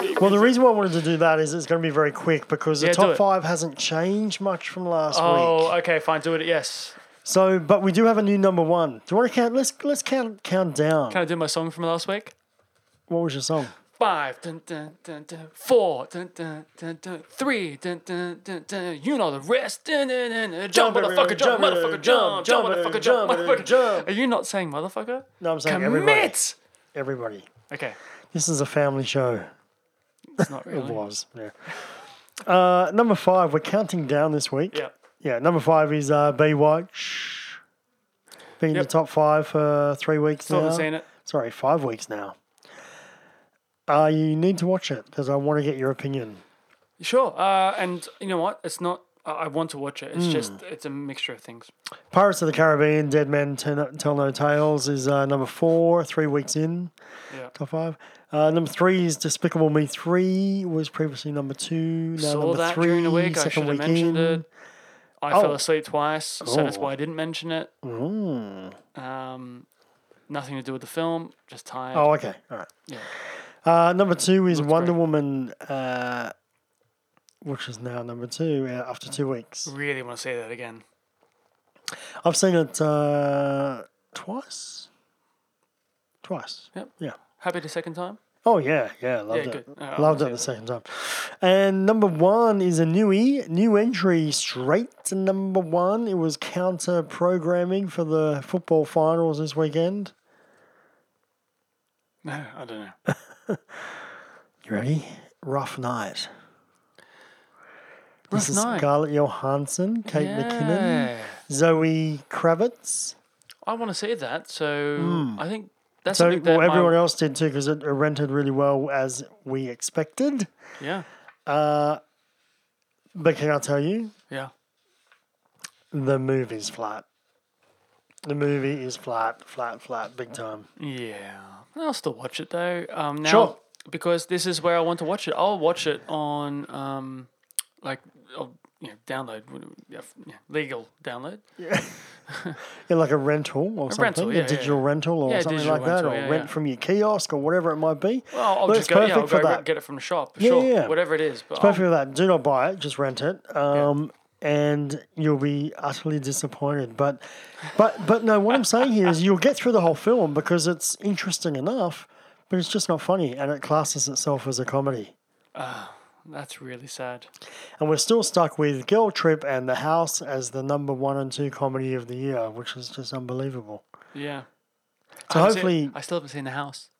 Speaker 6: need.
Speaker 7: Well, the reason why I wanted to do that is it's going to be very quick because the
Speaker 6: Yeah, do
Speaker 7: top
Speaker 6: it.
Speaker 7: five hasn't changed much from last week.
Speaker 6: Oh, okay, fine. Do it. Yes.
Speaker 7: So, but we do have a new number one. Do you want to count? Let's let's count count down.
Speaker 6: Can I do my song from last week?
Speaker 7: What was your song?
Speaker 6: Five, dun, dun, dun, dun, four, dun, dun, dun, dun, three, dun, dun, dun, dun, you know the rest. Dun, dun, dun, dun, jump,
Speaker 7: Jump,
Speaker 6: motherfucker, jump,
Speaker 7: jump,
Speaker 6: motherfucker, jump, jump,
Speaker 7: jump, jump,
Speaker 6: motherfucker, jump,
Speaker 7: jump,
Speaker 6: motherfucker,
Speaker 7: jump.
Speaker 6: Are you not saying motherfucker?
Speaker 7: No, I'm saying everybody.
Speaker 6: Commit!
Speaker 7: Everybody.
Speaker 6: Okay,
Speaker 7: This is a family show.
Speaker 6: it's not *laughs*
Speaker 7: It
Speaker 6: really.
Speaker 7: was. Yeah. Uh, number five. We're counting down this week.
Speaker 6: Yeah.
Speaker 7: Yeah. Number five is uh, Baywatch. Been in
Speaker 6: Yep.
Speaker 7: the top five for three weeks
Speaker 6: Still
Speaker 7: now.
Speaker 6: haven't seen it.
Speaker 7: Sorry, five weeks now. Uh, you need to watch it because I want to get your opinion.
Speaker 6: Sure. Uh, and you know what? It's not. I, I want to watch it.
Speaker 7: Hmm.
Speaker 6: It's just. It's a mixture of things.
Speaker 7: Pirates of the Caribbean, Dead Men Ten- Tell No Tales is uh, number four, three weeks in,
Speaker 6: Yeah.
Speaker 7: top five. Uh, number three is Despicable Me 3, was previously number two, now
Speaker 6: Saw
Speaker 7: number
Speaker 6: that
Speaker 7: three,
Speaker 6: during the week. I
Speaker 7: second
Speaker 6: should have
Speaker 7: week
Speaker 6: mentioned
Speaker 7: in.
Speaker 6: it. I fell
Speaker 7: Oh.
Speaker 6: asleep twice, so that's why I didn't mention it.
Speaker 7: Ooh.
Speaker 6: Um, nothing to do with the film. Just tired.
Speaker 7: Oh, okay. All right.
Speaker 6: Yeah.
Speaker 7: Uh, number two is Wonder
Speaker 6: great.
Speaker 7: Woman, uh, which is now number two uh, after two weeks.
Speaker 6: Really want to say that again. Mm-hmm.
Speaker 7: I've seen it uh, twice. Twice.
Speaker 6: Yep.
Speaker 7: Yeah.
Speaker 6: Happy the second time.
Speaker 7: Oh yeah, yeah, loved
Speaker 6: Yeah,
Speaker 7: it.
Speaker 6: good. Uh,
Speaker 7: loved
Speaker 6: I'll
Speaker 7: it the second time. And number one is a newie, new entry straight to number one. It was counter programming for the football finals this weekend.
Speaker 6: No, I don't know.
Speaker 7: You ready? Rough night.
Speaker 6: Rough
Speaker 7: This is
Speaker 6: night.
Speaker 7: Scarlett Johansson, Kate McKinnon,
Speaker 6: Yeah.
Speaker 7: Zoe Kravitz.
Speaker 6: I want to see that. So I think that's
Speaker 7: Hmm. So
Speaker 6: something that
Speaker 7: well, everyone
Speaker 6: my,
Speaker 7: else did too because it it rented really well as we expected.
Speaker 6: Yeah.
Speaker 7: But can I tell you,
Speaker 6: Yeah.
Speaker 7: the movie's flat. The movie is flat, flat, flat, big time.
Speaker 6: Yeah. I'll still watch it though. Um, now,
Speaker 7: Sure.
Speaker 6: Because this is where I want to watch it. I'll watch it on, um, like, I'll, you know, download, yeah, f- yeah, legal download.
Speaker 7: Yeah, like a rental or something,
Speaker 6: rental, yeah,
Speaker 7: a
Speaker 6: yeah,
Speaker 7: digital
Speaker 6: yeah.
Speaker 7: rental or
Speaker 6: Yeah,
Speaker 7: something
Speaker 6: digital
Speaker 7: like that,
Speaker 6: rental,
Speaker 7: or
Speaker 6: yeah,
Speaker 7: rent
Speaker 6: yeah.
Speaker 7: from your kiosk or whatever it might be.
Speaker 6: Oh, I'll
Speaker 7: But
Speaker 6: just go, yeah, I'll go
Speaker 7: for
Speaker 6: re-
Speaker 7: that.
Speaker 6: get it from the shop.
Speaker 7: Yeah,
Speaker 6: sure.
Speaker 7: yeah.
Speaker 6: Whatever it is. But
Speaker 7: Perfect
Speaker 6: I'll-
Speaker 7: for that. Do not buy it, just rent it. Um, And you'll be utterly disappointed, but, but, but no. What I'm saying here is, you'll get through the whole film because it's interesting enough, but it's just not funny, and it classes itself as a comedy.
Speaker 6: that's really sad.
Speaker 7: And we're still stuck with Girl Trip and The House as the number one and two comedy of the year, which is just unbelievable.
Speaker 6: Yeah. I
Speaker 7: So
Speaker 6: haven't seen-
Speaker 7: hopefully,
Speaker 6: I still haven't seen the house.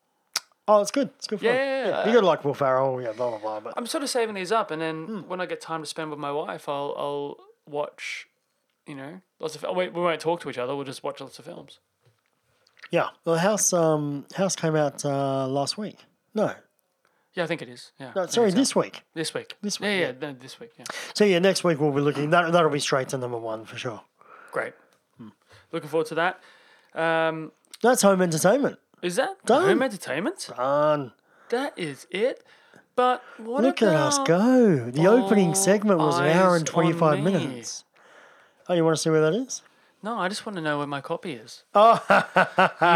Speaker 7: Oh, it's good. It's good fun.
Speaker 6: Yeah.
Speaker 7: you gotta like Will Ferrell. Yeah, blah blah blah. But
Speaker 6: I'm sort of saving these up, and then when I get time to spend with my wife, I'll I'll watch, you know, lots of. oh, Wait, we won't talk to each other. We'll just watch lots of films.
Speaker 7: yeah, the house um house came out uh, last week. No,
Speaker 6: Yeah, I think it is. Yeah.
Speaker 7: no, sorry, this week.
Speaker 6: This week.
Speaker 7: This
Speaker 6: Yeah,
Speaker 7: week,
Speaker 6: yeah,
Speaker 7: yeah.
Speaker 6: no, this week. Yeah.
Speaker 7: So yeah, next week we'll be looking. That that'll be straight to number one for sure.
Speaker 6: Great. Hmm. Looking forward to that. Um,
Speaker 7: That's home entertainment.
Speaker 6: is that
Speaker 7: Done.
Speaker 6: home entertainment?
Speaker 7: Done.
Speaker 6: That is it. But what
Speaker 7: Look at
Speaker 6: about
Speaker 7: us go. The opening
Speaker 6: All
Speaker 7: segment was an hour
Speaker 6: Eyes
Speaker 7: and twenty five
Speaker 6: on Me?
Speaker 7: minutes. Oh, you want to see where that is?
Speaker 6: No, I just want to know where my copy is.
Speaker 7: Oh.
Speaker 6: *laughs*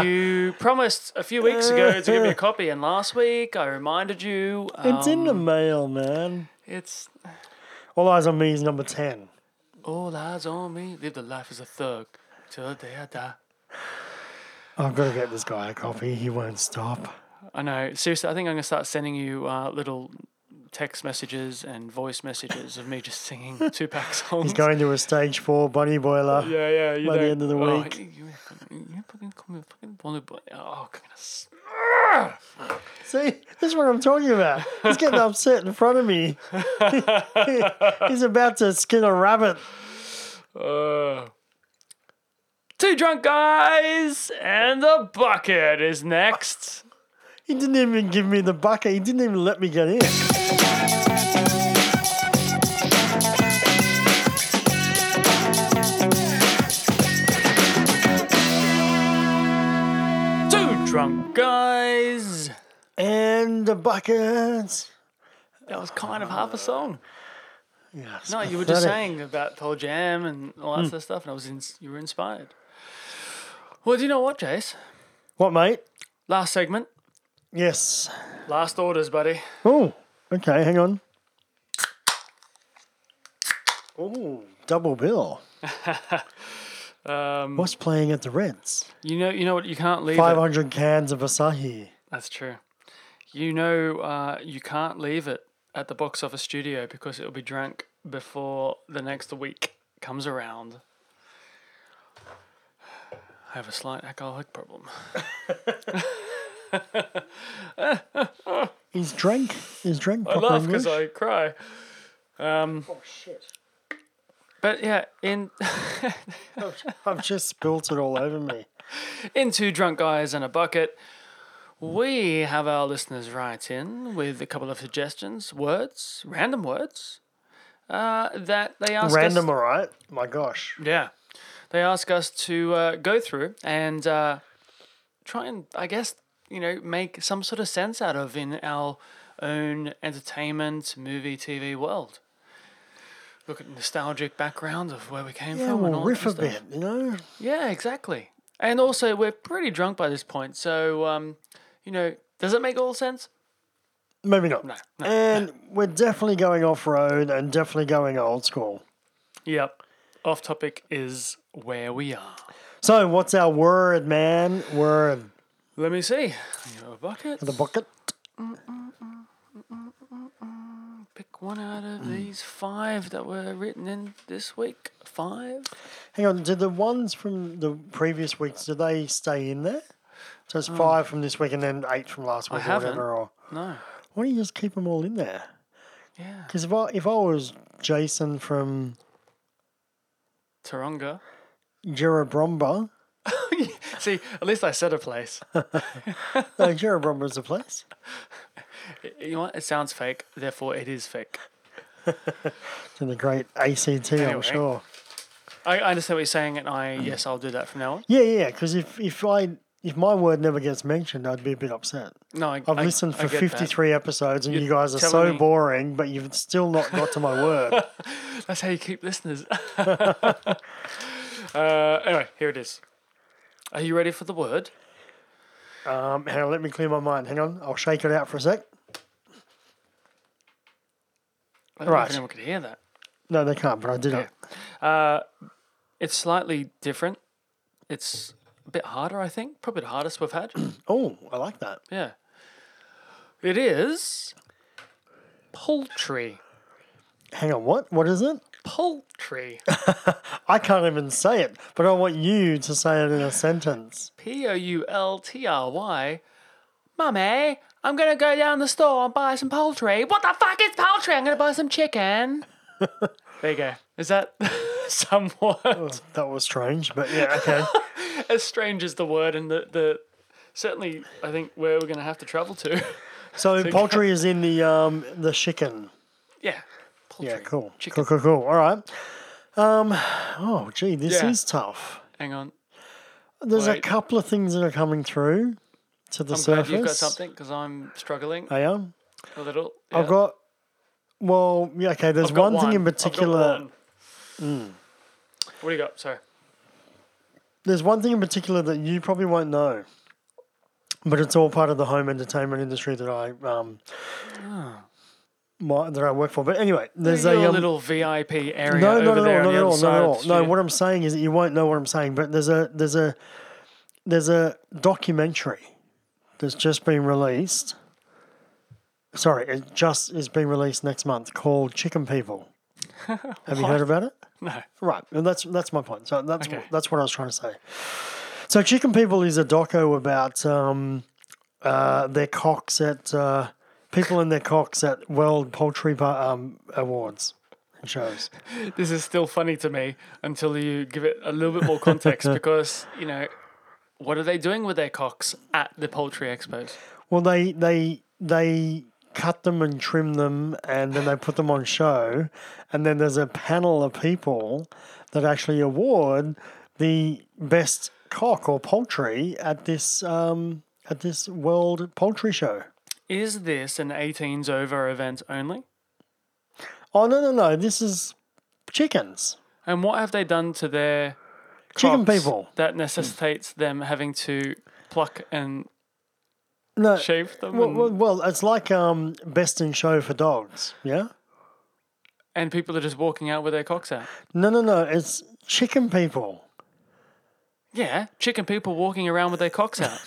Speaker 6: you promised a few weeks ago to
Speaker 7: *laughs*
Speaker 6: give me a copy, and last week I reminded you. Um,
Speaker 7: It's in the mail, man.
Speaker 6: It's
Speaker 7: All eyes on me is number ten.
Speaker 6: all eyes on me. Live the life as a thug till the day I die.
Speaker 7: I've got to get this guy a copy. He won't stop.
Speaker 6: I know. Seriously, I think I'm gonna start sending you uh, little text messages and voice messages of me just singing
Speaker 7: *laughs*
Speaker 6: two pack songs.
Speaker 7: He's going to a stage four bunny boiler.
Speaker 6: Yeah, yeah. You
Speaker 7: by the
Speaker 6: know-
Speaker 7: end of the
Speaker 6: Oh,
Speaker 7: week.
Speaker 6: you, you fucking, you fucking call me a fucking bonnet boy. Oh, I'm gonna s-
Speaker 7: See, this is what I'm talking about.
Speaker 6: *laughs*
Speaker 7: He's getting upset in front of me. He's about to skin a rabbit.
Speaker 6: Two drunk guys and the bucket is next.
Speaker 7: He didn't even give me the bucket. He didn't even let me get in.
Speaker 6: Two drunk guys.
Speaker 7: And the bucket.
Speaker 6: That was kind of half a song.
Speaker 7: Yeah, it's
Speaker 6: No, you were just
Speaker 7: pathetic.
Speaker 6: saying about Pearl Jam and all that sort of stuff, and I was in, you were inspired. Well, do you know what, Jace?
Speaker 7: What, mate?
Speaker 6: Last segment,
Speaker 7: Yes.
Speaker 6: last orders, buddy.
Speaker 7: Oh, okay. Hang on. Oh, double bill.
Speaker 6: *laughs* Um,
Speaker 7: What's playing at the Reds?
Speaker 6: you know, you know what? You can't leave.
Speaker 7: Five
Speaker 6: it.
Speaker 7: hundred cans of Asahi.
Speaker 6: That's true. You know, uh, you can't leave it at the box office studio because it'll be drunk before the next week comes around. I have a slight alcoholic problem. *laughs*
Speaker 7: Is drink? Is drink proper English?
Speaker 6: I cry. Um, But yeah, in *laughs*
Speaker 7: I've just spilt it all over me.
Speaker 6: in two drunk guys and a bucket, we have our listeners write in with a couple of suggestions, words, random words, uh, that they *laughs* ask us,
Speaker 7: Random, all right. My gosh.
Speaker 6: Yeah. They ask us to uh, go through and uh, try and, I guess, you know, make some sort of sense out of in our own entertainment, movie, TV world. Look at the nostalgic background of where we came
Speaker 7: Yeah,
Speaker 6: from. and
Speaker 7: we'll
Speaker 6: all that
Speaker 7: riff a
Speaker 6: stuff.
Speaker 7: bit, you know?
Speaker 6: Yeah, exactly. And also, we're pretty drunk by this point. So, um, you know, does it make all sense?
Speaker 7: Maybe not.
Speaker 6: No.
Speaker 7: and we're definitely going off road and definitely going old school.
Speaker 6: Yep. Off topic is where we are.
Speaker 7: So, what's our word, man? Word.
Speaker 6: Let me see. You have a bucket.
Speaker 7: The bucket.
Speaker 6: Pick one out of
Speaker 7: Mm.
Speaker 6: these five that were written in this week. Five?
Speaker 7: Hang on. Did the ones from the previous weeks, do they stay in there? So it's five from this week and then eight from last week or
Speaker 6: Um, haven't.
Speaker 7: whatever. Or
Speaker 6: No.
Speaker 7: why don't you just keep them all in there?
Speaker 6: Yeah.
Speaker 7: Because if I if I was Jason from
Speaker 6: Taronga.
Speaker 7: Jerobromba,
Speaker 6: *laughs* See, at least I said a place. *laughs*
Speaker 7: no, uh, Jerobromba's a place.
Speaker 6: You know what? It sounds fake, therefore it is fake.
Speaker 7: It's in the great ACT, I'm
Speaker 6: Anyway.
Speaker 7: sure.
Speaker 6: I, I understand what you're saying, and I,
Speaker 7: Mm.
Speaker 6: yes, I'll do that from now on.
Speaker 7: Yeah, yeah. Because if if I if my word never gets mentioned, I'd be a bit upset.
Speaker 6: No, I,
Speaker 7: I've
Speaker 6: I-
Speaker 7: listened
Speaker 6: I
Speaker 7: for
Speaker 6: get that.
Speaker 7: 53 episodes, and you
Speaker 6: You're
Speaker 7: guys are
Speaker 6: telling
Speaker 7: so
Speaker 6: me-
Speaker 7: boring, but you've still not got to
Speaker 6: *laughs*
Speaker 7: my word.
Speaker 6: That's how you keep
Speaker 7: *laughs*
Speaker 6: listeners. *laughs* uh, anyway, here it is. Are you ready for the word?
Speaker 7: Um, hang on, let me clear my mind. Hang on, I'll shake it out for a sec.
Speaker 6: I don't know if
Speaker 7: Right.
Speaker 6: anyone could hear that.
Speaker 7: No, they can't, but I did it.
Speaker 6: It's slightly different. It's a bit harder, I think. Probably the hardest we've had.
Speaker 7: Oh, I like that.
Speaker 6: Yeah. It is poultry.
Speaker 7: Hang on, what? What is it? *laughs*
Speaker 6: Poultry.
Speaker 7: I can't even say it, but I want you to say it in a sentence.
Speaker 6: P O U L T R Y. Mummy, I'm gonna go down the store and buy some poultry. What the fuck is poultry? I'm gonna buy some
Speaker 7: *laughs*
Speaker 6: chicken. there you go. Is that *laughs* somewhat
Speaker 7: That was strange, but yeah,
Speaker 6: *laughs*
Speaker 7: okay.
Speaker 6: as strange as the word and the, the certainly I think where we're gonna have to travel to. *laughs*
Speaker 7: So poultry is in the um the chicken.
Speaker 6: yeah. Poultry.
Speaker 7: Yeah, cool.
Speaker 6: Chicken.
Speaker 7: Cool, cool, cool. All right. Um, oh, gee, this
Speaker 6: Yeah.
Speaker 7: is tough.
Speaker 6: Hang on.
Speaker 7: There's a
Speaker 6: Wait.
Speaker 7: couple of things that are coming through to the
Speaker 6: I'm
Speaker 7: surface.
Speaker 6: glad you've got something because I'm struggling
Speaker 7: I am.
Speaker 6: a little.
Speaker 7: I've
Speaker 6: Yeah.
Speaker 7: got. Well, yeah, okay. There's
Speaker 6: I've got
Speaker 7: one, thing in
Speaker 6: I've got
Speaker 7: particular.
Speaker 6: one. Mm. What do you got? Sorry.
Speaker 7: There's one thing in particular that you probably won't know, but it's all part of the home entertainment industry that I um, my, that I work for. But anyway, there's
Speaker 6: Ah. Your
Speaker 7: a um,
Speaker 6: little VIP area
Speaker 7: no, not
Speaker 6: over there
Speaker 7: at all,
Speaker 6: on
Speaker 7: not at
Speaker 6: the
Speaker 7: all,
Speaker 6: other
Speaker 7: not
Speaker 6: side of
Speaker 7: at all.
Speaker 6: the
Speaker 7: No,
Speaker 6: studio.
Speaker 7: what I'm saying is that you won't know what I'm saying, but there's a there's a there's a documentary that's just been released. Sorry, it just is being released next month called
Speaker 6: *laughs*
Speaker 7: Chicken People. Have you heard about it?
Speaker 6: No.
Speaker 7: Right, and that's that's my point. So that's
Speaker 6: Okay.
Speaker 7: that's what I was trying to say. So Chicken People is a doco about um, uh, their cocks at uh, people and their cocks at World Poultry Pa- um, Awards and shows.
Speaker 6: This is still funny to me until you give it a little bit more
Speaker 7: *laughs*
Speaker 6: context because, you know, what are they doing with their cocks at the poultry expos?
Speaker 7: Well, they they they cut them and trim them, and then they put them on show, and then there's a panel of people that actually award the best cock or poultry at this um, at this World Poultry Show.
Speaker 6: Is this an 18s over event only?
Speaker 7: Oh no no no! This is chickens.
Speaker 6: And what have they done to their
Speaker 7: Chicken
Speaker 6: cocks
Speaker 7: people.
Speaker 6: that necessitates them having to pluck and
Speaker 7: No.
Speaker 6: shave them?
Speaker 7: Well,
Speaker 6: and,
Speaker 7: well, well, it's like um, best in show for dogs. Yeah.
Speaker 6: and people are just walking out with their cocks out.
Speaker 7: No no no! It's chicken people.
Speaker 6: Yeah, chicken people walking around with their cocks
Speaker 7: *laughs*
Speaker 6: out.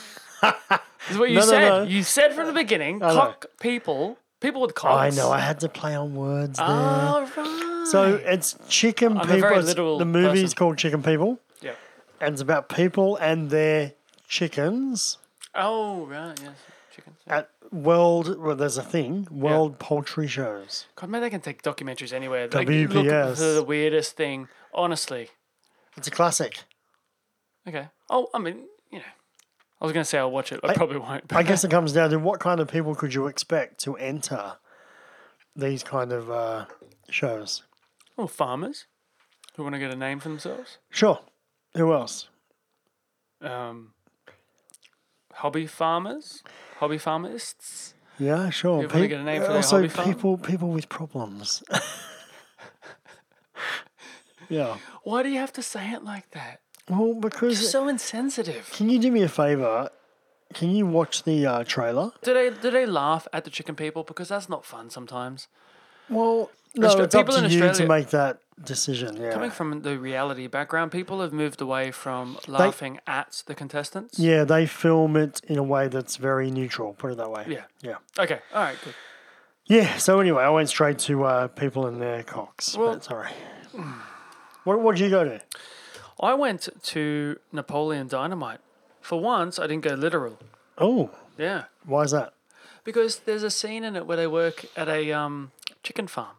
Speaker 6: Is what you
Speaker 7: No, no,
Speaker 6: said.
Speaker 7: no.
Speaker 6: You said from the beginning,
Speaker 7: know. Oh,
Speaker 6: cock people, people with
Speaker 7: I
Speaker 6: cocks.
Speaker 7: know. I had to play on words there.
Speaker 6: All right.
Speaker 7: So it's Chicken
Speaker 6: I'm a
Speaker 7: People.
Speaker 6: very
Speaker 7: it's-
Speaker 6: literal
Speaker 7: the movie's
Speaker 6: person.
Speaker 7: called Chicken People,
Speaker 6: Yeah.
Speaker 7: and it's about people and their chickens
Speaker 6: Oh right, yes, chickens.
Speaker 7: at world. Well, there's a thing world poultry shows.
Speaker 6: God, man, they can take documentaries anywhere. Like, look
Speaker 7: WPS.
Speaker 6: for the weirdest thing, honestly.
Speaker 7: It's a classic.
Speaker 6: Okay. Oh, I mean, you know, I was gonna say I'll watch it. I, probably won't. But *laughs*
Speaker 7: I guess it comes down to what kind of people could you expect to enter these kind of uh, shows?
Speaker 6: oh, farmers who want to get a name for themselves.
Speaker 7: Sure. Who else?
Speaker 6: Um, hobby farmers, hobby farmists.
Speaker 7: Yeah, sure.
Speaker 6: People who get a name for their
Speaker 7: also,
Speaker 6: hobby farm.
Speaker 7: people people
Speaker 6: *laughs*
Speaker 7: with problems. yeah.
Speaker 6: Why do you have to say it like that?
Speaker 7: Well, because
Speaker 6: It's so insensitive.
Speaker 7: Can you do me a favor? Can you watch the uh, trailer?
Speaker 6: Do they do they laugh at the chicken people because that's not fun sometimes.
Speaker 7: Well, no,
Speaker 6: Austra-
Speaker 7: it's up
Speaker 6: people
Speaker 7: to
Speaker 6: in
Speaker 7: you to
Speaker 6: Australia-
Speaker 7: make that decision. Yeah,
Speaker 6: Coming from the reality background, people have moved away from laughing at the contestants.
Speaker 7: yeah, they film it in a way that's very neutral. Put it that way.
Speaker 6: Yeah.
Speaker 7: yeah,
Speaker 6: Okay. All right. Good.
Speaker 7: yeah. So anyway, I went straight to uh, people in their cocks.
Speaker 6: Well-
Speaker 7: but sorry. What what did you go to?
Speaker 6: I went to Napoleon Dynamite. For once, I didn't go literal.
Speaker 7: Oh,
Speaker 6: Yeah.
Speaker 7: why is that?
Speaker 6: Because there's a scene in it where they work at a um, chicken farm.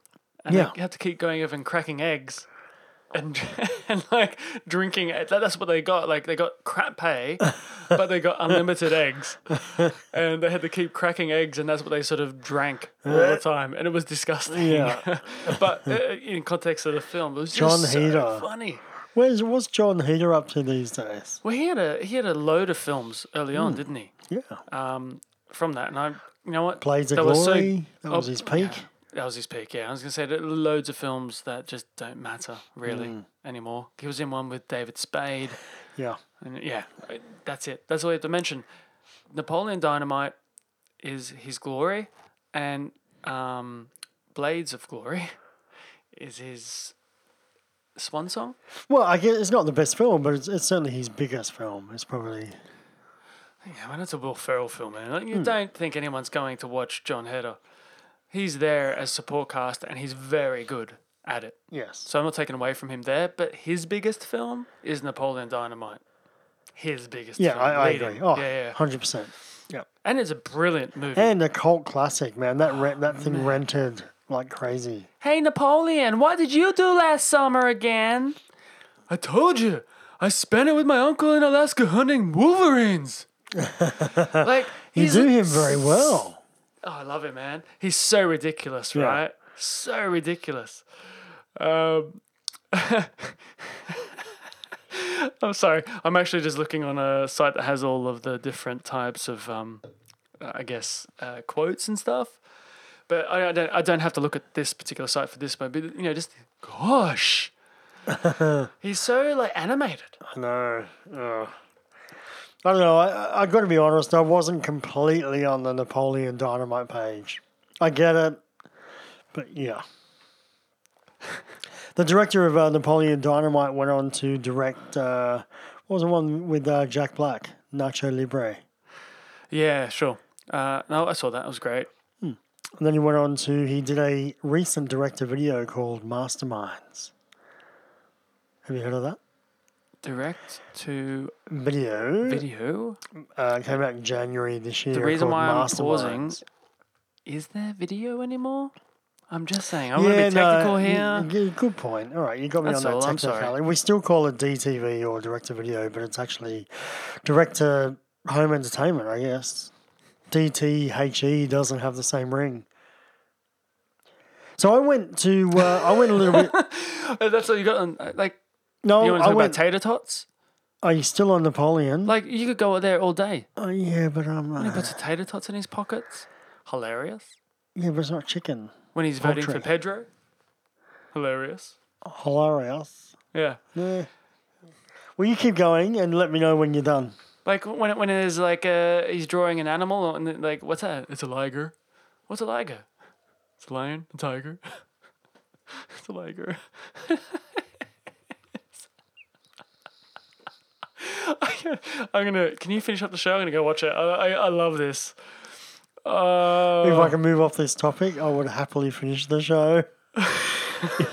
Speaker 6: And
Speaker 7: Yeah.
Speaker 6: they have to keep going over and cracking eggs and *laughs* and like drinking it. That- That's what they got. Like they got crap
Speaker 7: *laughs*
Speaker 6: pay, but they got unlimited eggs. And they had to keep cracking eggs and that's what they sort of drank all the time. And it was disgusting.
Speaker 7: Yeah.
Speaker 6: *laughs* but uh, in context of the film, it was
Speaker 7: John
Speaker 6: just so
Speaker 7: Heder.
Speaker 6: funny.
Speaker 7: Where's what's John Heater up to these days?
Speaker 6: Well, he had a he had a load of films early
Speaker 7: Hmm.
Speaker 6: on, didn't he?
Speaker 7: Yeah,
Speaker 6: From that, and I, you know what,
Speaker 7: Blades of
Speaker 6: They were Uh, so-
Speaker 7: Glory. that was
Speaker 6: Oh,
Speaker 7: his peak.
Speaker 6: yeah. That was his peak, yeah. I was going to say that loads of films that just don't matter really anymore. He was in one with David Spade.
Speaker 7: Yeah.
Speaker 6: And yeah, I- that's it. That's all you have to mention. Napoleon Dynamite is his glory, and um, Blades of Glory *laughs* is his swan song.
Speaker 7: Well, I guess it's not the best film, but it's, it's certainly his biggest film. It's probably
Speaker 6: Yeah, man, it's a Will Ferrell film, man. Like, you don't think anyone's going to watch John Heder. He's there as support cast, and he's very good at it.
Speaker 7: yes.
Speaker 6: So I'm not taking away from him there, but his biggest film is Napoleon Dynamite. His biggest
Speaker 7: Yeah,
Speaker 6: film.
Speaker 7: I, I
Speaker 6: leading.
Speaker 7: agree. Oh,
Speaker 6: yeah, yeah.
Speaker 7: 100%. Yep.
Speaker 6: And it's a brilliant movie.
Speaker 7: And a cult classic, man. That rent,
Speaker 6: Oh,
Speaker 7: that thing rented like crazy.
Speaker 6: Hey, Napoleon, what did you do last summer again? I told you. I spent it with my uncle in Alaska hunting
Speaker 7: *laughs*
Speaker 6: wolverines. *laughs* like,
Speaker 7: You
Speaker 6: he's
Speaker 7: do him very well.
Speaker 6: Oh, I love it, man. He's so ridiculous, right? So ridiculous. Um, *laughs* I'm sorry. I'm actually just looking on a site that has all of the different types of, um, I guess, uh, quotes and stuff. But I, I don't. I don't have to look at this particular site for this. But you know, just *laughs* gosh, he's so like animated.
Speaker 7: No. Ugh. I don't know. I, I- I've got to be honest. I wasn't completely on the Napoleon Dynamite page. I get it, but
Speaker 6: *laughs*
Speaker 7: yeah. The director of uh, Napoleon Dynamite went on to direct. Uh, what was the one with uh, Jack Black? Nacho Libre.
Speaker 6: Yeah, sure. Uh, no, I saw that. It was great.
Speaker 7: And then he went on to he did a recent director video called Masterminds. Have you heard of that
Speaker 6: Direct to
Speaker 7: video?
Speaker 6: video.
Speaker 7: Uh, came out in January this year.
Speaker 6: The reason
Speaker 7: called
Speaker 6: why I'm
Speaker 7: Masterminds.
Speaker 6: pausing is there video anymore? I'm just saying. I'm going to be
Speaker 7: no,
Speaker 6: technical
Speaker 7: y-
Speaker 6: here.
Speaker 7: y- good point. All right, you got me
Speaker 6: That's
Speaker 7: on
Speaker 6: all,
Speaker 7: that
Speaker 6: I'm sorry.
Speaker 7: technicality. We still call it DTV or direct to video, but it's actually direct to home entertainment, I guess. DTHE E doesn't have the same ring. So I went to uh, I went a
Speaker 6: *laughs*
Speaker 7: little bit.
Speaker 6: Uh, That's what you got. On, uh, like,
Speaker 7: No,
Speaker 6: you want to
Speaker 7: Oh, I
Speaker 6: talk about
Speaker 7: went.
Speaker 6: tater tots?
Speaker 7: Are you still on Napoleon?
Speaker 6: Like, you could go out there all day.
Speaker 7: oh yeah, but I'm. Uh,
Speaker 6: He
Speaker 7: *sighs*
Speaker 6: puts tater tots in his pockets. Hilarious.
Speaker 7: yeah, but it's not chicken.
Speaker 6: When he's voting for
Speaker 7: Poultry.
Speaker 6: Pedro. Hilarious.
Speaker 7: Hilarious.
Speaker 6: Yeah.
Speaker 7: Yeah. Well, you keep going and let me know when you're done.
Speaker 6: Like when it, when it is like uh, he's drawing an animal and then, like what's that? It's a liger. What's a liger? It's a lion, a tiger. *laughs* it's a liger. *laughs* I'm gonna. Can you finish up the show? I'm gonna go watch it. I I, I love this. Uh,
Speaker 7: If I can move off this topic, I would happily finish the show. *laughs*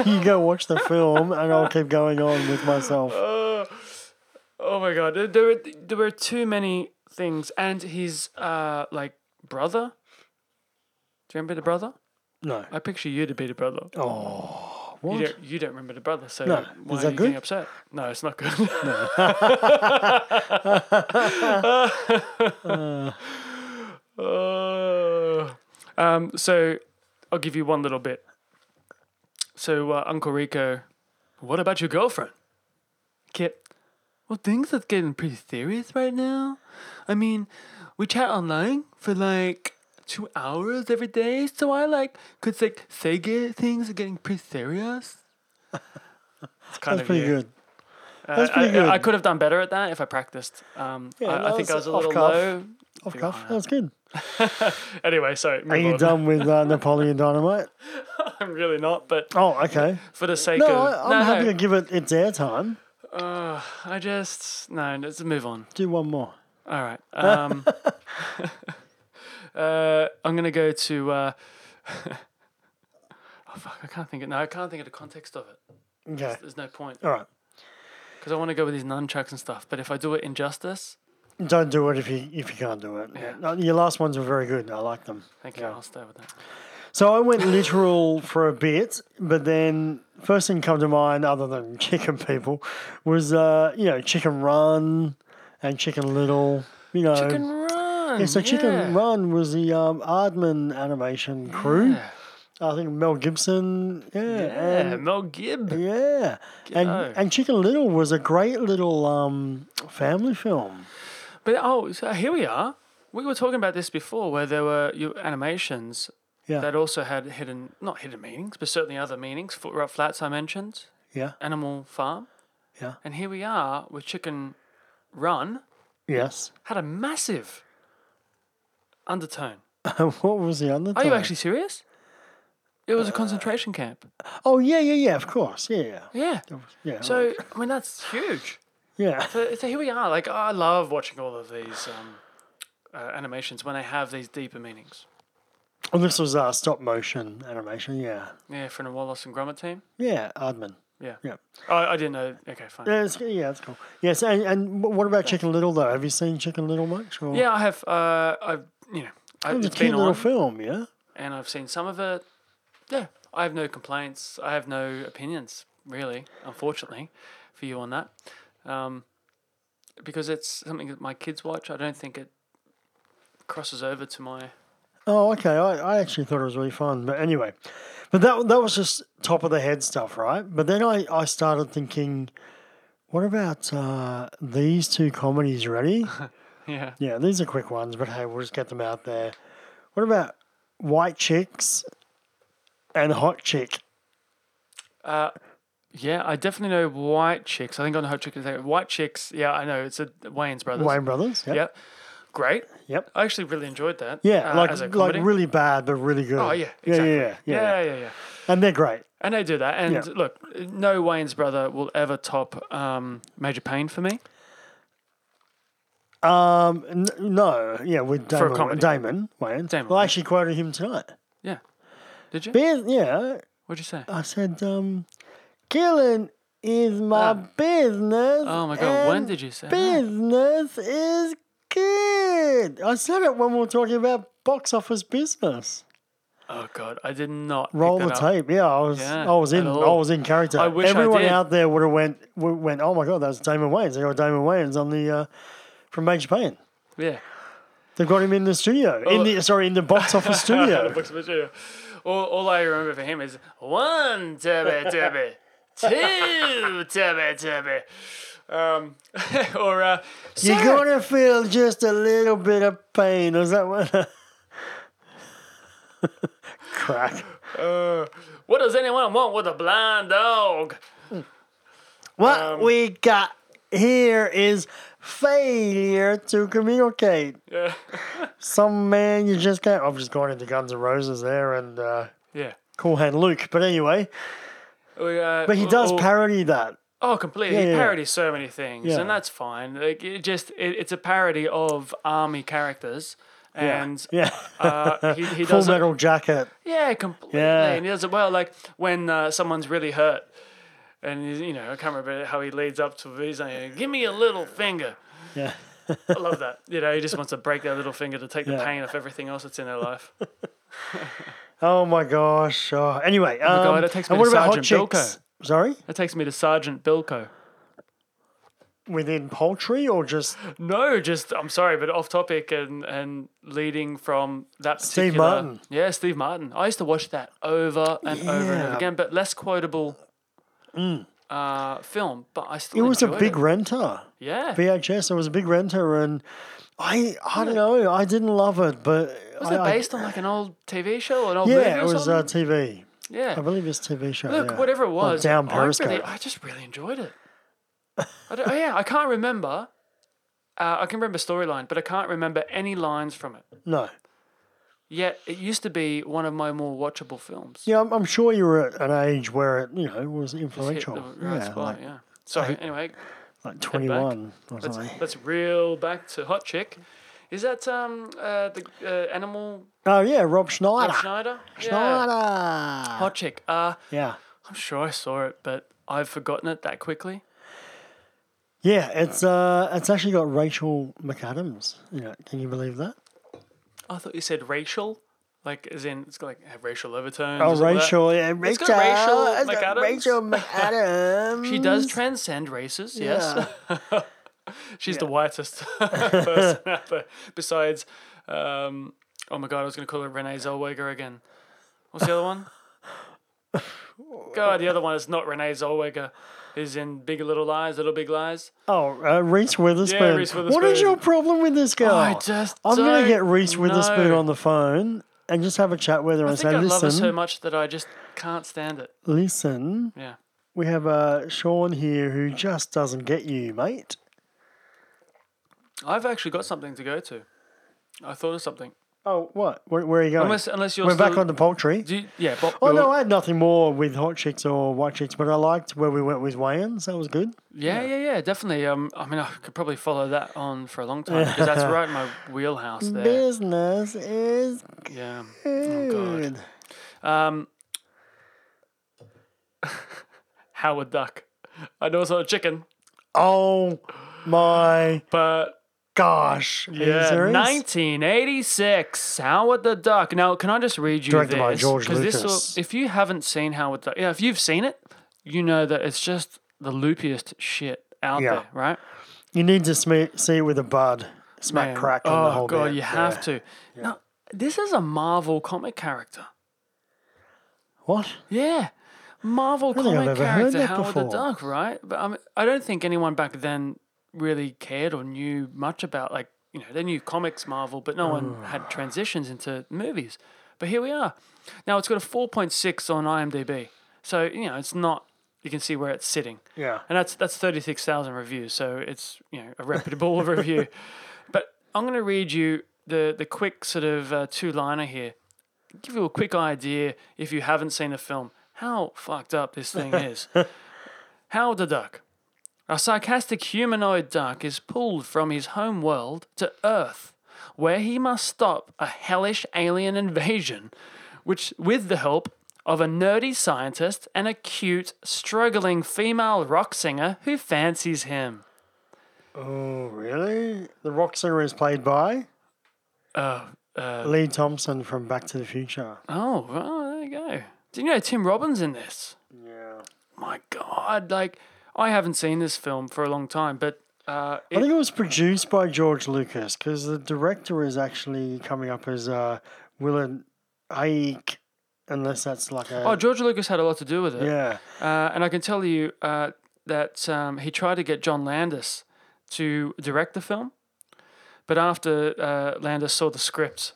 Speaker 7: you go watch the film, and I'll keep going on with myself.
Speaker 6: oh my god, there there were, there were too many things, and his uh like brother. Do you remember the brother?
Speaker 7: No.
Speaker 6: I picture you to be the brother. Oh, You don't, you don't remember the brother, so
Speaker 7: No.
Speaker 6: why
Speaker 7: Is
Speaker 6: are
Speaker 7: that
Speaker 6: you getting
Speaker 7: good?
Speaker 6: upset? No, it's not good. *laughs* Uh, um, so I'll give you one little bit. So uh, Uncle Rico, what about your girlfriend? Kip, well, things are getting pretty serious right now. I mean, we chat online for like two hours every day, so I like could like say get things are getting pretty serious. It's kind
Speaker 7: That's pretty
Speaker 6: you.
Speaker 7: good. That's
Speaker 6: I-
Speaker 7: pretty
Speaker 6: I,
Speaker 7: good.
Speaker 6: I could have done better at that if I practiced. Um, I,
Speaker 7: that
Speaker 6: I think I was
Speaker 7: was
Speaker 6: a
Speaker 7: off
Speaker 6: little
Speaker 7: cuff.
Speaker 6: low.
Speaker 7: Off cuff. That's good.
Speaker 6: Anyway, sorry.
Speaker 7: Are you done with uh, Napoleon Dynamite?
Speaker 6: *laughs* I'm really not, but
Speaker 7: Oh, okay.
Speaker 6: for the sake
Speaker 7: No,
Speaker 6: of
Speaker 7: I, I'm
Speaker 6: no,
Speaker 7: happy
Speaker 6: no,
Speaker 7: to give it its airtime.
Speaker 6: I just no. Let's move on.
Speaker 7: Do one more.
Speaker 6: All right. Um, *laughs* uh, I'm gonna go to. Uh, *laughs* oh fuck! I can't think. Of, no, I can't think of the context of it.
Speaker 7: Okay.
Speaker 6: There's no point
Speaker 7: All right.
Speaker 6: because I want to go with these nunchucks and stuff. But if I do it injustice,
Speaker 7: Don't do it if you if you can't do it. Yeah. No, Your last ones were very good. I like them.
Speaker 6: thank you. I'll stay with that.
Speaker 7: So I went literal for a bit, but then first thing come to mind, other than *laughs* chicken people, was uh, you know Chicken Run and Chicken Little. You know,
Speaker 6: Chicken run.
Speaker 7: Um, yeah, so Chicken
Speaker 6: yeah.
Speaker 7: Run was the um, Aardman animation crew. I think Mel Gibson. Yeah,
Speaker 6: Yeah,
Speaker 7: and
Speaker 6: Mel Gibb.
Speaker 7: yeah, and
Speaker 6: G'day.
Speaker 7: and Chicken Little was a great little um, family film.
Speaker 6: But oh, so here we are. We were talking about this before, where there were your animations
Speaker 7: Yeah,
Speaker 6: that also had hidden, not hidden meanings, but certainly other meanings. Foot Rot Flats, I mentioned,
Speaker 7: yeah,
Speaker 6: Animal Farm.
Speaker 7: Yeah.
Speaker 6: And here we are with Chicken Run,
Speaker 7: yes. *laughs*
Speaker 6: had a massive undertone.
Speaker 7: what was the other?
Speaker 6: Are Oh, you actually serious? It
Speaker 7: Uh,
Speaker 6: was a concentration camp.
Speaker 7: Oh yeah, yeah, yeah. Of course, yeah, yeah.
Speaker 6: Yeah.
Speaker 7: yeah
Speaker 6: So, I mean, that's huge.
Speaker 7: yeah. *laughs*
Speaker 6: So, so here we are. Like, I love watching all of these um, uh, animations when they have these deeper meanings.
Speaker 7: Well, this was uh, stop motion animation, yeah.
Speaker 6: Yeah, from the Wallace and Gromit team.
Speaker 7: Yeah, Aardman.
Speaker 6: Yeah.
Speaker 7: Yeah.
Speaker 6: I, I didn't know. Okay, fine.
Speaker 7: Yeah, it's, yeah, that's cool. Yes, and, and what about Chicken Little though? Have you seen Chicken Little much? Or?
Speaker 6: Yeah, I have. Uh, I've you know, I,
Speaker 7: it's a
Speaker 6: it's
Speaker 7: cute
Speaker 6: been
Speaker 7: little
Speaker 6: on,
Speaker 7: film. Yeah,
Speaker 6: and I've seen some of it. Yeah, I have no complaints. I have no opinions, really. Unfortunately, for you on that, um, because it's something that my kids watch. I don't think it crosses over to my.
Speaker 7: Oh, okay. I, I actually thought it was really fun. But anyway, but that that was just top of the head stuff, right? But then I, I started thinking, what about uh, these two comedies? Ready?
Speaker 6: *laughs* Yeah.
Speaker 7: yeah, these are quick ones, but hey, we'll just get them out there. What about White Chicks and Hot Chick?
Speaker 6: Yeah, I definitely know White Chicks. I think I know Hot Chicken. White Chicks. Yeah, I know. It's a Wayne's Brothers.
Speaker 7: Wayne Brothers? Yep.
Speaker 6: Yeah. Great.
Speaker 7: Yep.
Speaker 6: I actually really enjoyed that.
Speaker 7: Yeah,
Speaker 6: uh,
Speaker 7: like
Speaker 6: as a
Speaker 7: like
Speaker 6: comedy.
Speaker 7: really bad, but really good.
Speaker 6: Oh yeah,
Speaker 7: Yeah,
Speaker 6: exactly.
Speaker 7: yeah, yeah, yeah,
Speaker 6: yeah, yeah, yeah.
Speaker 7: And they're great.
Speaker 6: And they do that. And
Speaker 7: Yeah.
Speaker 6: look, no Wayne's brother will ever top um, Major Payne for me.
Speaker 7: Um, n- no, yeah, with Damon,
Speaker 6: comedy.
Speaker 7: Damon Wayne.
Speaker 6: Damon
Speaker 7: well, I
Speaker 6: Wayans.
Speaker 7: actually quoted him tonight.
Speaker 6: Yeah. Did you?
Speaker 7: Biz, yeah,
Speaker 6: What'd you say?
Speaker 7: I said, um, killing is my business.
Speaker 6: Ah. Oh my God, when
Speaker 7: and
Speaker 6: did you say that?
Speaker 7: Business is good. I said it when we were talking about box office business.
Speaker 6: Oh God, I did not pick
Speaker 7: Roll
Speaker 6: that
Speaker 7: the
Speaker 6: up.
Speaker 7: tape. Yeah, I was,
Speaker 6: Yeah,
Speaker 7: I was
Speaker 6: at
Speaker 7: in, I
Speaker 6: all.
Speaker 7: was in character.
Speaker 6: I wish I
Speaker 7: Everyone
Speaker 6: did.
Speaker 7: out there would have went, would went. Oh my God, that's Damon Wayans. They got Damon Wayans on the uh, from Major Payne.
Speaker 6: Yeah.
Speaker 7: They got him in the
Speaker 6: Oh.
Speaker 7: studio. In the sorry, in the box office studio.
Speaker 6: Books of a Studio. All, all I remember for him is one tubby
Speaker 7: *laughs*
Speaker 6: tubby, two tubby tubby. Um, *laughs* or uh,
Speaker 7: You're
Speaker 6: sir,
Speaker 7: gonna feel just a little bit of pain. Was that one? *laughs* Crack.
Speaker 6: what does anyone want with a blind dog?
Speaker 7: What we got here is failure to communicate.
Speaker 6: Yeah.
Speaker 7: Some man you just can't. I've just gone into Guns N' Roses there and uh,
Speaker 6: Yeah.
Speaker 7: Cool Hand Luke. But anyway,
Speaker 6: We, uh,
Speaker 7: but he does
Speaker 6: all-
Speaker 7: parody that.
Speaker 6: Oh, completely.
Speaker 7: Yeah,
Speaker 6: he
Speaker 7: yeah, yeah.
Speaker 6: parodies so many things,
Speaker 7: Yeah.
Speaker 6: and that's fine. Like, it just it, it's a parody of army characters, and
Speaker 7: Yeah.
Speaker 6: uh, he, he
Speaker 7: *laughs* Full
Speaker 6: does it.
Speaker 7: Metal Jacket.
Speaker 6: Yeah, completely.
Speaker 7: Yeah.
Speaker 6: And he does it well. Like when uh, someone's really hurt, and he's, you know, I can't remember how he leads up to it. He's like, "Give me a little finger."
Speaker 7: Yeah.
Speaker 6: I love that. You know, he just wants to break that little finger to take the
Speaker 7: Yeah.
Speaker 6: pain off everything else that's in their life.
Speaker 7: Oh my gosh. Oh, anyway, um,
Speaker 6: God, that takes me
Speaker 7: and what
Speaker 6: to
Speaker 7: about
Speaker 6: Sergeant
Speaker 7: Hot Chicks? Sorry,
Speaker 6: That takes me to Sergeant Bilko.
Speaker 7: within poultry or just
Speaker 6: No, just I'm sorry, but off topic and and leading from that particular.
Speaker 7: Steve Martin.
Speaker 6: Yeah, Steve Martin. I used to watch that over and over and over
Speaker 7: Yeah. Mm.
Speaker 6: again, but less quotable uh, film. But I
Speaker 7: it
Speaker 6: still.
Speaker 7: was a
Speaker 6: enjoyed
Speaker 7: big
Speaker 6: It.
Speaker 7: renter.
Speaker 6: Yeah.
Speaker 7: VHS. It was a big renter, and I I don't know. I didn't love it, but
Speaker 6: was
Speaker 7: I,
Speaker 6: that
Speaker 7: I-
Speaker 6: based on like an old TV show or an old movie
Speaker 7: yeah,
Speaker 6: or
Speaker 7: it was uh,
Speaker 6: something?
Speaker 7: TV.
Speaker 6: yeah.
Speaker 7: I believe it's TV show.
Speaker 6: Look,
Speaker 7: yeah.
Speaker 6: whatever it
Speaker 7: Or
Speaker 6: was,
Speaker 7: down
Speaker 6: I, really,
Speaker 7: Periscope.
Speaker 6: I just really enjoyed it. I don't, yeah, I can't remember. Uh, I can remember storyline, but I can't remember any lines from it.
Speaker 7: no.
Speaker 6: Yet it used to be one of my more watchable films.
Speaker 7: Yeah, I'm, I'm sure you were at an age where it, you know, was
Speaker 6: Hit the
Speaker 7: influential.
Speaker 6: right
Speaker 7: yeah,
Speaker 6: spot,
Speaker 7: like,
Speaker 6: yeah. Sorry. Anyway,
Speaker 7: like 21 or
Speaker 6: let's
Speaker 7: something.
Speaker 6: let's reel back to Hot Chick. Is that um uh, the uh, animal
Speaker 7: Oh yeah, Rob Schneider.
Speaker 6: Schneider? Yeah.
Speaker 7: Schneider.
Speaker 6: Hot Chick. Uh,
Speaker 7: Yeah.
Speaker 6: I'm sure I saw it, but I've forgotten it that quickly.
Speaker 7: Yeah, it's uh, it's actually got Rachel McAdams. You know, can you believe that?
Speaker 6: I thought you said racial, like as in it's got like have racial overtones. and
Speaker 7: Oh,
Speaker 6: all that.
Speaker 7: Rachel, yeah,
Speaker 6: It's
Speaker 7: Rachel,
Speaker 6: got Rachel
Speaker 7: it's got
Speaker 6: McAdams.
Speaker 7: Rachel McAdams.
Speaker 6: She does transcend races.
Speaker 7: Yeah.
Speaker 6: Yes, *laughs* she's the whitest *laughs* person out there. Besides, um, oh my god, I was going to call her Renee Zellweger again. What's the other
Speaker 7: *laughs*
Speaker 6: one? God, the other one is not Renee Zellweger. Who's in Big Little Lies, Little Big Lies?
Speaker 7: Oh, uh, Reese Witherspoon.
Speaker 6: Yeah, Reese
Speaker 7: What is
Speaker 6: Witherspoon.
Speaker 7: your problem with this girl?
Speaker 6: I just
Speaker 7: I'm gonna
Speaker 6: don't
Speaker 7: get Reese Witherspoon
Speaker 6: know.
Speaker 7: on the phone and just have a chat with her
Speaker 6: I
Speaker 7: and
Speaker 6: think
Speaker 7: say,
Speaker 6: I love her
Speaker 7: "Listen,
Speaker 6: so much that I just can't stand it.
Speaker 7: listen,
Speaker 6: Yeah.
Speaker 7: we have uh, Sean here who just doesn't get you, mate."
Speaker 6: I've actually got something to go to. I thought of something.
Speaker 7: Oh, what? Where, where are you going?
Speaker 6: Unless, unless you're
Speaker 7: We're
Speaker 6: still,
Speaker 7: back on the poultry.
Speaker 6: Do you, yeah, Bob.
Speaker 7: Oh no, I had nothing more with hot chicks or white chicks, but I liked where we went with Wayans. That was good.
Speaker 6: yeah, yeah, yeah, definitely. Um, I mean, I could probably follow that on for a long
Speaker 7: *laughs*
Speaker 6: time because that's right in my wheelhouse there.
Speaker 7: Business is
Speaker 6: Yeah. Oh,
Speaker 7: good.
Speaker 6: Um, *laughs* Howard Duck. I know it's not a chicken,
Speaker 7: Oh my
Speaker 6: but
Speaker 7: gosh. Are you
Speaker 6: Yeah,
Speaker 7: serious?
Speaker 6: 1986. Howard the Duck. Now, can I just read you
Speaker 7: Directed
Speaker 6: this?
Speaker 7: by George
Speaker 6: 'Cause this
Speaker 7: Lucas.
Speaker 6: will- if you haven't seen Howard the, yeah, if you've seen it, you know that it's just the loopiest shit out
Speaker 7: Yeah.
Speaker 6: there, right?
Speaker 7: You need to sme- see it with a bud. Smack
Speaker 6: Man,
Speaker 7: crack
Speaker 6: oh
Speaker 7: on the whole
Speaker 6: god,
Speaker 7: bit.
Speaker 6: you have to. Now, this is a Marvel comic character.
Speaker 7: What?
Speaker 6: Yeah. Marvel
Speaker 7: think I've
Speaker 6: comic
Speaker 7: ever heard
Speaker 6: character
Speaker 7: that
Speaker 6: Howard the
Speaker 7: before.
Speaker 6: Duck, right? But I, mean, I don't think anyone back then really cared or knew much about like you know they knew comics Marvel, but no
Speaker 7: Oh.
Speaker 6: one had transitions into movies. But here we are. Now it's got a four point six on IMDb, so you know it's not. You can see where it's sitting.
Speaker 7: Yeah.
Speaker 6: And that's that's thirty six thousand reviews, so it's you know a reputable *laughs* review. But I'm going to read you the the quick sort of uh, two liner here give you a quick idea if you haven't seen the film how fucked up this thing is. Howard the Duck. A sarcastic humanoid duck is pulled from his home world to Earth, where he must stop a hellish alien invasion, which, with the help of a nerdy scientist and a cute, struggling female rock singer who fancies him.
Speaker 7: Oh, really? The rock singer is played by? Uh, Lee Thompson from Back to the Future.
Speaker 6: Oh, well, there you go. Did you know Tim Robbins in this?
Speaker 7: Yeah.
Speaker 6: my god like i haven't seen this film for a long time but uh
Speaker 7: I think it was produced by George Lucas because the director is actually coming up as uh, Willard Ike, unless that's like a.
Speaker 6: oh george lucas had a lot to do with it
Speaker 7: yeah.
Speaker 6: uh, and i can tell you uh that um, he tried to get john landis to direct the film but after uh, landis saw the script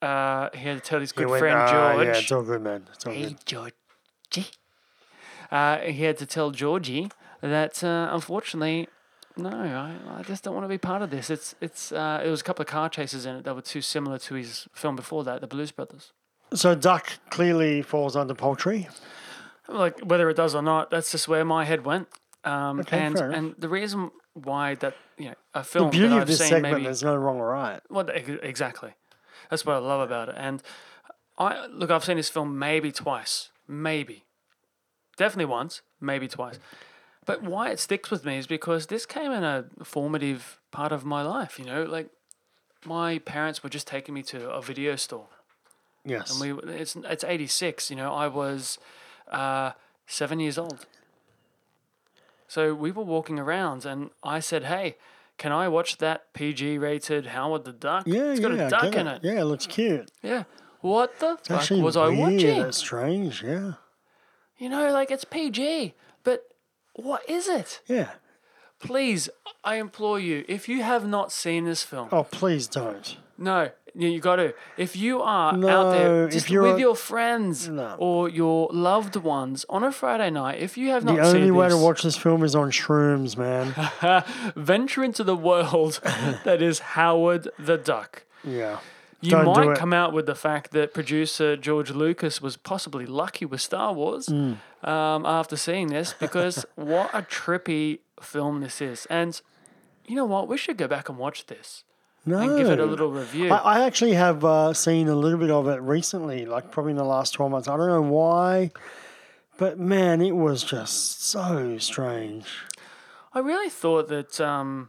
Speaker 6: uh, he had to tell his
Speaker 7: He
Speaker 6: good
Speaker 7: went,
Speaker 6: friend
Speaker 7: "Ah,
Speaker 6: george
Speaker 7: Yeah, it's all good, man. It's all
Speaker 6: Hey,
Speaker 7: good.
Speaker 6: Georgie. Uh, he had to tell Georgie that uh, unfortunately, no, I, I just don't want to be part of this. It's it's uh, it was a couple of car chases in it that were too similar to his film before that, The Blues Brothers.
Speaker 7: So duck clearly falls under poultry.
Speaker 6: Like whether it does or not, that's just where my head went. Um,
Speaker 7: Okay,
Speaker 6: and
Speaker 7: fair enough.
Speaker 6: and the reason why that you know a film
Speaker 7: Beauty
Speaker 6: Oh, that
Speaker 7: of
Speaker 6: I've
Speaker 7: this
Speaker 6: seen
Speaker 7: segment,
Speaker 6: maybe
Speaker 7: there's no wrong or right.
Speaker 6: Well, th- ex- exactly. That's what I love about it. And I look, I've seen this film maybe twice, maybe, definitely once, maybe twice. But why it sticks with me is because this came in a formative part of my life. You know, like my parents were just taking me to a video store.
Speaker 7: Yes.
Speaker 6: We, it's it's eighty six. You know, I was uh, seven years old. So we were walking around, and I said, "Hey, can I watch that PG rated Howard the Duck?
Speaker 7: yeah,
Speaker 6: it's got
Speaker 7: yeah, I
Speaker 6: a duck
Speaker 7: get
Speaker 6: in it.
Speaker 7: Yeah, it looks cute.
Speaker 6: Yeah. What the fuck
Speaker 7: Actually,
Speaker 6: was I
Speaker 7: weird.
Speaker 6: watching?
Speaker 7: It's strange. Yeah.
Speaker 6: You know, like it's PG, but what is it?
Speaker 7: Yeah.
Speaker 6: Please, I implore you, if you have not seen this film,
Speaker 7: Oh, please don't.
Speaker 6: no, you, you got to. If you are out
Speaker 7: No,
Speaker 6: there
Speaker 7: if
Speaker 6: just
Speaker 7: you're
Speaker 6: with
Speaker 7: a-
Speaker 6: your friends
Speaker 7: No.
Speaker 6: or your loved ones on a Friday night, if you have
Speaker 7: The
Speaker 6: not
Speaker 7: only
Speaker 6: seen
Speaker 7: way
Speaker 6: this,
Speaker 7: to watch this film is on shrooms,
Speaker 6: *laughs*
Speaker 7: man.
Speaker 6: venture into the
Speaker 7: *laughs*
Speaker 6: world that is Howard the Duck.
Speaker 7: yeah.
Speaker 6: You
Speaker 7: Don't do
Speaker 6: might
Speaker 7: it.
Speaker 6: come out with the fact that producer George Lucas was possibly lucky with Star Wars
Speaker 7: Hmm.
Speaker 6: um, after seeing this
Speaker 7: *laughs*
Speaker 6: because what a trippy film this is. And you know what? We should go back and watch this
Speaker 7: No.
Speaker 6: and give it a little review.
Speaker 7: I, I actually have uh, seen a little bit of it recently, like probably in the last 12 months. I don't know why, but man, it was just so strange.
Speaker 6: I really thought that. Um,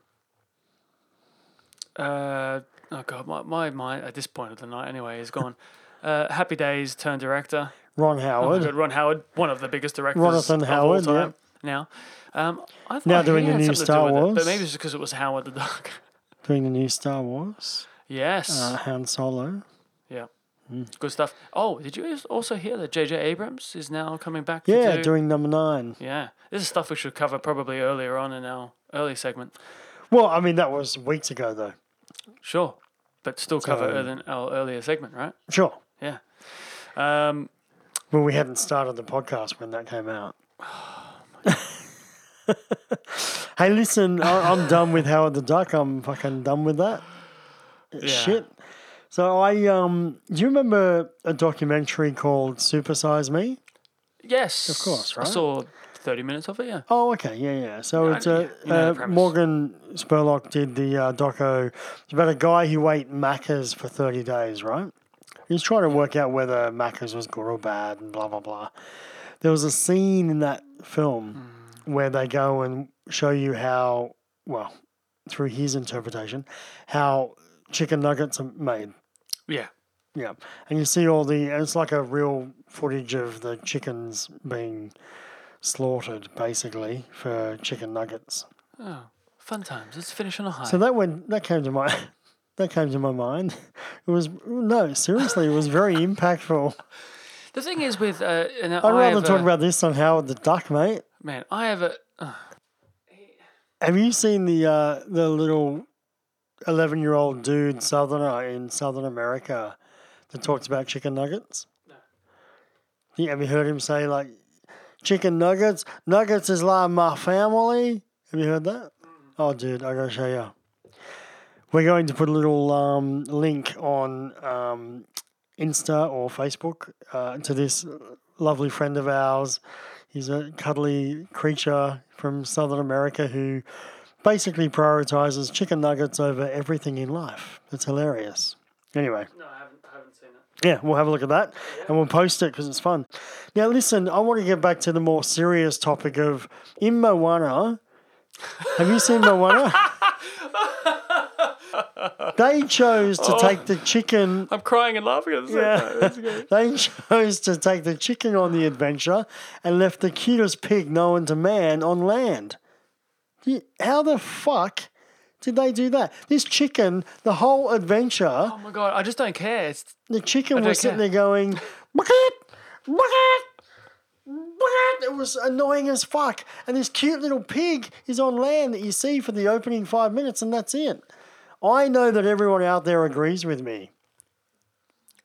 Speaker 6: uh, oh, God, my, my mind at this point of the night, anyway, is
Speaker 7: *laughs*
Speaker 6: gone. Uh, Happy Days turned director.
Speaker 7: Ron
Speaker 6: Oh,
Speaker 7: Howard,
Speaker 6: good. Ron Howard, one of the biggest directors
Speaker 7: Jonathan
Speaker 6: of
Speaker 7: Howard,
Speaker 6: all
Speaker 7: yeah.
Speaker 6: time now. Um, I thought
Speaker 7: Now
Speaker 6: he
Speaker 7: doing the
Speaker 6: had
Speaker 7: new
Speaker 6: something to do
Speaker 7: Star
Speaker 6: with it,
Speaker 7: Wars.
Speaker 6: but maybe it's because it was Howard the Duck. *laughs*
Speaker 7: doing the new Star Wars,
Speaker 6: yes,
Speaker 7: uh, Hmm. Han Solo.
Speaker 6: yeah, good stuff. Oh, did you also hear that J.J. Abrams is now coming back?
Speaker 7: Yeah,
Speaker 6: to do,
Speaker 7: doing number nine.
Speaker 6: yeah. This is stuff we should cover probably earlier on in our early segment.
Speaker 7: Well, I mean, that was weeks ago, though.
Speaker 6: Sure, but still cover earlier than our earlier segment, right?
Speaker 7: Sure.
Speaker 6: Yeah. Um,
Speaker 7: Well, we hadn't started the podcast when that came
Speaker 6: *sighs*
Speaker 7: out. hey, listen, I, I'm done with Howard the Duck. I'm fucking done with that shit. So I um, do you remember a documentary called Supersize Me?
Speaker 6: Yes, of
Speaker 7: course,
Speaker 6: I
Speaker 7: right?
Speaker 6: saw thirty minutes of it. Yeah.
Speaker 7: Oh, okay, yeah, yeah. So it's
Speaker 6: yeah,
Speaker 7: a
Speaker 6: you know the
Speaker 7: uh,
Speaker 6: premise.
Speaker 7: Morgan Spurlock did the uh, doco. It's about a guy who ate Macca's for thirty days, right? He was trying to work out whether Macca's was good or bad, and blah blah blah. there was a scene in that film
Speaker 6: Hmm.
Speaker 7: where they go and show you how, well, through his interpretation, how chicken nuggets are made.
Speaker 6: Yeah.
Speaker 7: Yeah, and you see all the and it's like a real footage of the chickens being slaughtered, basically for chicken nuggets.
Speaker 6: Fun times. Let's finish on a high.
Speaker 7: So that went that came to my *laughs* that came to my mind. It was no, seriously, it was very impactful.
Speaker 6: the thing is with uh, and
Speaker 7: I'd
Speaker 6: I
Speaker 7: rather
Speaker 6: have
Speaker 7: talk
Speaker 6: a-
Speaker 7: about this on Howard the Duck, mate.
Speaker 6: man. I have a uh,
Speaker 7: Have you seen the uh, the little eleven year old dude southerner in Southern America that talks about chicken nuggets? No. Yeah, have you heard him say like chicken nuggets? Nuggets is like my family. Have you heard that? Oh, dude, I gotta show you. We're going to put a little um, link on um, Insta or Facebook uh, to this lovely friend of ours. He's a cuddly creature from Southern America who basically prioritizes chicken nuggets over everything in life. It's hilarious. Anyway. No, I haven't, I haven't seen that. Yeah, we'll have a look at that and we'll post it because it's fun. Now, listen, I want to get back to the more serious topic of in Moana. Have you seen *laughs* Moana? they chose to take the chicken
Speaker 6: I'm crying and laughing at the same time.
Speaker 7: *laughs* they chose to take the chicken on the adventure and left the cutest pig known to man on land. Y- How the fuck did they do that? This chicken, the whole adventure,
Speaker 6: Oh my god, I just don't care. It's
Speaker 7: the chicken
Speaker 6: don't
Speaker 7: was sitting
Speaker 6: care.
Speaker 7: there going, "Bucket, bucket, bucket." It was annoying as fuck. And this cute little pig is on land that you see for the opening five minutes, and that's it. I know that everyone out there agrees with me.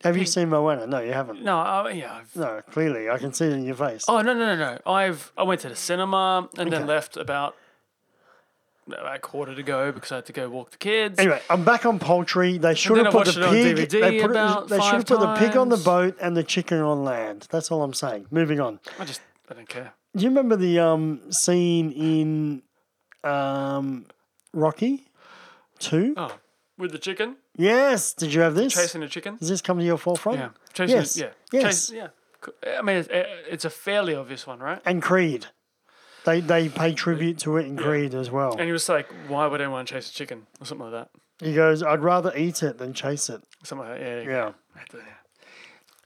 Speaker 7: Have you seen Moana? No, you haven't.
Speaker 6: no, I, yeah. I've,
Speaker 7: No, clearly, I can see it in your face.
Speaker 6: oh no, no, no, no. I've I went to the cinema and
Speaker 7: Okay.
Speaker 6: then left about about a quarter to go because I had to go walk the kids.
Speaker 7: Anyway, I'm back on poultry. They should
Speaker 6: then
Speaker 7: have
Speaker 6: I
Speaker 7: put
Speaker 6: watched
Speaker 7: the
Speaker 6: it on
Speaker 7: pig.
Speaker 6: DVD
Speaker 7: they put
Speaker 6: about
Speaker 7: they should have
Speaker 6: five
Speaker 7: put the pig on the
Speaker 6: times.
Speaker 7: boat and the chicken on land. That's all I'm saying. Moving on.
Speaker 6: I just I don't care.
Speaker 7: Do you remember the um, scene in um, Rocky Two?
Speaker 6: Oh, with the chicken
Speaker 7: Yes. Did you have this?
Speaker 6: chasing the chicken.
Speaker 7: Does this come to your forefront?
Speaker 6: Yeah, chasing.
Speaker 7: Yes.
Speaker 6: The, yeah,
Speaker 7: Yes.
Speaker 6: Chas- yeah. Co- I mean, it's, it's a fairly obvious one, right?
Speaker 7: And Creed. They they pay tribute to it in Creed as well.
Speaker 6: And he was like, "Why would anyone chase a chicken?" or something like that.
Speaker 7: He goes, "I'd rather eat it than chase it."
Speaker 6: Something like that. Yeah.
Speaker 7: Yeah.
Speaker 6: Creed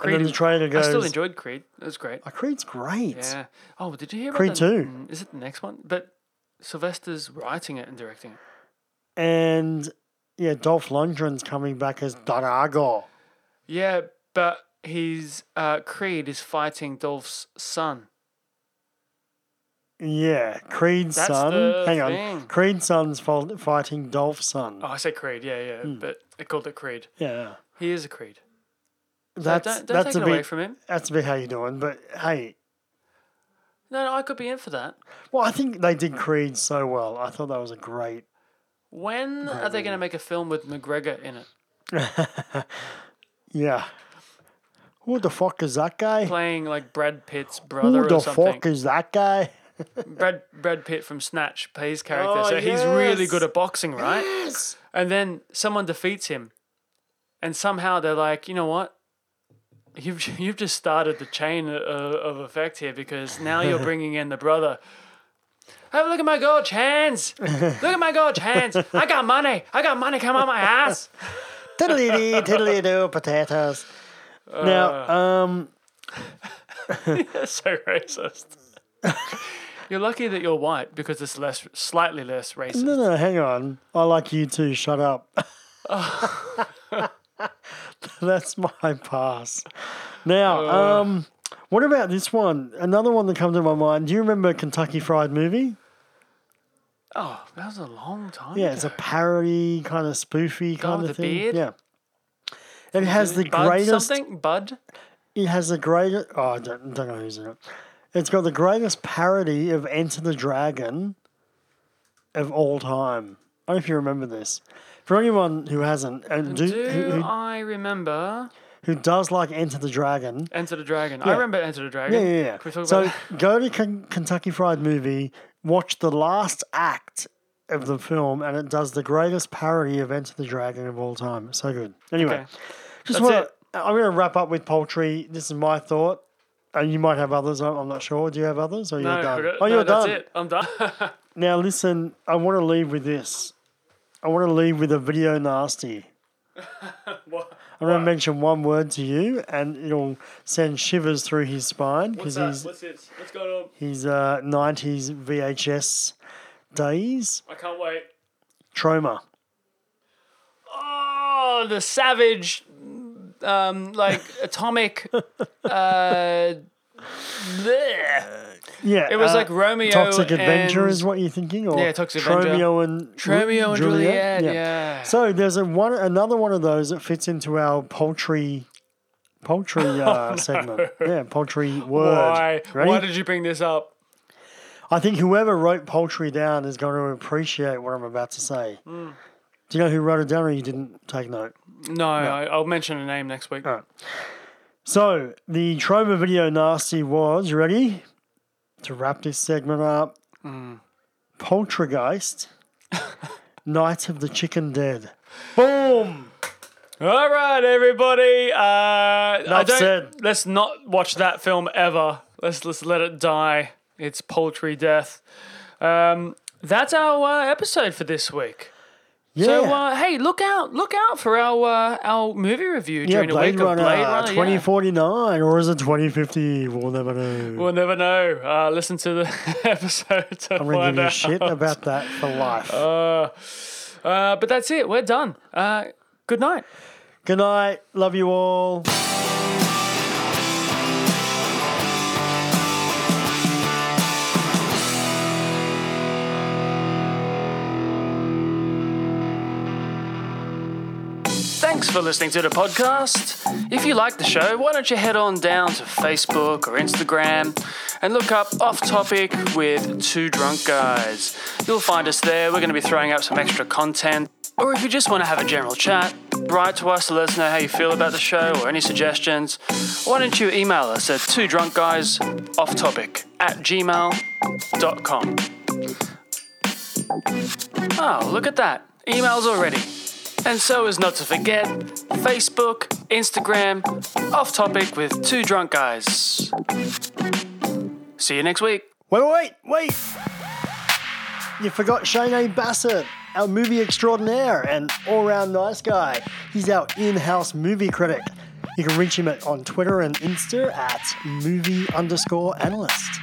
Speaker 7: and then
Speaker 6: is-
Speaker 7: the trainer
Speaker 6: I
Speaker 7: goes,
Speaker 6: still enjoyed Creed. It was great.
Speaker 7: "Oh, Creed's great."
Speaker 6: Yeah. Oh, did you hear about
Speaker 7: Creed
Speaker 6: the-
Speaker 7: two.
Speaker 6: mm, Is it the next one? But Sylvester's writing it and directing it.
Speaker 7: and yeah, Dolph Lundgren's coming back as Darago.
Speaker 6: Yeah, but he's uh, Creed is fighting Dolph's son.
Speaker 7: Yeah, Creed's
Speaker 6: That's
Speaker 7: son.
Speaker 6: the
Speaker 7: Hang on,
Speaker 6: thing.
Speaker 7: Creed's son's fol- fighting Dolph's son.
Speaker 6: Oh, I say Creed. Yeah, yeah.
Speaker 7: Hmm.
Speaker 6: But I called it Creed.
Speaker 7: Yeah,
Speaker 6: He is a Creed. So
Speaker 7: that's
Speaker 6: don't don't
Speaker 7: that's
Speaker 6: take it
Speaker 7: a bit
Speaker 6: away from him.
Speaker 7: that's a bit how you doing. But hey,
Speaker 6: No, no, I could be in for that.
Speaker 7: well, I think they did Creed so well. I thought that was a great.
Speaker 6: When are they going to make a film with McGregor in it,
Speaker 7: Yeah. Who the fuck is that guy?
Speaker 6: playing like Brad Pitt's brother
Speaker 7: Who the
Speaker 6: or something?
Speaker 7: fuck is that guy?
Speaker 6: Brad Brad Pitt from Snatch plays character,
Speaker 7: Oh,
Speaker 6: so he's really
Speaker 7: yes.
Speaker 6: good at boxing, right? And then someone defeats him, and somehow they're like, you know what? You've *laughs* you've just started the chain of, of effect here because now
Speaker 7: *laughs*
Speaker 6: you're bringing in the brother. Have a look at my gorge hands. Look at my gorge hands. I got money. I got money come out my ass. *laughs*
Speaker 7: Tiddly dee, tiddly do, potatoes.
Speaker 6: Uh.
Speaker 7: now, um,
Speaker 6: That's so racist. *laughs* you're lucky that you're white because it's less slightly less racist.
Speaker 7: No, no, hang on. I like you too. Shut up. *laughs* That's my pass. Now,
Speaker 6: Uh.
Speaker 7: um, what about this one? Another one that comes to my mind. Do you remember Kentucky Fried Movie?
Speaker 6: Oh, that was a long time.
Speaker 7: Yeah, it's a parody kind of spoofy kind
Speaker 6: with
Speaker 7: of
Speaker 6: the
Speaker 7: thing.
Speaker 6: beard?
Speaker 7: Yeah. It has the
Speaker 6: Bud
Speaker 7: greatest.
Speaker 6: something? Bud?
Speaker 7: It has the greatest. Oh, I don't, don't know who's in it. It's got the greatest parody of Enter the Dragon of all time. I don't know if you remember this. For anyone who hasn't, and do, who,
Speaker 6: Do
Speaker 7: who,
Speaker 6: I remember
Speaker 7: who does like Enter the Dragon,
Speaker 6: Enter the Dragon? I remember Enter the Dragon.
Speaker 7: yeah, yeah,
Speaker 6: Can we talk
Speaker 7: yeah. So
Speaker 6: *laughs* about
Speaker 7: *laughs* go to Ken- Kentucky Fried Movie, watch the last act of the film, and it does the greatest parody of Enter the Dragon of all time. So good. Anyway,
Speaker 6: Okay.
Speaker 7: just
Speaker 6: That's
Speaker 7: want
Speaker 6: it.
Speaker 7: to. I'm going to wrap up with poultry. This is my thought. And you might have others. I'm I'm not sure. Do you have others? Or
Speaker 6: No,
Speaker 7: you're done?
Speaker 6: okay,
Speaker 7: oh,
Speaker 6: no,
Speaker 7: you're
Speaker 6: that's
Speaker 7: done.
Speaker 6: it. I'm
Speaker 7: *laughs*
Speaker 6: done.
Speaker 7: Now listen, I want to leave with this. I want to leave with a
Speaker 6: *laughs*
Speaker 7: video nasty. I'm going to mention one word to you, and it'll send shivers through his spine because he's
Speaker 6: this? What's going on?
Speaker 7: his uh, '90s VHS days
Speaker 6: I can't wait.
Speaker 7: trauma.
Speaker 6: Oh, the savage, um,
Speaker 7: *laughs*
Speaker 6: like atomic. Uh, bleh.
Speaker 7: Yeah,
Speaker 6: It was
Speaker 7: uh,
Speaker 6: like Romeo
Speaker 7: Toxic Adventure
Speaker 6: and-
Speaker 7: is what you're thinking, or
Speaker 6: Yeah, Toxic Avenger.
Speaker 7: Romeo and
Speaker 6: Romeo and Juliet. Yeah.
Speaker 7: So there's a one another one of those that fits into our poultry
Speaker 6: *laughs*
Speaker 7: poultry uh, segment. Yeah, poultry word.
Speaker 6: Why?
Speaker 7: Ready?
Speaker 6: Why did you bring this up?
Speaker 7: I think whoever wrote poultry down is going to appreciate what I'm about to say.
Speaker 6: Hmm.
Speaker 7: Do you know who wrote it down, or you didn't take note?
Speaker 6: No, I, I'll mention a name next week.
Speaker 7: So the trauma video nasty was you ready to wrap this segment up.
Speaker 6: Mm. *laughs*
Speaker 7: Poltergeist, Night of the Chicken Dead. Boom.
Speaker 6: All right, everybody. Uh, I
Speaker 7: Enough
Speaker 6: don't.
Speaker 7: said.
Speaker 6: Let's not watch that film ever. Let's let's let it die. It's poultry death. Um, that's our uh, episode for this week.
Speaker 7: Yeah.
Speaker 6: So uh, hey, look out! Look out for our uh, our movie review
Speaker 7: yeah,
Speaker 6: during the
Speaker 7: Blade
Speaker 6: week
Speaker 7: Runner,
Speaker 6: of Blade Runner. yeah.
Speaker 7: 2049, or is it 2050? We'll never know.
Speaker 6: We'll never know. Uh, listen to the *laughs* episode to
Speaker 7: I'm gonna
Speaker 6: find
Speaker 7: give you
Speaker 6: out.
Speaker 7: shit about that
Speaker 6: *laughs*
Speaker 7: for life.
Speaker 6: Uh, *laughs* uh, but that's it. We're done. Uh, good night.
Speaker 7: Good night. Love you all.
Speaker 6: Thanks for listening to the podcast. If you like the show, why don't you head on down to Facebook or Instagram and look up Off Topic with Two Drunk Guys. You'll find us there. We're going to be throwing up some extra content. Or if you just want to have a general chat, write to us to let us know how you feel about the show or any suggestions. Why don't you email us at two drunk guys off topic at gmail.com. Oh, look at that. Emails already. And so as not to forget, Facebook, Instagram, off topic with two drunk guys. See you next week.
Speaker 7: Wait, wait, wait. You forgot Shane A. Bassett, our movie extraordinaire and all round nice guy. He's our in house movie critic. You can reach him at, on Twitter and Insta at movie underscore analyst.